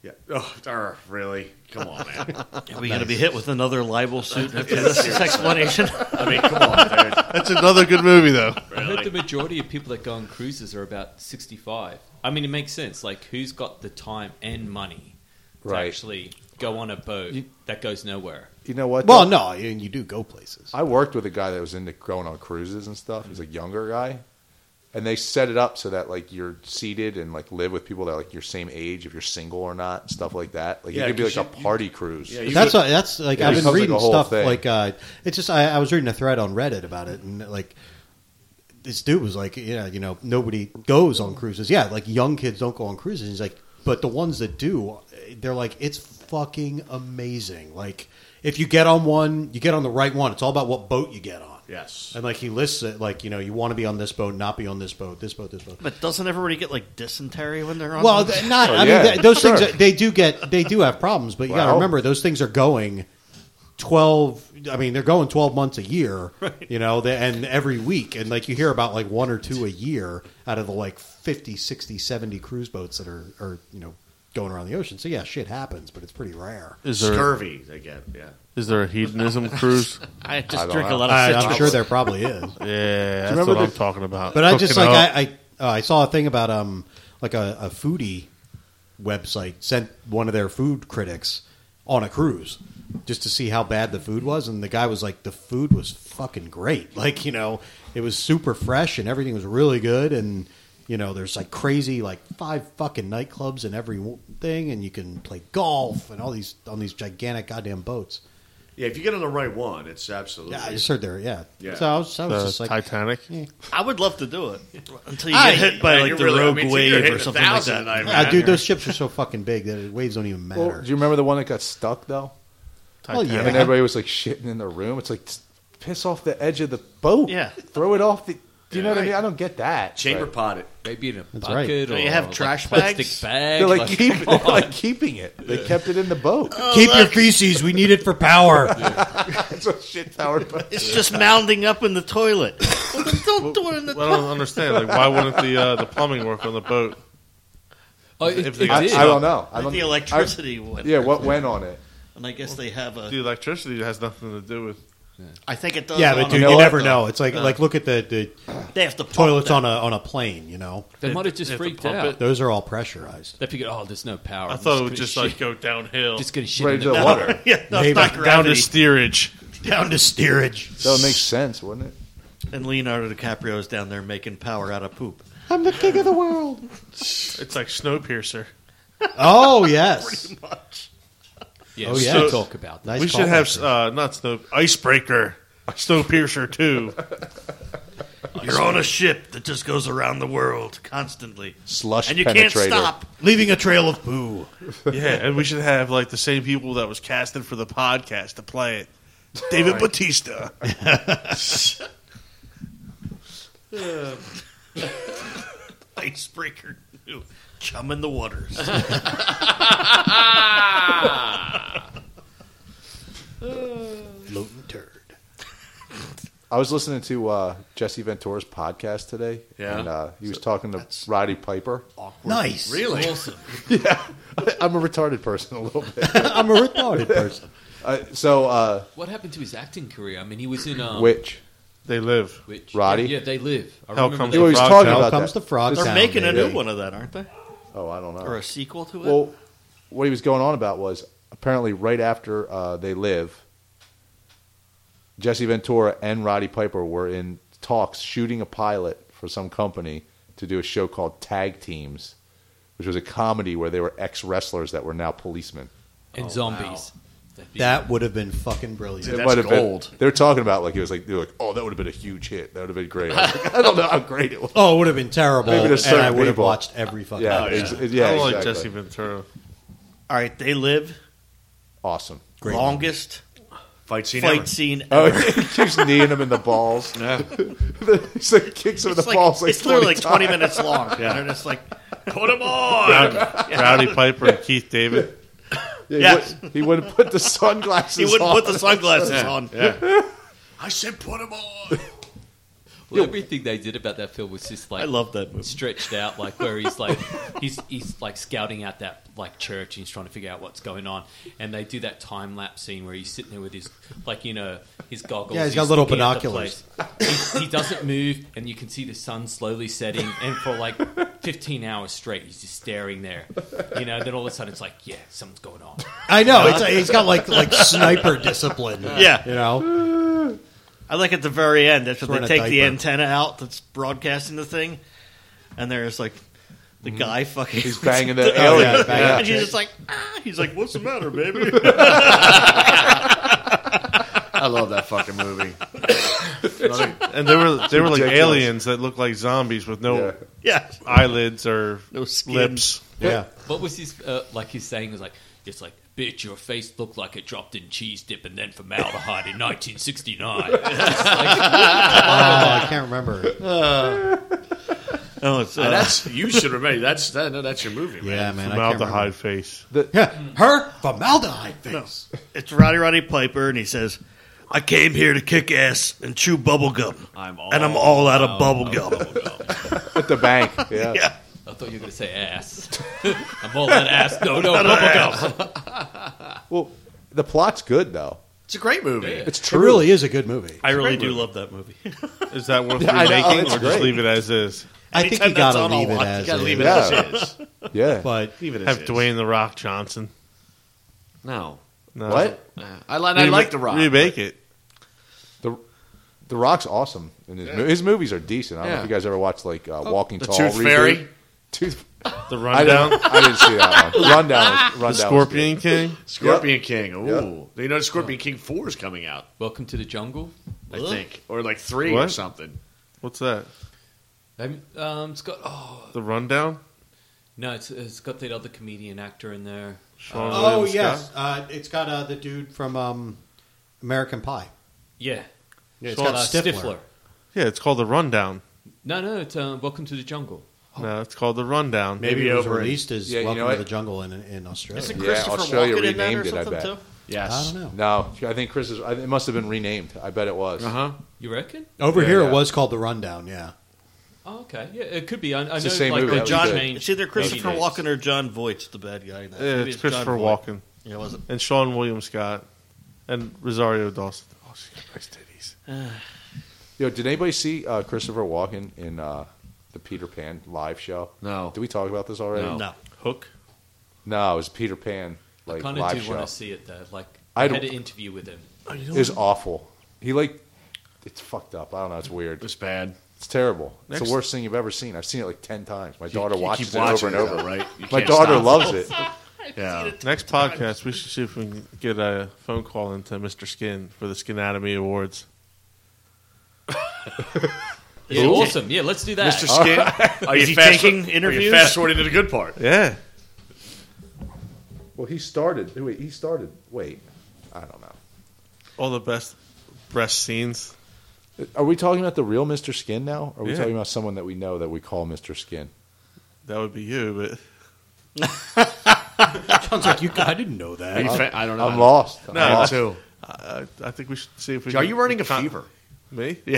A: Yeah. Oh, arr, really? Come on, man.
B: Oh,
D: are we going to be hit with another libel suit after this explanation?
A: I mean, come on, dude.
E: That's another good movie, though.
F: I heard the majority of people that go on cruises are about 65. I mean, it makes sense. Like, who's got the time and money to
B: Right.
F: actually go on a boat that goes nowhere?
B: You know what?
C: Well,
B: though?
C: no, and you do go places.
B: I worked with a guy that was into going on cruises and stuff. He's a younger guy, and they set it up so that like you're seated and like live with people that are, like your same age if you're single or not, and stuff like that. Like
A: Yeah,
B: it could be like
A: 'cause
B: a
A: you- you-
B: party cruise.
A: Yeah,
B: Yeah,
A: you
C: that's
A: go-
C: what, that's like
B: It
C: I've been
B: becomes like
C: reading
B: a whole
C: stuff
B: thing.
C: like uh, it's just I, I was reading a thread on Reddit about it and like this dude was like yeah you know nobody goes on cruises yeah like young kids don't go on cruises he's like but the ones that do they're like it's fucking amazing like if you get on one you get on the right one it's all about what boat you get on
A: Yes.
C: And like he lists it, like you know, you want to be on this boat, not be on this boat, this boat, this boat.
D: But doesn't everybody get like dysentery when they're on?
C: Well,
D: the-
C: th- not. I
B: Oh, yeah,
C: mean, th- those
B: sure.
C: things are- they do get they do have problems, but you got to
B: Wow.
C: remember those things are going twelve. I mean, they're going twelve months a year, you know, they, and every week, and like you hear about like one or two a year out of the like 50, 60, 70 cruise boats that are are you know going around the ocean. So yeah, shit happens, but it's pretty rare.
E: Is there
A: Scurvy, they get. Yeah.
E: is there a hedonism cruise?
D: I just
B: don't
D: drink
B: know.
D: a lot of.
C: I, I'm
D: citrus.
C: sure there probably is.
E: Yeah, that's
B: remember
E: what I'm
B: the-
E: talking about.
C: But I just
E: Cooking
C: like
E: up.
C: I I, uh, I saw a thing about um like a, a foodie website sent one of their food critics on a cruise just to see how bad the food was, and the guy was like, "The food was fucking great. Like you know, it was super fresh and everything was really good and." You know, there's like crazy, like five fucking nightclubs and every thing, and you can play golf and all these on these gigantic goddamn boats.
A: Yeah, if you get on the right one, it's absolutely.
C: Yeah, I just heard there. Yeah,
A: Yeah.
C: So I was, I was
E: The
C: just like,
E: Titanic.
D: I would love to do it until you
A: I-
D: get hit by
A: man,
D: like
A: you're
D: the
A: really- I
D: rogue
A: mean, you're
D: wave
A: hitting
D: or
A: a
D: something like
A: thousand
D: that.
A: tonight,
C: Ah,
A: man.
C: dude, those ships are so fucking big that the waves don't even matter.
B: Well, do you remember the one that got stuck though?
C: Well, yeah.
B: And everybody was like shitting in their room. It's like s- piss off the edge of the boat.
D: Yeah.
B: throw it off the. Do you know what I mean? I don't get that.
A: Chamber
B: But
A: potted.
H: Maybe in a
C: That's right.
H: bucket
D: Don't
H: or
D: you have
H: like
D: trash
H: plastic
D: bags?
H: bag.
B: They're like, keep, they're like keeping it. They kept it in the boat.
D: Oh,
C: Keep your feces. We need it for power.
B: That's what shit tower boat.
D: It's just mounding up in the toilet. well, then don't do it in the
E: Well, I don't understand. Like, why wouldn't the uh, the plumbing work on the boat?
H: oh, it,
E: If they
H: it
E: got
B: I,
H: did.
B: I don't know. I don't,
D: The electricity
B: I-
D: one.
B: yeah, what went on it?
D: And I guess they have
E: The
D: a.
E: electricity has nothing to do with.
D: I think it does.
C: yeah, but
D: on
C: dude,
D: a-
B: know
C: you
B: what,
C: never
B: though?
C: know. It's like like look at the, the
D: they have to pump
C: toilets
D: that.
C: on a on a plane. You know,
H: They might have just
E: They have to
H: freaked
E: pump
H: out.
E: it.
C: those are all pressurized.
H: They figured, oh, there's no power.
E: I
H: I'm
E: thought it would
H: gonna
E: just
H: shit-
E: like go downhill,
H: just gonna shit
B: Right
H: in
B: to
H: the
B: the
H: water.
B: water.
D: yeah, no,
C: Maybe.
D: it's not
E: down to
D: gravity.
E: steerage.
C: Down to steerage.
B: That would make sense, wouldn't it?
D: and Leonardo DiCaprio is down there making power out of poop.
C: I'm the king of the world.
E: It's like Snowpiercer.
C: Oh yes,
H: Yeah,
C: Oh,
H: we
C: yeah.
H: should
E: So-
H: talk about that.
C: nice
E: we should
C: callback
E: have
C: there.
E: uh, not Snow Icebreaker, Snowpiercer two.
D: You're on a ship that just goes around the world constantly,
B: Slush
D: and you
B: penetrator.
D: can't stop.
C: leaving a trail of poo.
E: yeah, and we should have like the same people that was casted for the podcast to play it. David Batista.
D: Icebreaker, two. chum in the waters.
C: Floating turd.
B: I was listening to uh, Jesse Ventura's podcast today,
A: Yeah.
B: and uh, he was talking to Roddy Piper.
C: Nice.
A: Really?
B: I'm a retarded person a little bit.
C: I'm a retarded person.
B: Uh, so, uh,
H: What happened to his acting career? I mean, he was in
F: Oh.
H: um,
B: which
E: They live.
H: which-
B: Roddy?
H: Yeah, they live. I
E: Hell
H: remember
E: comes
H: they-
E: the
B: Well, he's
E: frog
B: talking
E: town.
B: about-
C: Now comes
B: that.
C: the frog.
D: They're
C: town,
D: making a
C: baby.
D: new one of that, aren't they?
B: oh, I don't know.
D: Or a sequel to it?
B: Well, what he was going on about was apparently right after uh, they live, Jesse Ventura and Roddy Piper were in talks shooting a pilot for some company to do a show called Tag Teams, which was a comedy where they were ex wrestlers that were now policemen.
C: Oh,
H: and zombies.
C: That would have been fucking brilliant.
A: Dude,
B: It
A: that's
B: might have been-
A: gold.
B: they were talking about like it was like they were like, oh, that would have been a huge hit. That would have been great. I, was like, I don't know how great it was.
C: Oh, it would have been terrible,
B: Maybe to
C: and
B: certain
C: I would have
B: people.
C: watched every fucking.
B: Yeah,
C: episode.
B: ex- yeah,
E: I don't like
B: exactly.
E: Jesse Ventura.
D: All right, they live
B: Awesome.
C: Great
D: longest
A: Fight scene
D: fight
A: ever.
D: scene.
B: Oh, he keeps kneeing him in the balls. He's like kicks him in the
D: It's, like,
B: balls. Like
D: it's
B: 20
D: literally like 20 minutes long. And they're just like,
A: Put him on.
E: Rowdy, Rowdy Piper and Keith David.
B: Yeah,
D: Yes.
B: he, would, he wouldn't put the sunglasses
D: he wouldn't
B: on.
D: put the sunglasses on.
A: I said, put him on.
H: Well, everything they did about that film was just like
D: I love that movie.
H: stretched out, like where he's like he's he's like scouting out that like church and he's trying to figure out what's going on. And they do that time lapse scene where he's sitting there with his like you know his goggles.
C: Yeah, he's got little
H: looking at the
C: binoculars.
H: place. He, he doesn't move, and you can see the sun slowly setting. And for like fifteen hours straight, he's just staring there. You know, then all of a sudden it's like, yeah, something's going on.
C: I know. It's, he's got like like sniper discipline.
D: Yeah.
C: you know.
D: I like at the very end, that's when
C: Wearing
D: they
C: a
D: take the
C: diaper.
D: antenna out that's broadcasting the thing. And there's like the guy fucking.
B: He's banging the
C: Oh,
B: alien.
C: Mm-hmm. yeah, bang
D: and he's just like, ah. He's like, what's the matter, baby?
A: I love that fucking movie.
E: And they were they were like
B: Ridiculous.
E: aliens that looked like zombies with no
B: Yeah.
D: yeah.
E: eyelids or
D: No skin.
E: lips.
C: Yeah,
H: What was his uh, like? His saying was like, just like bitch, your face looked like it dropped in cheese dip and then formaldehyde in 1969.
C: Oh, I can't remember.
D: Oh, it's, uh,
A: Uh, that's you should remember. That's that, no, that's your movie, man.
C: Yeah, man. I can't
E: Formaldehyde face.
C: remember. Her formaldehyde face.
D: it's Roddy Roddy Piper, and he says, "I came here to kick ass and chew bubble gum,
H: I'm
D: and I'm all out of bubble gum."
B: at the bank. Yeah.
D: yeah,
H: I thought you were going to say ass. I'm all that ass. No, no, bubblegum.
B: Well, the plot's good though.
A: It's a great movie.
B: It's
C: It
B: true.
C: really is a good movie.
D: I really do love that movie.
E: Is that worth
B: Yeah, I know,
E: remaking
B: it's
E: or just
B: great.
E: leave it as is?
C: I think you
A: Anytime that's
C: gotta
A: on, I'll
C: leave it
A: watch
C: as
A: You gotta
C: it
A: leave
C: is.
A: it
B: Yeah.
A: as is.
B: Yeah.
C: But
A: Leave it as
E: Have
A: is.
E: Dwayne the Rock Johnson.
A: No,
E: No.
B: what?
A: Uh, I, li- I like the Rock.
E: Remake it.
B: The The Rock's awesome. And his, mo- his movies are decent. I don't know
A: Yeah.
B: if you guys ever watched like uh, Walking
A: The
B: Tall.
A: Tooth
B: reboot.
A: Fairy?
B: Tooth.
E: The
B: I
E: Rundown.
B: didn't, I didn't see that one. Rundown. Was, rundown.
E: The
B: was
E: Scorpion King.
A: Scorpion King. Ooh, you know Scorpion King four is coming out,
H: Welcome to the jungle.
A: I think, or like three or
E: What?
A: something.
E: What's that?
H: Um, um, it's got oh
E: The Rundown.
H: no, it's, it's got that other comedian actor in there.
E: Sean
C: oh
E: William
C: yes,
E: Scott?
C: uh, it's got uh, the dude from um, American Pie.
H: Yeah,
C: Yeah, it's
H: Sean,
C: got
H: uh,
C: Stifler.
E: Yeah, it's called the Rundown.
H: No, no, it's um, Welcome to the Jungle.
E: No, it's called the Rundown.
C: Maybe,
A: Maybe
C: it was
A: over in-
C: released as
B: Yeah, you
C: Welcome
B: know
C: to
B: what?
C: the Jungle in, in Australia.
B: good. Yeah, Australia renamed it, I bet.
C: I don't
A: Yes.
C: know.
B: No, I think Chris is. I- It must have been renamed. I bet it was.
E: Uh-huh.
A: Uh huh.
H: You reckon?
C: Over
B: Yeah,
C: here,
B: yeah.
C: it was called the Rundown. Yeah,
H: Oh, okay. Yeah, it could be. I, I
B: It's the
H: know,
B: same
H: like,
B: movie,
H: they
B: that was
H: John
B: good.
H: changed
D: It's either Christopher
H: many
D: Walken
H: names.
D: or John Voight's the bad guy. In that.
E: Yeah,
D: Maybe
E: it's
D: John
E: Christopher
D: Voight.
E: Walken
D: Yeah, was it?
E: and Sean William Scott and Rosario Dawson. Oh, she's got nice titties.
B: Yo, did anybody see uh, Christopher Walken in uh, the Peter Pan live show?
A: No.
B: Did we talk about this already?
D: No.
E: Hook.
B: No, it was Peter Pan like
H: Kind of
B: live
H: do
B: show.
H: want to see it though. Like
B: I
H: I
B: don't-
H: had an interview with him.
B: It was awful. He like it's fucked up. I don't know. It's
A: It
B: weird.
A: was bad.
B: It's terrible. It's
E: Next-
B: the worst thing you've ever seen. I've seen it like ten times. My
A: You-
B: daughter
A: you
B: watches
A: keep
B: it over
A: watching
B: and
A: though,
B: over.
A: right? You
B: My
A: can't
B: daughter
A: stop.
B: loves it.
A: Yeah.
E: Next podcast, we should see if we can get a phone call into Mr. Skin for the Skinatomy Awards.
H: Yeah, awesome. Yeah, let's do that.
A: Mr. Skin, are you
D: he
A: fast-
D: taking
A: Are you
D: interviews?
A: fast forwarding to the good part?
E: Yeah.
B: Well, he started. Wait, he started. Wait, I don't know.
E: All the best breast scenes.
B: Are we talking about the real Mr. Skin now? Or are we
E: Yeah.
B: talking about someone that we know that we call Mr. Skin?
E: That would be you, but
C: sounds like you. I didn't know
A: Are
C: that.
A: you fa- I don't know.
B: I'm lost. I'm
A: I
E: No.
B: lost.
A: too.
E: I, I think we should see if we
A: Are
E: can-
A: you running a
E: con-
A: fever?
E: Me?
D: He's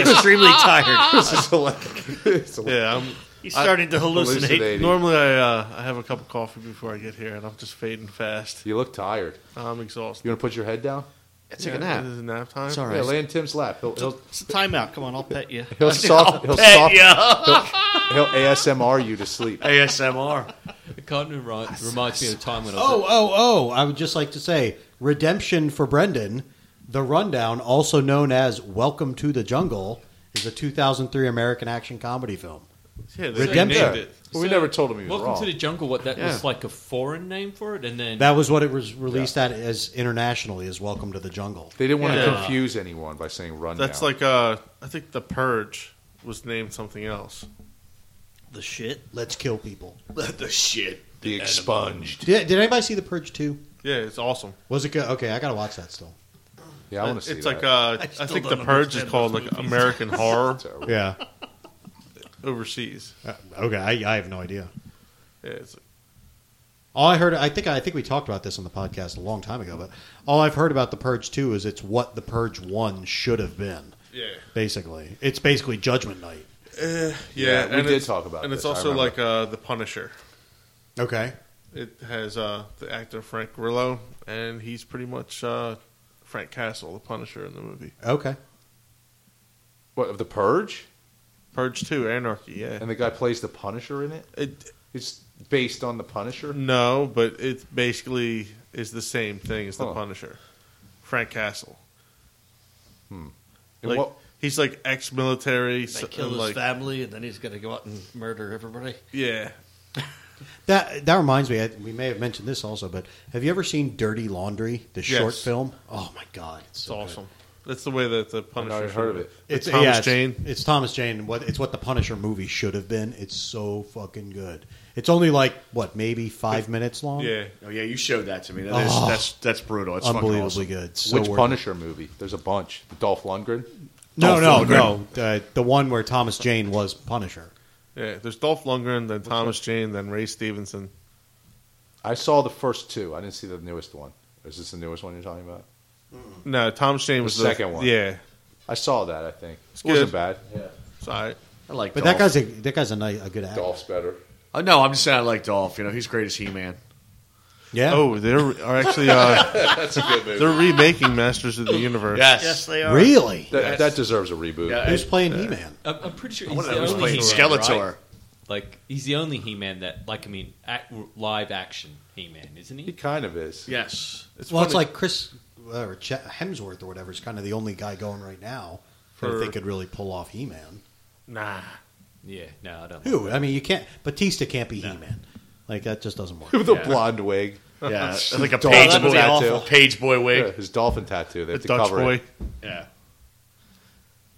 D: extremely tired.
B: This is hilarious. It's hilarious.
E: Yeah. I'm,
D: He's starting to hallucinate.
B: Hallucinating.
E: normally, I uh, I have a cup of coffee before I get here, and I'm just fading fast.
B: You look tired.
E: I'm exhausted.
B: You want to put your head down?
A: Take a
E: Yeah,
A: nap.
E: This is nap time.
A: It's all right.
B: Yeah, lay in Tim's lap. He'll he'll
D: It's a timeout. Come on, I'll pet you.
B: he'll soft he'll
A: Hey,
B: soft
A: yeah.
B: he'll ASMR you to sleep.
A: ASMR.
H: It kind of remi- reminds me of a time when I was.
C: Oh, oh, oh! I would just like to say, Redemption for Brendan, the rundown, also known as Welcome to the Jungle, is a 2003 American action comedy film.
E: Yeah, they
C: Redemption.
E: named it.
B: Well, we never told him he was
H: Welcome
B: wrong.
H: to the jungle. What that
A: Yeah.
H: was like a foreign name for it, and then
C: That was what it was released at as internationally as Welcome to the Jungle.
B: they didn't want to
E: Yeah.
B: confuse anyone by saying run.
E: That's like uh, I think the Purge was named something else.
D: The shit.
C: Let's kill people.
A: the shit.
B: the expunged.
C: Did, did anybody see The Purge 2?
E: Yeah, it's awesome.
C: Was it good? Okay, I gotta watch that still.
B: Yeah, I want to see
E: it's
B: that.
E: like uh,
D: I
E: I,
D: still
E: think the
D: don't
E: Purge is
D: understand
E: called
D: those
E: like American Horror
B: Terrible.
C: Yeah.
E: overseas.
C: okay, I, I have no idea.
E: Yeah, it's like,
C: All I heard, I think, I think we talked about this on the podcast a long time ago. But all I've heard about the Purge Two is it's what the Purge One should have been.
E: yeah,
C: Basically, it's basically Judgment Night.
B: Yeah, we did
E: it's-
B: talk about
E: and
B: this,
E: it's
B: I
E: also
B: remember.
E: like uh, the Punisher.
C: Okay.
E: It has uh, the actor Frank Grillo, and he's pretty much uh, Frank Castle, the Punisher in the movie
C: Okay.
B: what of the Purge?
E: Purge Two: Anarchy. Yeah,
B: And the guy plays the Punisher in it.
E: it,
B: It's based on the
E: Mm,
B: Punisher.
E: no, but it basically is the same thing as the
B: Huh.
E: Punisher, Frank Castle.
B: And
E: Like
B: what-
E: he's like
D: They
E: ex-military, so-
D: kill his
E: like
D: family, and then he's going to go out and murder everybody.
E: yeah,
C: That that reminds me. I, we may have mentioned this also, but have you ever seen Dirty Laundry, the short
E: Yes.
C: film? Oh my god, it's,
E: it's
C: so good.
E: awesome. That's the way that the Punisher.
B: never heard of it.
C: It's
E: It's Thomas
C: yeah, it's-
E: Jane.
C: It's, Thomas Jane. and What it's what the Punisher movie should have been. It's so fucking good. It's only like what maybe five minutes long.
E: Yeah,
A: Oh yeah, you showed that to me. That is,
C: Oh.
A: that's that's brutal. It's
C: unbelievably
A: fucking awesome.
C: good. So
B: Which
C: worth it.
B: Punisher movie? There's a bunch. The Dolph Lundgren.
C: No, no, no. The, the one where Thomas Jane was Punisher.
E: yeah. There's Dolph Lundgren, then Thomas Jane, then Ray Stevenson.
B: I saw the first two. I didn't see the newest one. Is this the newest one you're talking about?
E: No, Thomas Jane was the
B: second one.
E: Yeah,
B: I saw that. I think it
E: good.
B: wasn't bad.
E: sorry.
A: I like,
C: But
A: Dolph.
C: that guy's a that guy's a, nice, a good actor.
B: Dolph's better.
A: Uh, no, I'm just saying I like Dolph. You know, he's great as He Man.
C: Yeah.
E: Oh, they're are actually uh,
B: That's a good movie.
E: they're remaking Masters of the Universe.
D: Yes, they are.
C: really?
B: That, that deserves a reboot.
A: Yeah,
C: Who's playing He-Man?
H: I'm, I'm pretty sure
A: I
H: he's
A: wonder
H: the
A: who's
H: only
A: playing
H: He-Man, right?
A: Skeletor.
H: Like he's the only He-Man that, like, I mean, act, live action He-Man, isn't
B: He
H: he?
B: kind of is.
A: Yes,
C: well, it's like Chris uh, or Ch- Hemsworth or whatever is kind of the only guy going right now that
E: For-
C: if they could really pull off He-Man.
E: nah.
H: Yeah. No, I don't.
C: Who? I mean, you can't. Batista can't be He-Man. Like that just doesn't work.
B: With a blonde wig.
A: yeah, like a
B: Dolph
A: page boy,
B: tattoo.
A: page boy
B: Yeah,
A: wig.
B: his dolphin tattoo. They have
E: The
B: to
E: Dutch
B: cover
E: boy.
B: it.
A: Yeah,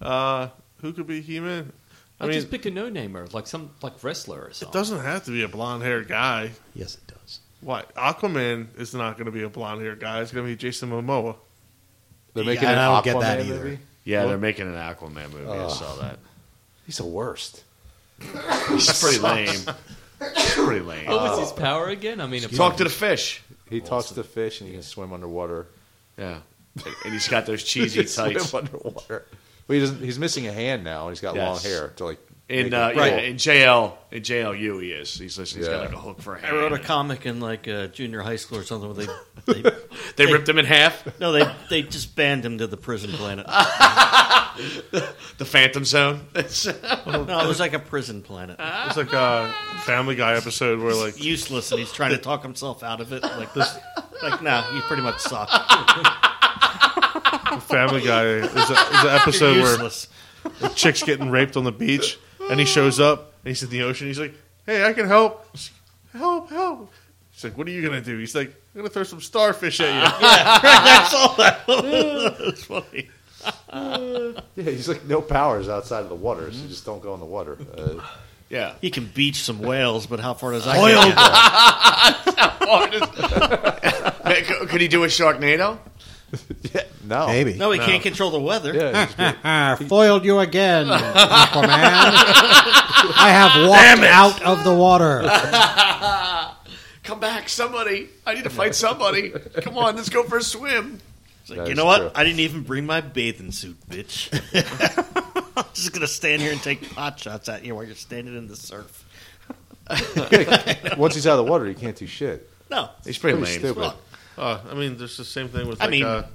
E: Uh, who could be He Man? I
H: I
E: mean,
H: just pick a no-namer, like some like wrestler or
E: it
H: something.
E: doesn't have to be a blonde haired guy.
C: Yes, it does.
E: What? Aquaman is not going to be a blonde haired guy. It's going to be Jason Momoa.
B: They're
C: Yeah,
B: making
C: I
B: an
C: don't
B: Aquaman
C: get that either.
B: movie.
A: yeah, they're making an Aquaman movie. I saw that.
B: He's the worst.
A: It's pretty lame. It's pretty lame.
F: Oh.
H: What was his power again? I mean, a
A: Talk to the fish.
B: He talks to fish and he can swim underwater.
A: Yeah, and he's got those cheesy tights.
B: Swim underwater. Well, he doesn't, he's missing a hand now, and he's got
A: Yes.
B: long hair to like.
A: In
B: make
A: uh,
B: it
A: yeah,
B: cool.
A: in JL in JLU he is. He's listening. He's
B: Yeah.
A: got like a hook for a
D: I
A: hand.
D: wrote a comic in like uh, junior high school or something. Where they, they
A: they ripped him in half.
D: no, they they just banned him to the prison planet.
A: The Phantom Zone. It's-
D: No, it was like a prison planet.
E: It's like a Family Guy episode where like
D: Useless, and he's trying to talk himself out of it. Like this, like nah, you pretty much suck.
E: Family Guy is a, is an
D: You're
E: episode where
D: useless.
E: the chick's getting raped on the beach, and he shows up and he's in the ocean. He's like, "Hey, I can help, She's like, help, help." He's like, "What are you gonna do?" He's like, "I'm gonna throw some starfish at you."
D: That's all that. That's funny.
B: yeah, he's like no powers outside of the water, so just don't go in the water. Uh,
A: yeah.
D: He can beach some whales, but how far does that? Oil.
A: Could he do a Sharknado?
B: yeah, no,
C: Maybe.
D: No, he can't control the weather.
B: Yeah, he's good.
C: I foiled you again, Aquaman. I have walked out of the water.
A: Come back, somebody! I need to fight somebody. Come on, let's go for a swim.
D: It's like,
B: That
D: you
B: is
D: know what?
B: true.
D: I didn't even bring my bathing suit, bitch. I'm just gonna stand here and take pot shots at you while you're standing in the surf.
B: Once he's out of the water, he can't do shit.
D: No,
A: He's pretty,
B: Pretty
A: lame.
B: stupid.
E: Uh, I mean, there's the same thing with
D: I
E: like
D: mean-
E: uh,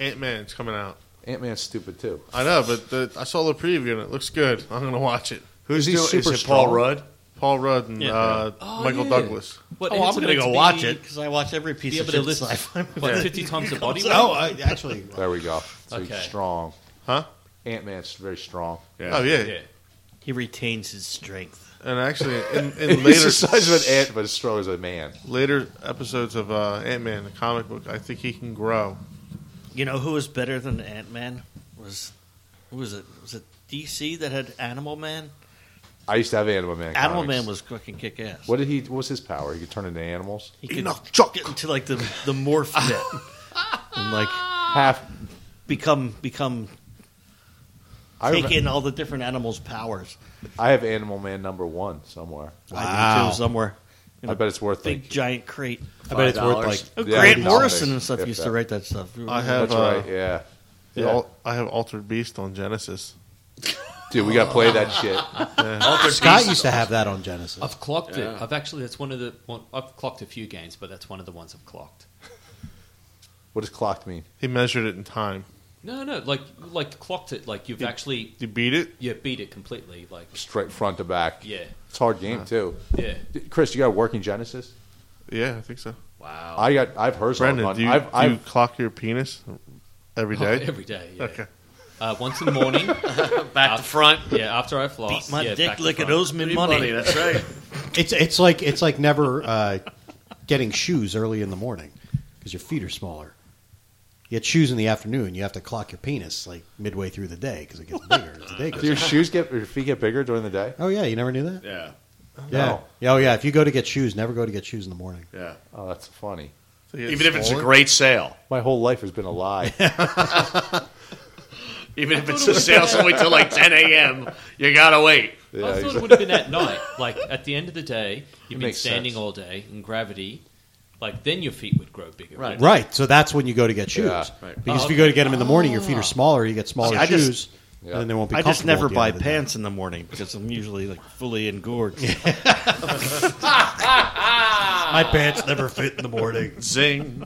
E: Ant Man's coming out.
B: Ant Man's stupid too.
E: I know, but the, I saw the preview and it looks good. I'm gonna watch it.
A: Who's
B: he
A: doing?
B: super
A: is it Paul
B: strong?
A: Rudd?
E: Paul Rudd and
D: Yeah.
E: uh,
H: Oh,
E: Michael
H: yeah.
E: Douglas.
H: What,
D: oh,
H: and
D: I'm
H: it's
D: gonna
H: meant
D: go
H: to
D: watch
H: be-
D: it because I watch every piece
H: Be
D: of
H: able to
D: shit.
H: list
D: sci-fi movie.
H: what, 50 times the body weight.
C: No, I, actually,
B: There we go. So
H: Okay.
B: he's strong.
E: Huh?
B: Ant Man's very strong.
A: Yeah.
E: Oh yeah.
H: Yeah.
D: He retains his strength.
E: And actually, in, in
B: He's
E: later
B: the size of an ant, but as strong as a man.
E: later episodes of uh, Ant Man, the comic book, I think he can grow.
D: You know who was better than Ant Man? Was who was it? Was it DC that had Animal Man?
B: I used to have Animal Man.
D: Animal
B: comics.
D: Man was fucking kick ass.
B: What did he? What was his power? He could turn into animals.
D: He could get into like the the morph net and like
B: Half.
D: become become
B: I,
D: take
B: rem-
D: in all the different animals' powers.
B: I have Animal Man number one somewhere.
D: I do too somewhere. In
B: I
D: a
B: bet it's worth
D: big
B: it.
D: giant crate.
C: I bet it's worth like
A: $5.
D: Oh,
B: Yeah,
D: Grant
B: it's
D: Morrison
B: comics,
D: and stuff
B: if
D: used
B: that-
D: to write that stuff.
E: I have
B: That's
E: uh,
B: right. Yeah.
E: the
B: Yeah.
E: al- I have Altered Beast on Genesis.
B: Dude, we gotta play that shit.
C: Scott used to have that on Genesis.
H: I've clocked it. I've actually that's one of the one, I've clocked a few games, but that's one of the ones I've clocked.
B: What does clocked mean?
E: He measured it in time.
H: No, no, like like clocked it. Like you've actually
E: You beat it.
H: yeah beat it completely. Like
B: Straight front to back.
H: yeah,
B: It's a hard game too.
H: yeah.
B: D- Chris, you got a working Genesis?
E: Yeah, I think so.
H: Wow.
B: I got. I've hers
E: Brendan,
B: on.
E: do you,
B: I've,
E: do you
B: I've,
E: clock your penis every
H: Oh,
E: day?
H: every day. Yeah.
E: Okay.
H: Uh, once in the morning.
A: Back to front.
H: yeah, after I floss.
D: Beat my
H: yeah, back
D: dick
H: to
D: like it
H: front.
D: owes me money.
A: Uh, Money, that's right.
C: It's it's like it's like never uh, getting shoes early in the morning because your feet are smaller. You had shoes in the afternoon. You have to clock your penis like midway through the day because it gets bigger as the day goes.
B: Do your shoes get or your feet get bigger during the day?
C: Oh yeah, you never knew that.
E: Yeah,
C: Yeah. Yeah, Oh yeah. If you go to get shoes, never go to get shoes in the morning.
E: yeah.
B: Oh, that's funny.
E: So you get
A: Even if it's a
E: swollen?
A: great sale,
B: My whole life has been a lie.
A: even if it's a sale only till like 10 a.m., you gotta wait.
B: Yeah,
F: I thought
B: exactly.
F: it would have been at night. Like at the end of the day, you've been
B: makes
F: standing
B: sense.
F: all day in gravity. Like then your feet would grow bigger.
A: Right.
C: Right. So that's when you go to get shoes.
B: Yeah.
E: Right.
C: Because if you go to get them in the morning, your feet are smaller. You get smaller
D: See, I just-
C: shoes, and then they won't be.
D: I just
C: comfortable
D: never
C: at the
D: buy
C: end of the day.
D: pants in the morning because I'm usually like fully engorged. My pants never fit in the morning.
A: Zing.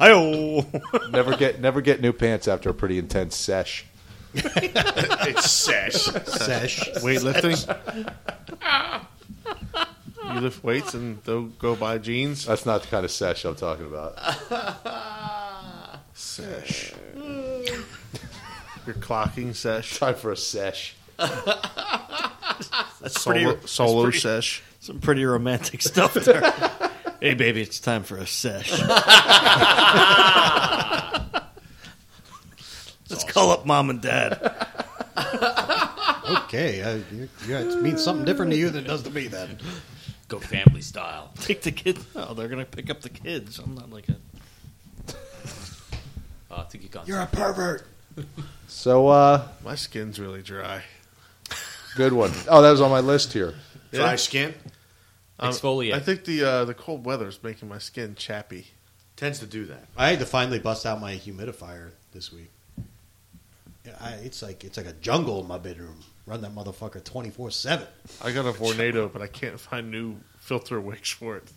D: I
B: never get never get new pants after a pretty intense sesh.
A: It's sesh.
C: Sesh.
E: weightlifting. you lift weights and they'll go buy jeans.
B: That's not the kind of sesh I'm talking about.
E: Sesh. Your clocking sesh.
B: Time for a sesh.
E: solo solo sesh.
D: some pretty romantic stuff there. hey, baby, it's time for a sesh. Let's call up mom and dad.
C: Okay. Uh, you, you, it means something different to you than it does to me. Then.
F: Go family style.
D: Take the kids. Oh, they're gonna pick up the kids. I'm not like a.
F: Oh, I think you got.
C: You're a pervert.
B: So uh
E: My skin's really dry.
B: good one. Oh, that was on my list here.
A: Dry skin
E: Um,
F: Exfoliate.
E: I think the uh, the cold weather is making my skin chappy.
A: tends to do that.
C: I had to finally bust out my humidifier this week. Yeah, I, it's like it's like a jungle in my bedroom. Run that motherfucker twenty four seven.
E: I got a tornado, but I can't find new filter wicks for it.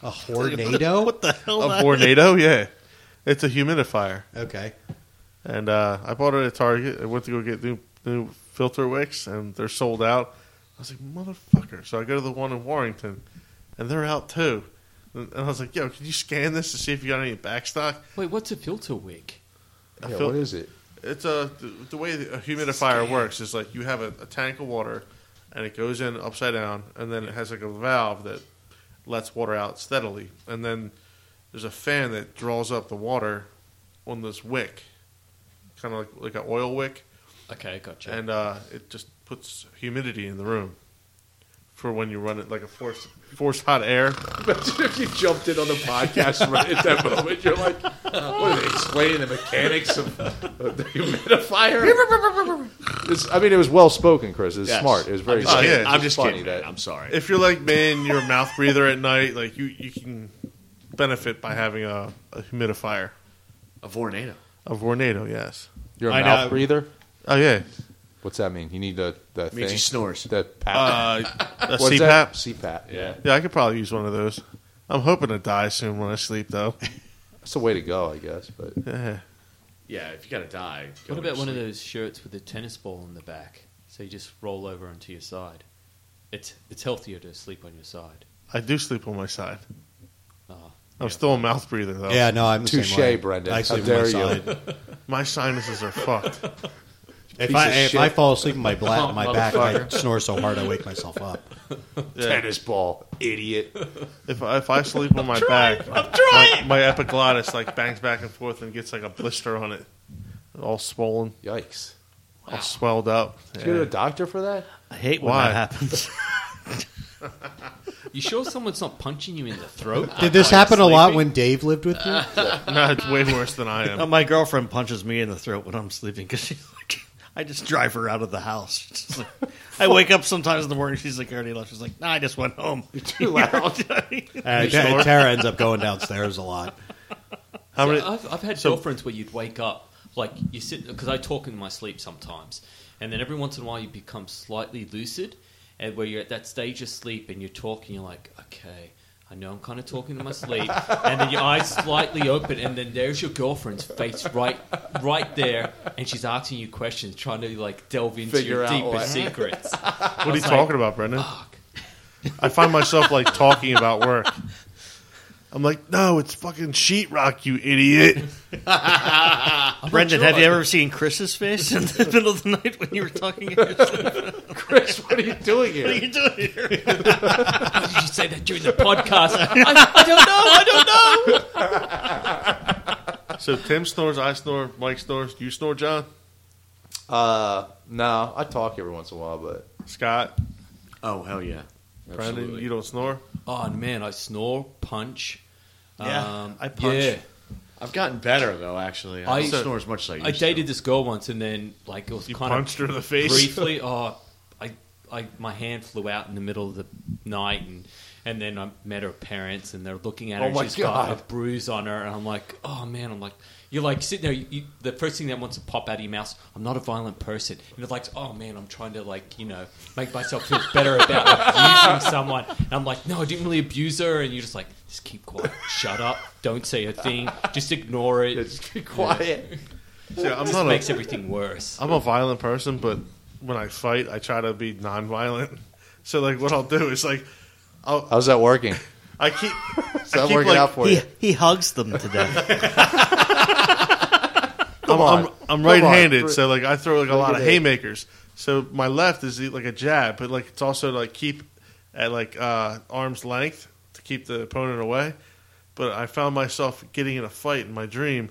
C: A tornado.
D: What the hell?
E: A tornado, yeah. It's a humidifier,
C: okay.
E: and uh, I bought it at Target. I went to go get new new filter wicks, and they're sold out. I was like, motherfucker! So I go to the one in Warrington, and they're out too. And and I was like, yo, can you scan this to see if you got any back stock?
F: Wait, what's a filter wick?
E: I
B: Yeah,
E: feel-
B: what is it?
E: It's a the, the way a humidifier works is like you have a, a tank of water, and it goes in upside down, and then it has like a valve that lets water out steadily, and then there's a fan that draws up the water on this wick, kind of like like an oil wick,
F: Okay, gotcha.
E: and uh, it just puts humidity in the room for when you run it like a force force hot air.
B: Imagine if you jumped in on the podcast right at that moment. You're like, what are they explaining the mechanics of of the humidifier? It's- I mean, it was well spoken, Chris. It was
A: Yes.
B: smart. It was very.
A: I'm just
E: Oh,
B: smart.
E: yeah,
A: kidding.
E: it's
A: I'm
B: just
A: just
B: funny
A: kidding.
B: that-
A: I'm sorry.
E: If you're like man, you're a mouth breather at night, like you you can benefit by having a, a humidifier.
A: a tornado.
E: A Vornado, yes.
B: You're a
C: I
B: mouth
C: know.
B: breather.
E: Oh yeah,
B: What's that mean? You need the that
A: Means
B: thing.
A: he snores.
B: That pat.
E: uh, a
B: what is
E: CPAP.
B: that? CPAP. Yeah,
E: Yeah, I could probably use one of those. I'm hoping to die soon when I sleep, though.
B: that's the way to go, I guess. But
E: Eh,
A: Yeah, if you gotta die. go
F: what
A: to
F: about one of
A: sleep.
F: those shirts with a tennis ball in the back? So you just roll over onto your side. It's it's healthier to sleep on your side.
E: I do sleep on my side.
F: Oh,
E: I'm still a mouth breather though.
C: Yeah, no, I'm the same
B: Oh, Touche,
C: way.
B: Brendan.
C: I
B: How
C: sleep on
B: dare
C: my
B: you.
C: side.
E: my sinuses are fucked.
C: If
B: Piece
C: I
B: of
C: if
B: shit.
C: I fall asleep in my bla-
F: Oh,
C: my back, I
F: motherfucker.
C: snore so hard I wake myself up.
B: tennis ball, idiot.
E: If I, if I sleep on my back, I'm trying. My, my epiglottis like bangs back and forth and gets like a blister on it, all swollen,
B: Yikes!
E: all swelled up.
B: Did you go to
E: Yeah.
B: a doctor for that?
D: I hate when
E: Why?
D: that happens.
F: you sure someone's not punching you in the throat?
C: Did this
F: while you're
C: happen a lot
F: sleeping?
C: when Dave lived with you?
E: No, it's way worse than I
D: Uh,
E: am.
D: my girlfriend punches me in the throat when I'm sleeping because she's like, I just drive her out of the house. She's like- I wake up sometimes in the morning. She's like, I already left. She's like, Nah, I just went home. You're too loud.
C: Uh, Ta- Tara ends up going downstairs a lot.
E: How many?
F: I've, I've had
E: So-
F: girlfriends where you'd wake up, like you sit, because I talk in my sleep sometimes, and then every once in a while you become slightly lucid, and where you're at that stage of sleep and you're talking, you're like, okay, I know I'm kind of talking in my sleep, and then your eyes slightly open, and then there's your girlfriend's face right, right there, and she's asking you questions, trying to like delve into
B: Figure
F: your
B: out
F: deeper
B: what-
F: secrets.
E: What are you talking about, Brendan? I find myself like talking about work. I'm like, no, it's fucking sheetrock, you idiot.
D: Brendan, have you ever seen Chris's face in the middle of the night when you were talking? in your sleep?
B: Chris, what are you doing
D: what are
B: here?
D: you doing here?
F: Did you say that during the podcast? I, I don't know. I don't know.
E: So Tim snores, I snore, Mike snores, you snore, John,
B: Uh, no, I talk every once in a while, but
E: Scott,
A: Oh hell yeah!
E: Brandon, you don't snore.
H: Oh man, I snore, punch.
E: Yeah,
H: um,
E: I punch.
H: yeah.
A: I've gotten better though. Actually, I,
H: I-
A: don't snore as much as I used
H: I dated
A: to.
H: this girl once, and then like it was
E: You
H: kind
E: punched
H: of
E: her in the face.
H: briefly. oh, I, I, my hand flew out in the middle of the night, and and then I met her parents, and they're looking at her.
B: Oh,
H: and
B: my
H: she's got a
B: God.
H: bruise on her, and I'm like, oh man, I'm like. You're like sitting there. You, you, the first thing that wants to pop out of your mouth, is, I'm not a violent person, and it's like, oh man, I'm trying to like you know make myself feel better about abusing someone. And I'm like, no, I didn't really abuse her, and you're just like, just keep quiet, shut up, don't say a thing, just ignore it.
B: just be quiet.
E: See, I'm
H: This
E: not
H: makes
E: a,
H: everything worse.
E: I'm a violent person, but when I fight, I try to be non-violent. So like, what I'll do is like, I'll,
B: How's that working?
E: I keep,
B: Is that
E: keep,
B: working
E: like-
B: out for
D: He,
B: you?
D: he hugs them to death.
E: I'm,
B: on.
E: I'm, I'm right-handed,
B: Come on.
E: so like I throw like a lot
B: at
E: of
B: it.
E: haymakers. So my left is like a jab, but like it's also like keep at like uh, arm's length to keep the opponent away. But I found myself getting in a fight in my dream,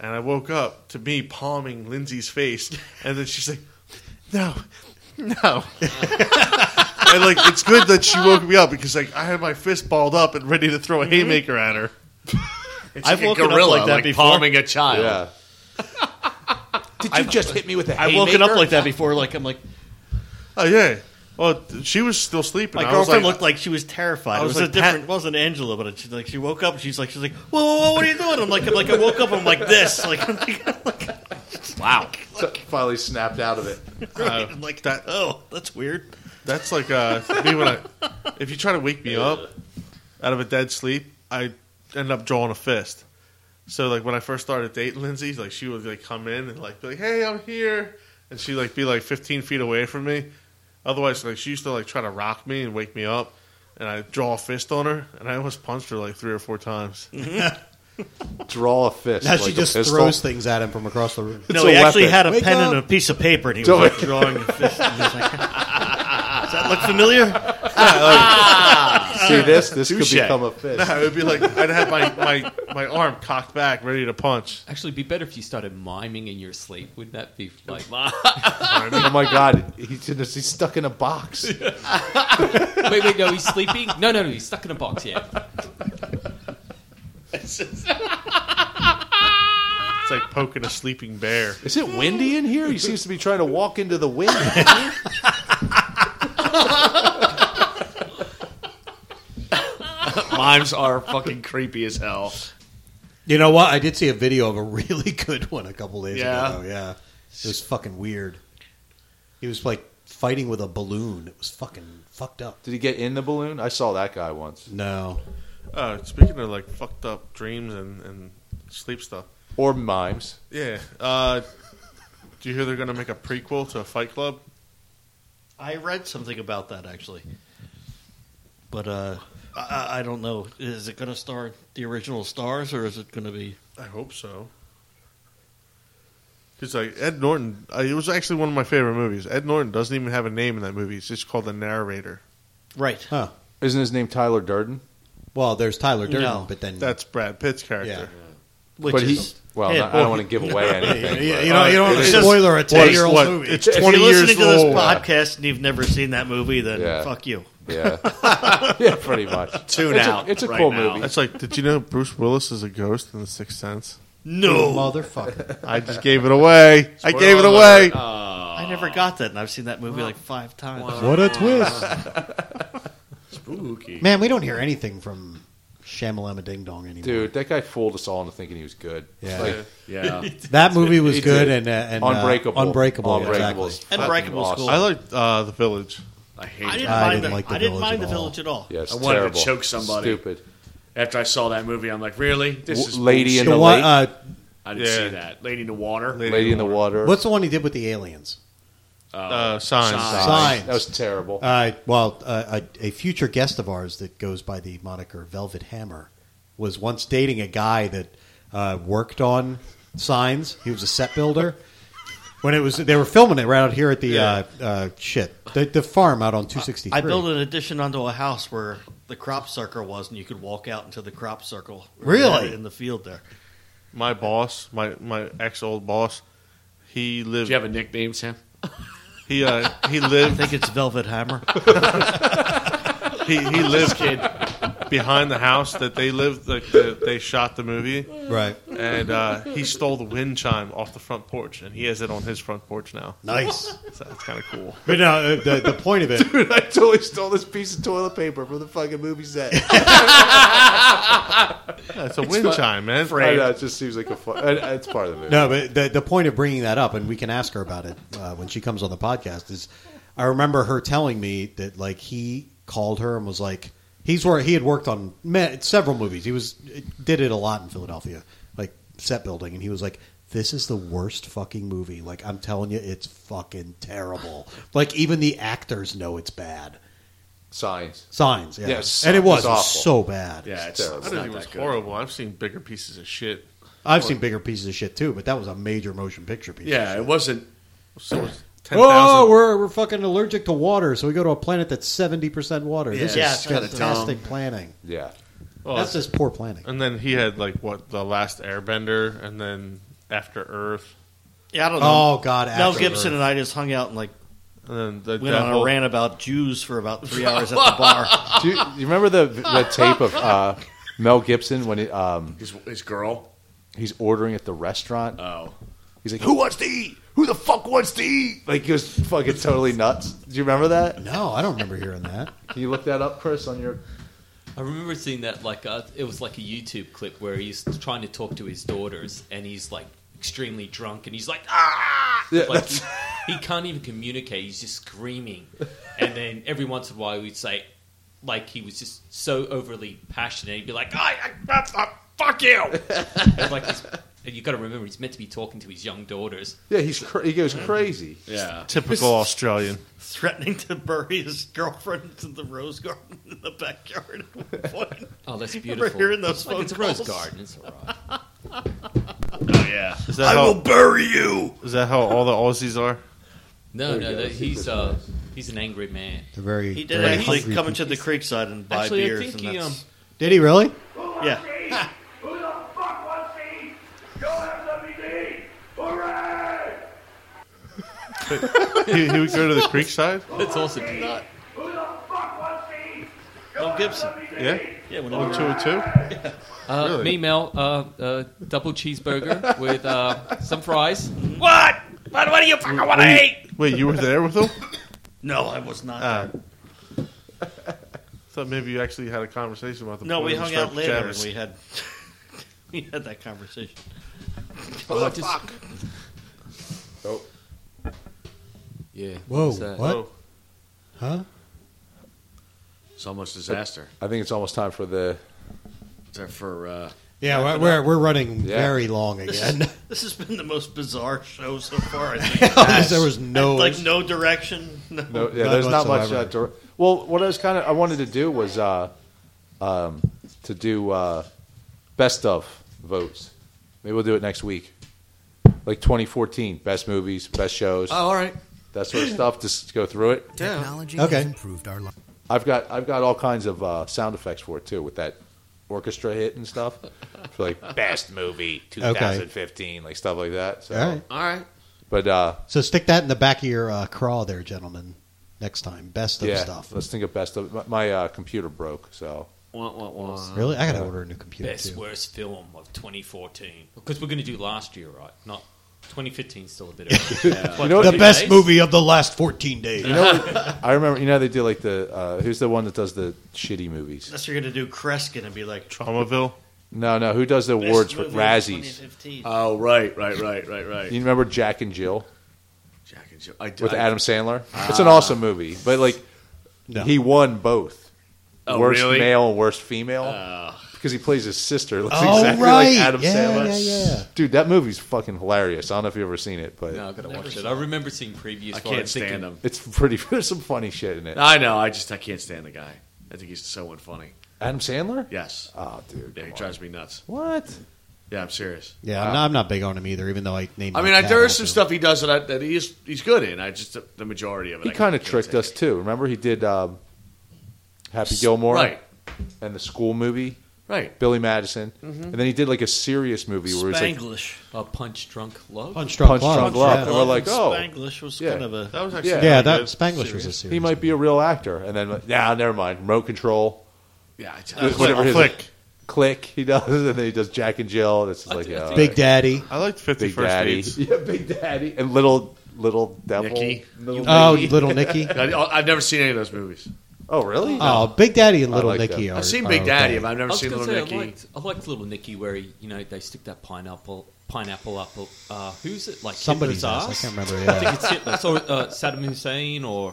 E: and I woke up to me palming Lindsay's face, and then she's like, "No, no." and like it's good that she woke me up because like I had my fist balled up and ready to throw a haymaker at her.
A: It's
D: I've
A: a
D: woken up
A: gorilla,
D: like that before.
A: Palming a child.
B: Yeah. Did you just hit me with a
D: I've woken up like that before. Like I'm like
E: Oh yeah. Well, th- she was still sleeping.
D: my
E: I was
D: girlfriend
E: like,
D: looked like she was terrified.
E: I
D: It
E: was
D: was,
E: like,
D: a different. it wasn't Angela, but she like she woke up. She's like she's like whoa whoa whoa what are you doing? I'm like I'm like I woke up. I'm like this. Like I'm like, I'm like,
A: Wow.
B: Finally snapped out of it.
E: uh,
D: I'm like oh that's weird.
E: That's like uh, for me when I, if you try to wake me up out of a dead sleep, I end up drawing a fist. So like when I first started dating Lindsay, like she would like come in and like be like, "Hey, I'm here," and she like be like 15 feet away from me. Otherwise, like she used to like try to rock me and wake me up, and I draw a fist on her, and I almost punched her like three or four times.
B: Draw a fist.
C: Now
B: like
C: she
B: a
C: just
B: pistol.
C: throws things at him from across the room.
D: no,
B: a
D: he actually
B: weapon.
D: had a
C: Wake
D: pen
C: up.
D: and a piece of paper, and he
B: Do
D: was
B: it.
D: like, drawing a fist. And he was like, Does that look familiar?
B: See this? This
A: Touche.
B: could become a fist.
E: I would be like, I'd have my, my my arm cocked back, ready to punch.
H: Actually, it'd be better if you started miming in your sleep. Would that be like?
B: Oh my god, he's, in this- he's stuck in a box.
H: wait, wait, no, he's sleeping. No, no, no, he's stuck in a box. Yeah,
E: It's like poking a sleeping bear.
B: Is it windy in here? He seems to be trying to walk into the wind.
A: Mimes are fucking creepy as hell.
C: You know what? I did see a video of a really good one a couple days
A: Yeah.
C: ago. though, Yeah, it was fucking weird. He was like fighting with a balloon. It was fucking fucked up.
B: Did he get in the balloon? I saw that guy once.
C: No,
E: Uh, speaking of like fucked up dreams and, and sleep stuff.
B: Or mimes.
E: Yeah. Uh, do you hear they're going to make a prequel to Fight Club?
D: I read something about that actually, but uh, I, I- I don't know. Is it going to star the original stars, or is it going to be?
E: I hope so. Because like Ed Norton, uh, it was actually one of my favorite movies. Ed Norton doesn't even have a name in that movie. It's just called the narrator.
D: Right.
C: huh?
B: Isn't his name Tyler Durden?
C: Well, there's Tyler Durden,
D: No.
C: but then
E: That's Brad Pitt's character.
D: Which
B: but
D: is
B: he, well,
D: Yeah.
B: I don't want to give away anything.
C: you,
B: but-
C: you know, you don't
E: It
C: want
E: is-
C: to spoiler a ten year old
E: what,
C: movie.
E: It's
B: If
D: If
E: twenty
D: you're
E: years
D: listening to this
E: old.
D: podcast and you've never seen that movie, then
B: Yeah.
D: fuck you.
B: yeah, yeah, pretty much.
A: Tune
B: it's
A: out
B: A, it's a
A: right
B: cool
A: now.
B: movie.
E: That's like, did you know Bruce Willis is a ghost in The Sixth Sense?
D: No,
C: motherfucker.
E: I just gave it away. I gave it
A: Spoiler
E: away.
D: I never got that, and I've seen that movie like five times.
C: what a twist,
A: Spooky.
C: man! We don't hear anything from Shamalama Ding Dong anymore.
B: Dude, that guy fooled us all into thinking he was good.
C: Yeah.
B: Like,
A: Yeah.
C: that movie was
B: He
C: good
B: did.
C: and uh, and uh,
B: Unbreakable.
C: Unbreakable,
B: Unbreakable.
C: exactly.
B: is
D: Unbreakable is
B: fucking
D: cool.
E: I liked uh, The Village.
A: I hate
D: I
A: it.
D: didn't
C: I
D: mind
C: didn't
D: the,
C: like The
D: I didn't
C: Village
D: mind
C: at
D: the
C: all.
D: village at all.
B: Yeah, it's
A: I wanted to
B: terrible.
A: choke somebody.
B: Stupid.
A: After I saw that movie, I'm like, really? This
B: W-
A: is
B: Lady
A: bullshit.
B: in the
C: The one,
B: lake?
C: uh,
A: I didn't
E: Yeah.
A: see that. Lady in the water.
B: Lady in the Water.
C: what's the one he did with the aliens?
E: Uh, signs.
A: Signs.
C: Signs.
B: That was terrible.
C: Uh, well, uh, a, a future guest of ours that goes by the moniker Velvet Hammer was once dating a guy that uh, worked on signs. He was a set builder. When it was, they were filming it right out here at the uh, uh, shit the, the farm out on two sixty three.
D: I built an addition onto a house where the crop circle was, and you could walk out into the crop circle.
C: Really?
D: in the field there.
E: my boss, my my ex old boss, he
A: Do
E: lived.
A: you have a nickname, Sam?
E: He uh, he
D: I
E: lived.
D: think it's Velvet Hammer.
E: He, he lived behind the house that they lived. Like the, they shot the movie,
C: Right.
E: and uh, he stole the wind chime off the front porch, and he has it on his front porch now.
C: Nice.
E: So that's kind of cool.
C: But no, uh, the, the point of it.
B: Dude, I totally stole this piece of toilet paper from the fucking movie set.
E: That's a wind chime, man.
B: I know, it just seems like a fun. and- and It's part of the movie.
C: No, but the, the point of bringing that up, and we can ask her about it uh, when she comes on the podcast, is I remember her telling me that like he called her and was like, he's where he had worked on ma- several movies. He was did it a lot in Philadelphia, like set building, and he was like. This is the worst fucking movie. Like I'm telling you, it's fucking terrible. Like even the actors know it's bad.
B: Signs.
C: Signs, yeah,
B: Yes,
C: and it was,
B: it's
C: it was
B: awful.
C: so bad.
A: Yeah,
B: It's
A: it's,
B: terrible.
A: it's
E: I don't
A: not
E: think it was
A: that good.
E: horrible. I've seen bigger pieces of shit.
C: I've seen bigger pieces of shit too, but that was a major motion picture piece. of
A: Yeah,
C: shit.
A: it wasn't.
E: So it's ten
C: Oh,
E: thousand.
C: we're, we're fucking allergic to water, so we go to a planet that's seventy percent water. This is
A: Yeah, it's kinda
C: fantastic planning.
B: Yeah.
C: that's just poor planning.
E: And then he had like what the last Airbender, and then After Earth,
D: Yeah, I don't know.
C: Oh God,
D: Mel
C: after
D: Gibson
C: Earth.
D: and I just hung out and like
E: and then the
D: went on
E: devil.
D: a rant about Jews for about three hours at the bar.
B: Do you, you remember the the tape of uh, Mel Gibson when it, um,
A: His, his girl.
B: he's ordering at the restaurant?
A: Oh.
B: He's like, "Who wants to eat? Who the fuck wants to eat?" Like he was fucking totally nuts. Do you remember that?
C: No, I don't remember hearing that.
B: Can you look that up, Chris? On your
H: I remember seeing that like uh, it was like a YouTube clip where he's trying to talk to his daughters and he's like extremely drunk and he's like ah
B: Yeah,
H: like he, he can't even communicate he's just screaming and then every once in a while we'd say like he was just so overly passionate he'd be like I, I, I, I fuck you it's like he's, you got to remember he's meant to be talking to his young daughters
B: yeah, he's cra- he goes crazy.
A: Yeah.
E: Typical Australian.
D: Threatening to bury his girlfriend to the rose garden in the backyard at one point.
H: oh that's
D: Remember
H: beautiful
D: hearing those
H: like
D: phone
H: it's a
D: calls?
H: rose garden it's all right
A: Yeah.
E: Is that
H: Oh.
E: how,
A: bury you.
E: is that how all the Aussies are?
H: no no that, he's uh he's an angry man
C: They're very.
D: He did
C: very
D: actually
C: hungry
D: come
C: people.
D: into the creekside and buy
H: Actually, I
D: beers.
H: think
D: and
H: he, um,
D: that's-
C: Did he really?
D: yeah.
I: Who the fuck wants to eat? Go MWD! Hooray!
E: He, he would go to the Creekside.
H: that's awesome
I: Who the fuck wants to eat?
D: Mel Gibson.
E: Yeah,
D: Yeah, when
E: one two and two.
H: Uh, Me, Mel, uh, uh, double cheeseburger with uh, some fries.
I: What? What, what do you fucking want to eat?
E: Wait, you were there with him?
D: No, I was not.
E: Ah.
D: there.
E: Thought maybe you actually had a conversation about the.
D: No, we
E: Golden
D: hung
E: Striped
D: out later and
E: Pajamas.
D: we had we had that conversation.
H: Oh, just-
B: Oh,
H: Yeah.
C: Whoa,
H: what's that?
C: what?
E: Oh.
C: Huh?
A: It's almost disaster.
B: I think it's almost time for the
A: Except for uh,
C: Yeah, we're we're, we're running
B: Yeah.
C: very long
D: This,
C: again.
D: this has been the most bizarre show so far. I think.
C: there was no.
D: like no direction. No.
B: no, yeah.
C: None
B: there's not much. Uh,
C: whatsoever.
B: dir- well, what I was kind of I wanted to do was uh, um, to do uh, best of votes. Maybe we'll do it next week, like 2014 best movies, best shows,
A: oh, all right.
B: that sort of stuff. Just go through it.
J: Technology
C: Okay.
J: has improved our life.
B: I've got I've got all kinds of uh, sound effects for it too, with that orchestra hit and stuff. For like best movie 2015, like stuff like that. So,
C: All right.
A: All right.
B: but uh,
C: So stick that in the back of your uh, craw, there, gentlemen. Next time, best of
B: yeah,
C: stuff.
B: let's think of best of. My, my uh, computer broke, so
A: Wah, wah, wah.
C: Really, I gotta order a new computer
H: Best
C: too.
H: worst film of 2014. Because we're going to do last year, right? Not 2015. 's Still a bit. Early.
B: you know
C: The
B: what,
C: best movie of the last fourteen days.
B: I remember. You know they do like the uh, who's the one that does the shitty movies?
D: Unless you're gonna do Kreskin and be like
E: Traumaville.
B: No, no. Who does the
D: best
B: awards for
D: movie of
B: Razzies? Uh,
D: 2015.
A: Oh, right, right, right, right,
B: You
A: right.
B: remember Jack and Jill
A: Jack and Jill. I,
B: with
A: I,
B: Adam Sandler? It's an awesome movie, but like
C: No.
B: he won both.
A: Oh,
B: worst
A: really?
B: male and worst female because he plays his sister. Looks
C: Oh,
B: exactly
C: right.
B: like Adam
C: Yeah,
B: Sandler.
C: yeah, yeah.
B: Dude, that movie's fucking hilarious. I don't know if you've ever seen it, but
H: no, I've got to watch it. I remember seeing previews.
A: I
H: for it
A: can't
H: and thinking,
A: stand him.
B: it's pretty. There's some funny shit in it.
A: I know. I just I can't stand the guy. I think he's so unfunny.
B: Adam Sandler?
A: Yes.
B: Oh, dude.
A: Yeah, he
B: come on.
A: drives me nuts.
B: What?
A: Yeah, I'm serious.
C: Yeah, I'm, not, I'm not big on him either. Even though I named.
A: Uh, I
C: my
A: mean, I,
C: cat
A: there is some
C: after him.
A: stuff he does that I, that he is he's good in. I just the majority of it.
B: He
A: I
B: kind of
A: can't
B: tricked
A: take
B: us
A: it.
B: too. Remember he did um, Happy Gilmore
A: Right.
B: and the school movie.
A: Right.
B: Billy Madison, and then he did like a serious movie where he's like
D: Spanglish.
H: A punch drunk love.
C: Punch
B: Punch Drunk Love, and we're like, oh,
D: Spanglish was
B: yeah.
D: kind of a.
E: That was actually
B: Yeah.
E: pretty
B: Yeah,
E: good.
C: series.
B: he might be a real actor, and then like, nah, never mind, remote control,
A: Yeah. I-
E: Click,
B: whatever his-
E: click.
B: click, he does, and then he does Jack and Jill, and it's just like yeah,
C: Big Daddy.
E: I liked Fifty
B: Big
E: First
B: Daddy,
E: Dates.
B: yeah, Big Daddy, Uh, and little little devil,
A: Nicky.
B: Little
C: Oh,
B: Nicky.
C: Little Nicky.
A: I, have never seen any of those movies.
B: oh really?
C: Oh, Big Daddy and
B: I
C: Little
B: like
C: Nicky.
B: that.
C: Are,
A: I've seen
C: are
A: Big Daddy,
C: okay.
A: but I've
H: I
A: never
H: was
A: seen
H: gonna
A: Little
H: say I
A: Nicky.
H: liked, I liked Little Nicky where he, you know they stick that pineapple pineapple up. Uh, who's it? Like
C: Somebody's
H: Hitler's
C: ass.
H: ass.
C: I can't remember.
H: I
C: Yeah.
H: think it's Hitler. So, uh, Saddam Hussein or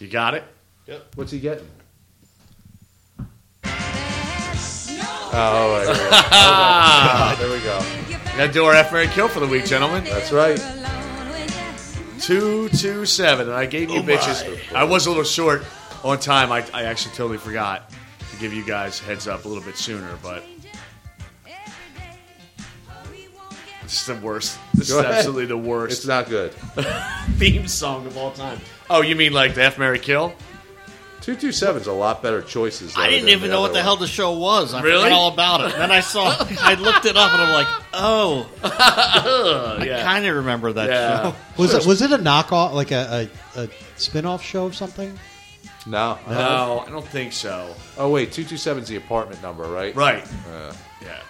A: You got it.
B: What's he getting? Oh,
A: Ah,
B: There we go.
A: that do our FA kill for the week, gentlemen.
B: That's right.
A: Two two seven, and I gave you bitches. I was a little short on time. I, I actually totally forgot to give you guys a heads up a little bit sooner, but this is the worst. This
B: Go
A: is
B: ahead.
A: absolutely the worst
B: It's not good.
A: theme song of all time. Oh, you mean like the F Mary Kill?
B: Two two seven's a lot better choices.
D: I
B: though,
D: didn't
B: than
D: even
B: the
D: know what
B: other
D: the
B: one.
D: hell the show was. I
A: Really?
D: forgot all about it. Then I saw, I looked it up, and I'm like, oh,
A: Uh,
D: I
A: yeah,
D: kind of remember that
A: yeah.
D: show.
C: Was it was it a knockoff, like a, a, a spin off show of something?
B: No.
A: No, I don't think so.
B: Oh wait, two two seven's the apartment number, right?
A: Right?
B: Uh,
A: Yeah.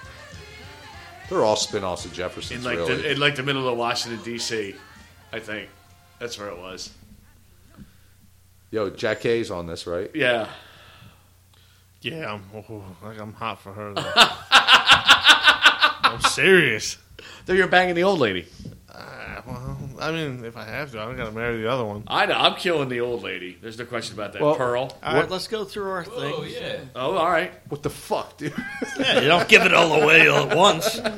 B: they're all spin-offs of Jefferson's.
A: in like
B: really.
A: the in like the middle of Washington D.C. I think that's where it was.
B: Yo, Jack K's on this, right?
A: Yeah,
E: Yeah, I'm oh, like I'm hot for her. Though. I'm serious.
A: though you're banging the old lady.
E: Uh, well, I mean, if I have to, I'm gonna marry the other one.
A: I know. I'm killing the old lady. There's no question about that.
B: Well-
A: Pearl.
D: All right, let's go through our thing.
H: oh yeah,
A: Oh, all right.
B: What the fuck, dude?
D: Yeah, you don't give it all away all at once.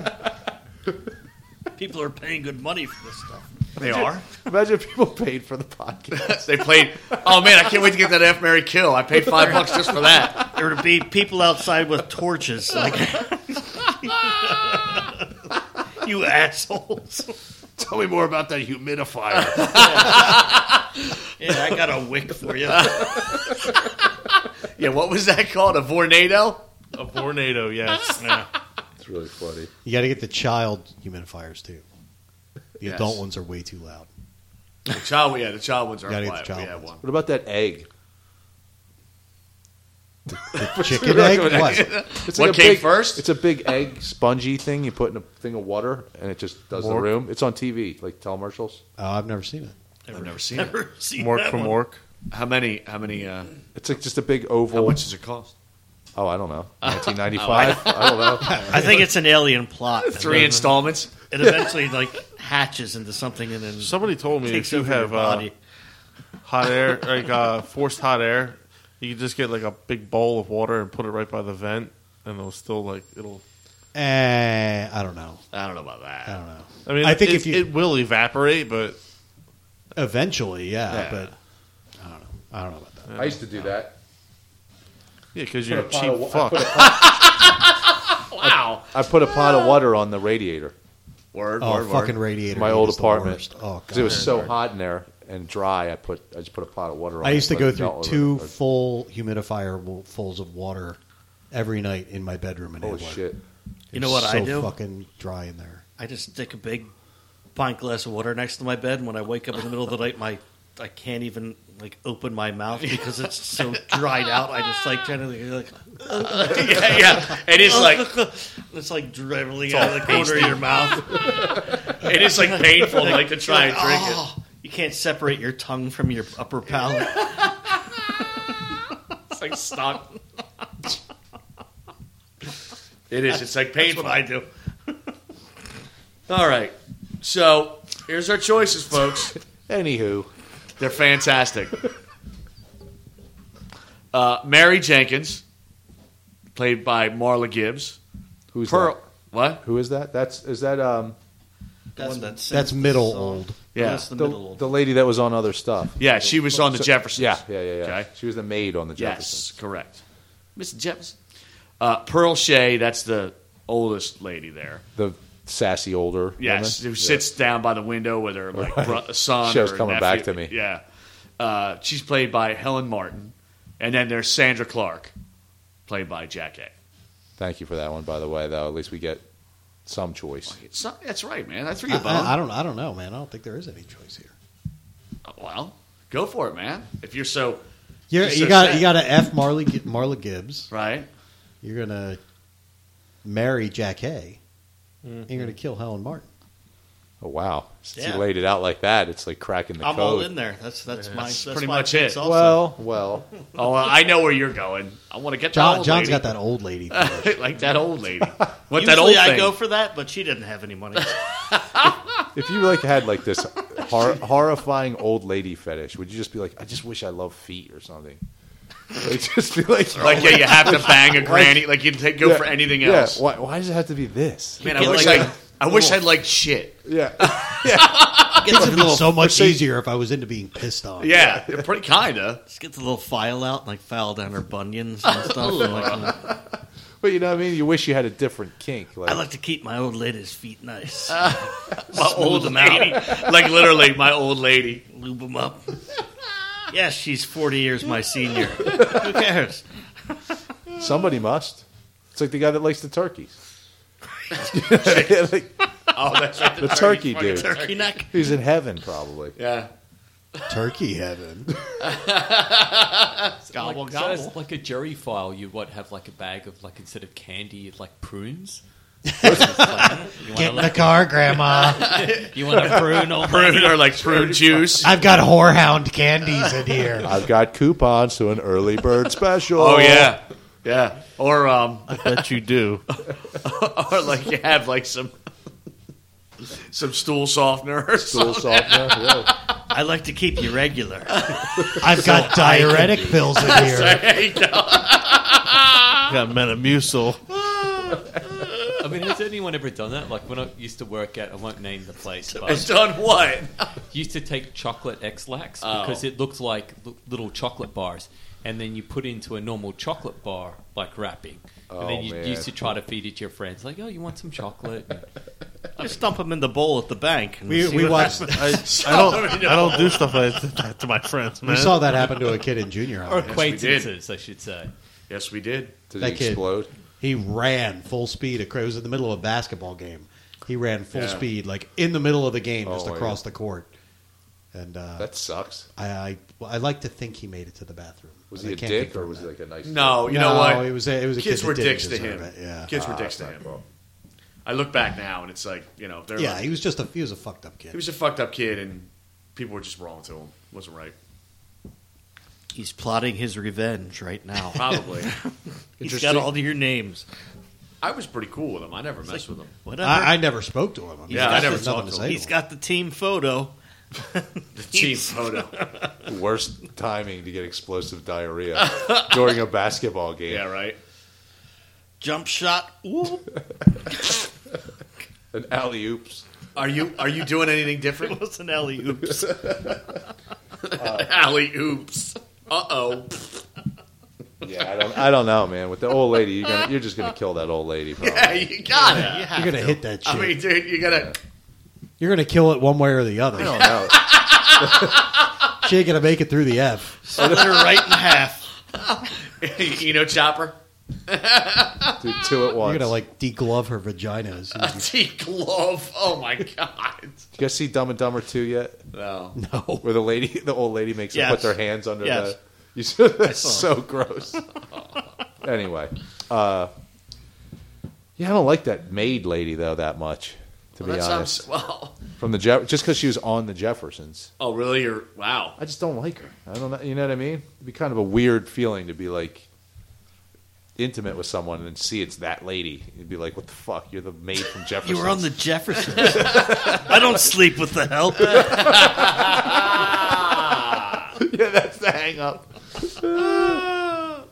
D: People are paying good money for this stuff.
A: They are.
B: Imagine if people paid for the podcast.
A: they played. Oh man, I can't wait to get that F Mary Kill. I paid five bucks just for that.
D: There would be people outside with torches. Like, you assholes.
G: Tell me more about that humidifier.
D: Yeah, I got a wick for you.
A: Yeah, what was that called? A Vornado?
E: A tornado, yes. Yeah.
B: It's really funny.
C: You got to get the child humidifiers too. The
A: Yes.
C: adult ones are way too loud.
A: The child. Yeah, the child ones are
C: Gotta get
A: quiet.
C: the
A: We
C: child
A: have
C: ones.
A: one.
B: What about that egg?
C: Chicken egg? What?
B: It's
A: What
B: a
A: came
B: big,
A: first?
B: It's a big egg spongy thing you put in a thing of water, and it just does the
E: Mork.
B: room. It's on TV, like telemarshals.
C: Oh, I've never seen it.
A: I've never seen it.
D: Never seen
E: Mork
D: that
E: from
D: one.
E: Mork.
A: How many? How many? Uh,
B: It's like just a big
A: how
B: oval.
A: much does it cost?
B: Oh, I don't know. 1995. I don't know.
D: I think it's an alien plot.
A: Three
D: And
A: installments.
D: It eventually like hatches into something and then
E: Somebody told me
D: takes
E: if you
D: over your
E: have uh,
D: body.
E: hot air, like uh, forced hot air, you can just get like a big bowl of water and put it right by the vent, and it'll still like it'll.
C: Eh, I don't know.
A: I don't know about that.
C: I don't know.
E: I mean,
C: I think
E: it,
C: if you-
E: it will evaporate, but
C: Eventually, yeah,
E: Yeah.
C: but I don't know. I don't know about that.
B: I used to do that.
E: yeah, because you're a
B: Put a pot of wa-
E: cheap fuck.
A: Wow.
B: I put a pot of water on the radiator.
A: Word.
C: Oh,
A: word.
C: fucking
A: Word.
C: radiator.
B: my old
C: is the
B: apartment
C: worst. Oh,
B: because
C: god.
B: it was so hot in there and dry. I put I just put a pot of water. on
C: I
B: it,
C: used to
B: but
C: go
B: it
C: through
B: felt
C: two
B: like-
C: full humidifier w- fulls of water every night in my bedroom. And it
B: Holy
C: was-
B: shit!
C: it
D: You know
C: was
D: what I
C: so
D: do?
C: Fucking dry in there.
D: I just stick a big pint glass of water next to my bed and when I wake up in the middle of the night my I can't even like open my mouth because it's so dried out. I just like generally like
A: yeah, yeah. It is like
D: it's like dribbling out of the corner of your mouth.
A: it is like painful like to try and
D: Like,
A: drink it.
D: oh, You can't separate your tongue from your upper palate.
A: It's like stuck. it is. It's like painful.
D: I do.
A: All right. So here's our choices, folks.
B: Anywho,
A: They're fantastic. Uh, Mary Jenkins, played by Marla Gibbs.
B: who's
A: Pearl.
B: that?
A: What?
B: Who is that? That's is that um
D: That's, that's,
C: That's middle old.
A: Yeah.
D: That's the,
B: the,
D: middle old.
B: the lady that was on other stuff.
A: Yeah, she was on the Jeffersons.
B: Yeah, yeah, yeah, yeah.
A: Okay.
B: She was the maid on the Jeffersons.
A: Yes, correct. Mr. Jefferson. Uh, Pearl Shea, that's the oldest lady there.
B: The sassy older.
A: Yes,
B: woman.
A: who sits down by the window with her like bro- son.
B: She was
A: or
B: coming
A: nephew.
B: back to me.
A: Yeah, uh, she's played by Helen Martin, and then there's Sandra Clark, played by Jack A.
B: Thank you for that one, by the way. Though at least we get some choice.
A: It's not, that's right, man. That's three
C: I,
A: of them.
C: I, I don't. I don't know, man. I don't think there is any choice here.
A: Oh, Well, go for it, man. If you're so
C: You're,
A: Just
C: you
A: so
C: got
A: sad.
C: you got to f Marley Gi- Marla Gibbs.
A: right,
C: You're gonna marry Jack Hay.
D: Mm-hmm.
C: And you're gonna kill Helen Martin.
B: Oh wow! Since
D: Yeah.
B: you laid it out like that, it's like cracking the
D: I'm all
B: code.
D: in there. That's that's my that's
A: pretty
D: my
A: much
D: piece
A: it.
D: also.
B: well, well,
A: oh, I know where you're going. I want to get that
C: John,
A: old
C: John's got
A: lady.
C: that old lady.
A: like that old lady. What
D: usually
A: that old
D: I
A: thing?
D: go for that, but she didn't have any money.
B: if you like had like this hor- horrifying old lady fetish, would you just be like, I just wish I love feet or something? Like, just be like,
A: like yeah, you have to bang a granny. Like you take, go
B: Yeah,
A: for anything
B: yeah,
A: else.
B: Why, why does it have to be this?
A: Man, I
D: Get
A: wish
D: like
A: I,
D: a-
A: I wish I liked shit.
B: Yeah,
D: Gets a little,
C: so much easier if I was into being pissed on.
A: Yeah, pretty kinda.
D: just gets a little file out and like file down her bunions and stuff. and, like, uh,
B: but you know what I mean. You wish you had a different kink. Like,
D: I like to keep my old lady's feet nice.
A: My old lady, like literally my old lady.
D: Lube them up. Yes, she's 40 years my senior. Who cares?
B: somebody must. It's like the guy that likes the turkeys. Yeah, like,
A: Oh, that's Oh, right,
B: the turkey dude.
D: Turkey neck.
B: He's in heaven, probably.
A: Yeah,
C: Turkey heaven.
A: gobble
H: like, so it's like a jury file, you would have like a bag of like instead of candy, you'd like prunes. you
C: Get in
H: want
C: the car, Grandma.
H: you want a prune? Old
A: prune or like prune juice.
C: I've got whorehound candies in here.
B: I've got coupons to an early bird special.
A: Oh yeah, yeah. Or um,
E: that you do.
A: or like you have like some some stool softener or
B: Stool
A: something.
B: softener. yeah.
D: I like to keep you regular.
C: I've got diuretic pills in here.
A: There you go.
E: Got Metamucil.
H: I mean, has anyone ever done that? Like when I used to work at, I won't name the place,
A: It's
H: but
A: done what?
H: used to take chocolate X-Lax
A: Oh.
H: because it looked like l- little chocolate bars. And then you put into a normal chocolate bar, like wrapping. and
B: Oh,
H: then you
B: man.
H: used to try to feed it to your friends. Like, oh, you want some chocolate?
D: Just dump them in the bowl at the bank. And
C: We,
D: see
C: we
D: what
C: watched.
E: I, I don't. I don't do stuff like that to my friends,
C: We
E: man.
C: saw that happen to a kid in junior
H: or
C: high.
H: acquaintances, I should say.
A: Yes, we did.
B: Did
C: That
B: he
C: kid.
B: explode?
C: He ran full speed. across- It was in the middle of a basketball game. He ran full
A: Yeah.
C: speed, like in the middle of the game, just
B: Oh, yeah.
C: across the court. And uh,
B: That sucks.
C: I, I, well, I like to think he made it to the bathroom.
B: Was
C: but
B: he
C: I
B: a
C: can't
B: dick
C: confirm
B: or was he
C: that.
B: like "Oh, a nice?
A: No, you
C: No,
A: know what?
C: It was a, it was a
A: Kids
C: kid
A: were
C: that didn't
A: dicks to
C: deserve
A: him.
C: it, Yeah,
A: Kids were
B: Ah,
A: dicks to
B: that's
A: him.
B: not cool.
A: I look back now and it's like you know they're
C: yeah.
A: like-
C: He was just a he was a fucked up kid.
A: he was a fucked up kid and people were just wrong to him. Wasn't right.
D: He's plotting his revenge right now.
A: Probably.
D: He's got all your names.
A: I was pretty cool with him. I never messed with him.
D: Whatever.
C: I, I never spoke to him. I mean,
A: Yeah, I never
C: there's nothing
A: talked to him.
C: say
D: He's
C: him.
D: got the team photo.
A: The team photo.
B: Worst timing to get explosive diarrhea during a basketball game.
A: Yeah, right.
D: Jump shot. Whoop.
B: An alley oops.
A: Are you are you doing anything
D: It
A: different?
D: was an alley oop.
A: Alley oops. Uh oh.
B: Yeah, I don't. I don't know, man. With the old lady, you're gonna, you're just gonna kill that old lady. Probably.
A: Yeah, you got it.
C: You're gonna hit that shit.
A: I mean, dude, you gotta.
C: You're gonna kill it one way or the
B: I
C: other.
B: don't know.
C: She ain't gonna make it through the F.
D: Split her right in half.
A: you know, chopper.
B: Do two at once.
C: You're gonna like deglove her vaginas.
A: A tea glove. Oh my god.
B: Did you guys see Dumb and Dumber two yet?
A: No.
C: No,
B: Where the lady, the old lady, makes them
D: Yes.
B: put their hands under
D: Yes.
B: the. You saw that's so gross. anyway, uh, yeah, I don't like that maid lady though that much. To
A: Well,
B: be
A: that
B: honest,
A: sounds. Well.
B: from the Jeff, just because she was on the Jeffersons,
A: Oh really? You're wow.
B: I just don't like her. I don't know. You know what I mean? It'd be kind of a weird feeling to be like intimate with someone and see it's that lady. You'd be like, "What the fuck? You're the maid from
D: You
B: Jeffersons."
D: were on the Jefferson. I don't sleep with the help.
B: yeah, that's the hang up.
E: I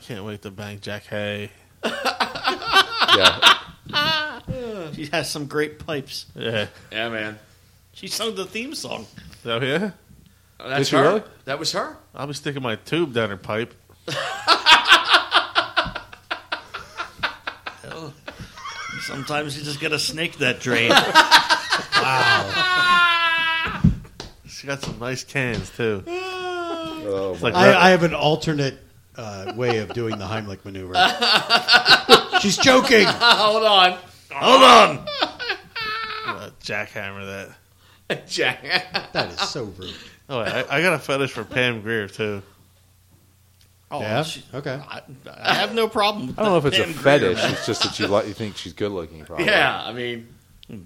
E: can't wait to bang Jack Hay.
B: Yeah,
D: She has some great pipes.
E: Yeah.
A: Yeah, man.
D: She sung the theme song.
E: So yeah,
A: Oh, That's
B: she
A: her.
B: really?
A: That was her.
E: I'll be sticking my tube down her pipe.
D: Sometimes you just gotta snake that drain.
E: She got some nice cans too.
B: oh,
E: It's like
C: I, I have an alternate uh, way of doing the Heimlich maneuver. She's joking.
A: Hold on,
E: Uh, jackhammer that.
A: Jack.
C: That is so rude.
E: Oh, I, I got a fetish for Pam Greer too.
D: Oh,
C: yeah.
D: she-
C: Okay.
D: I, I have no problem. With
B: I don't know if it's a
D: Pam Grier.
B: fetish. It's just that you like you think she's good looking. Probably.
A: Yeah, I mean,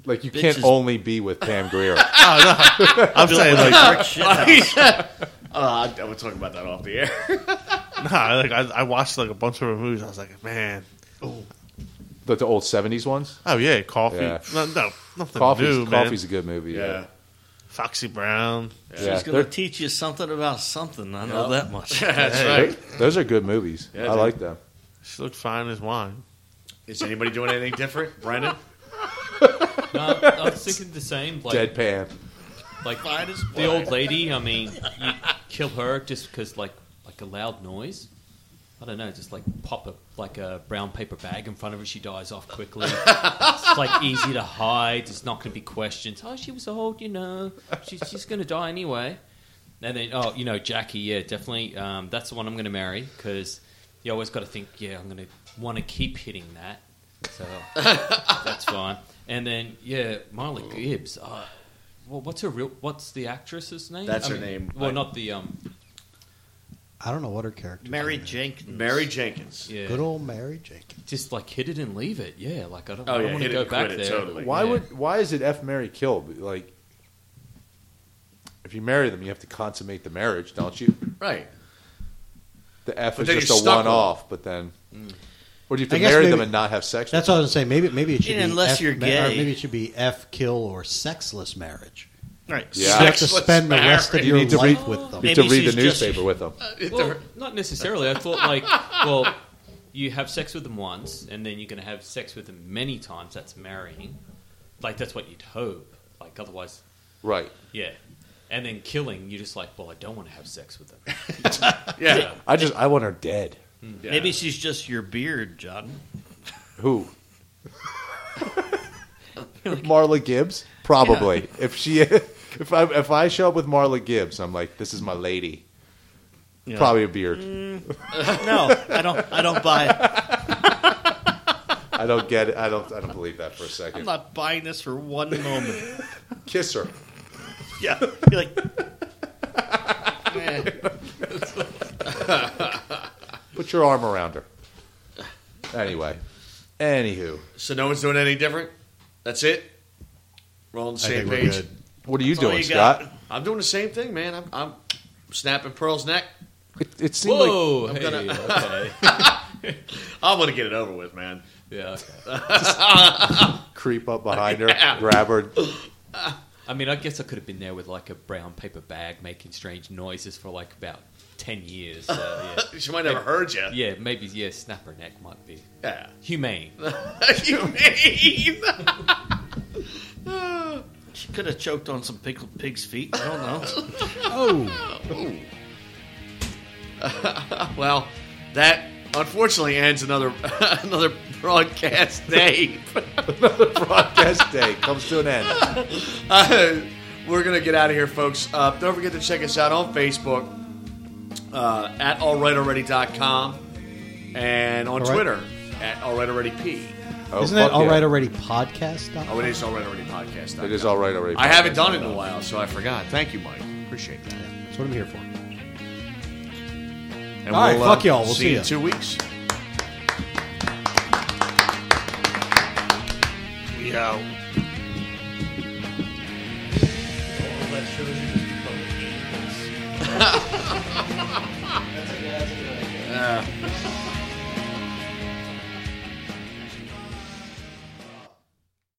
B: Like you
D: Bitch
B: can't
D: is-
B: only be with Pam Greer.
E: I'm saying like,
A: uh, we're talking about that off the air.
E: nah, like I, I watched like a bunch of her movies. I was like, man,
B: the, the old seventies ones.
E: oh yeah, coffee.
B: Yeah.
E: No, no, nothing
B: Coffee's
E: new, man.
B: Coffee's a good movie. Yeah.
A: Yeah,
E: Foxy Brown.
B: yeah.
D: She's going
B: They're-
D: to teach you something about something. I know that much.
A: that's
B: they're-
A: right.
B: Those are good movies.
A: Yeah,
B: I
A: dude.
B: like them.
E: She looked fine as wine.
A: Is anybody doing anything different, Brandon?
F: No, I was thinking the same. Like,
B: Deadpan.
F: like the old lady. I mean, you kill her just because like like a loud noise. I don't know, just like pop a like a brown paper bag in front of her. She dies off quickly. it's like easy to hide. It's not going to be questioned. Oh, she was old, you know. She's she's going to die anyway. And then oh, you know, Jackie. Yeah, definitely. Um, that's the one I'm going to marry because you always got to think. Yeah, I'm going to want to keep hitting that. So that's fine. And then yeah, Marla Gibbs. Uh, well, what's her real? What's the actress's name?
A: That's
F: I
A: her
F: mean,
A: name.
F: Well,
A: I-
F: not the um.
C: I don't know what her character.
D: Mary Jenkins.
A: Mary Jenkins.
F: Yeah,
C: Good old Mary Jenkins.
F: just like hit it and leave it. Yeah, like I don't.
A: Oh
F: I
A: yeah,
F: want
A: hit it
F: to go
A: and
F: back
A: quit it,
F: there.
A: totally.
B: Why
F: Yeah.
B: would? Why is it F Mary kill? Like, if you marry them, you have to consummate the marriage, don't you?
A: Right.
B: The F
A: But
B: is
A: then
B: just
A: you're
B: a
A: stuck with
B: one-off. But then, or do you have
C: I
B: to
C: guess
B: marry them
C: maybe-
B: and not have sex?
C: That's
B: with
C: what I was gonna say. Maybe maybe it should
D: Yeah,
C: be
D: unless
C: F,
D: you're
C: or
D: gay.
C: maybe it should be F kill or sexless marriage.
D: Right.
B: Yeah.
C: You have to
A: Sexless
C: spend the rest of
B: marriage. You
C: your
B: need to
C: life
B: read-
C: with
B: them?
C: them.
B: You have to
D: Maybe
B: read
D: she's
B: the
D: just-
B: newspaper with them.
F: Well, not necessarily. I thought like, well, you have sex with them once, and then you're going to have sex with them many times. That's marrying. Like that's what you'd hope. Like otherwise,
B: Right.
F: yeah. And then killing, you're just like, well, I don't want to have sex with them.
A: Yeah.
B: I just I want her dead.
A: Yeah.
D: Maybe she's just your beard, John.
B: Who? Marla Gibbs, probably. If she, if I, if I show up with Marla Gibbs, I'm like, this is my lady.
D: Yeah.
B: Probably a beard.
D: No, I don't. I don't buy it.
B: I don't get it. I don't. I don't believe that for a second.
D: I'm not buying this for one moment.
B: Kiss her.
D: Yeah. Be like. eh.
B: Put your arm around her. Anyway, anywho,
A: So no one's doing anything different. That's it. We're all on the
C: I
A: same
C: think we're
A: page.
C: good.
B: what are you doing,
D: you got.
B: Scott?
A: I'm doing the same thing, man. I'm, I'm snapping Pearl's neck.
B: It, it seemed like
F: Whoa, hey,
A: gonna-
F: okay,
A: I'm gonna get it over with, man.
F: yeah. Okay.
B: creep up behind her, grab her.
F: I mean, I guess I could have been there with like a brown paper bag making strange noises for like about ten years. So, yeah.
A: She might never heard you.
F: yeah, maybe yeah, snapper neck might be
A: Yeah.
F: humane.
A: you mean?
D: She could have choked on some pickled pig's feet. I don't know.
A: Well, that unfortunately ends another another broadcast day.
B: Broadcast day comes to an end.
A: Uh, we're gonna get out of here, folks. Uh, don't forget to check us out on Facebook uh, at allrightalready.com and on
C: All right.
A: Twitter at allrightalreadyp.
B: Oh,
C: Isn't that
B: fuck
C: all
B: yeah.
C: right already? Podcast. dot
A: Oh, it is alrightalready podcast.
B: It is all right already.
A: I haven't done it in a while, so I forgot. Thank you, Mike. Appreciate that.
C: com? That's what I'm here for.
A: And
C: All right, fuck y'all. We'll see
A: see you in
C: ya.
A: two weeks.
E: Yeah.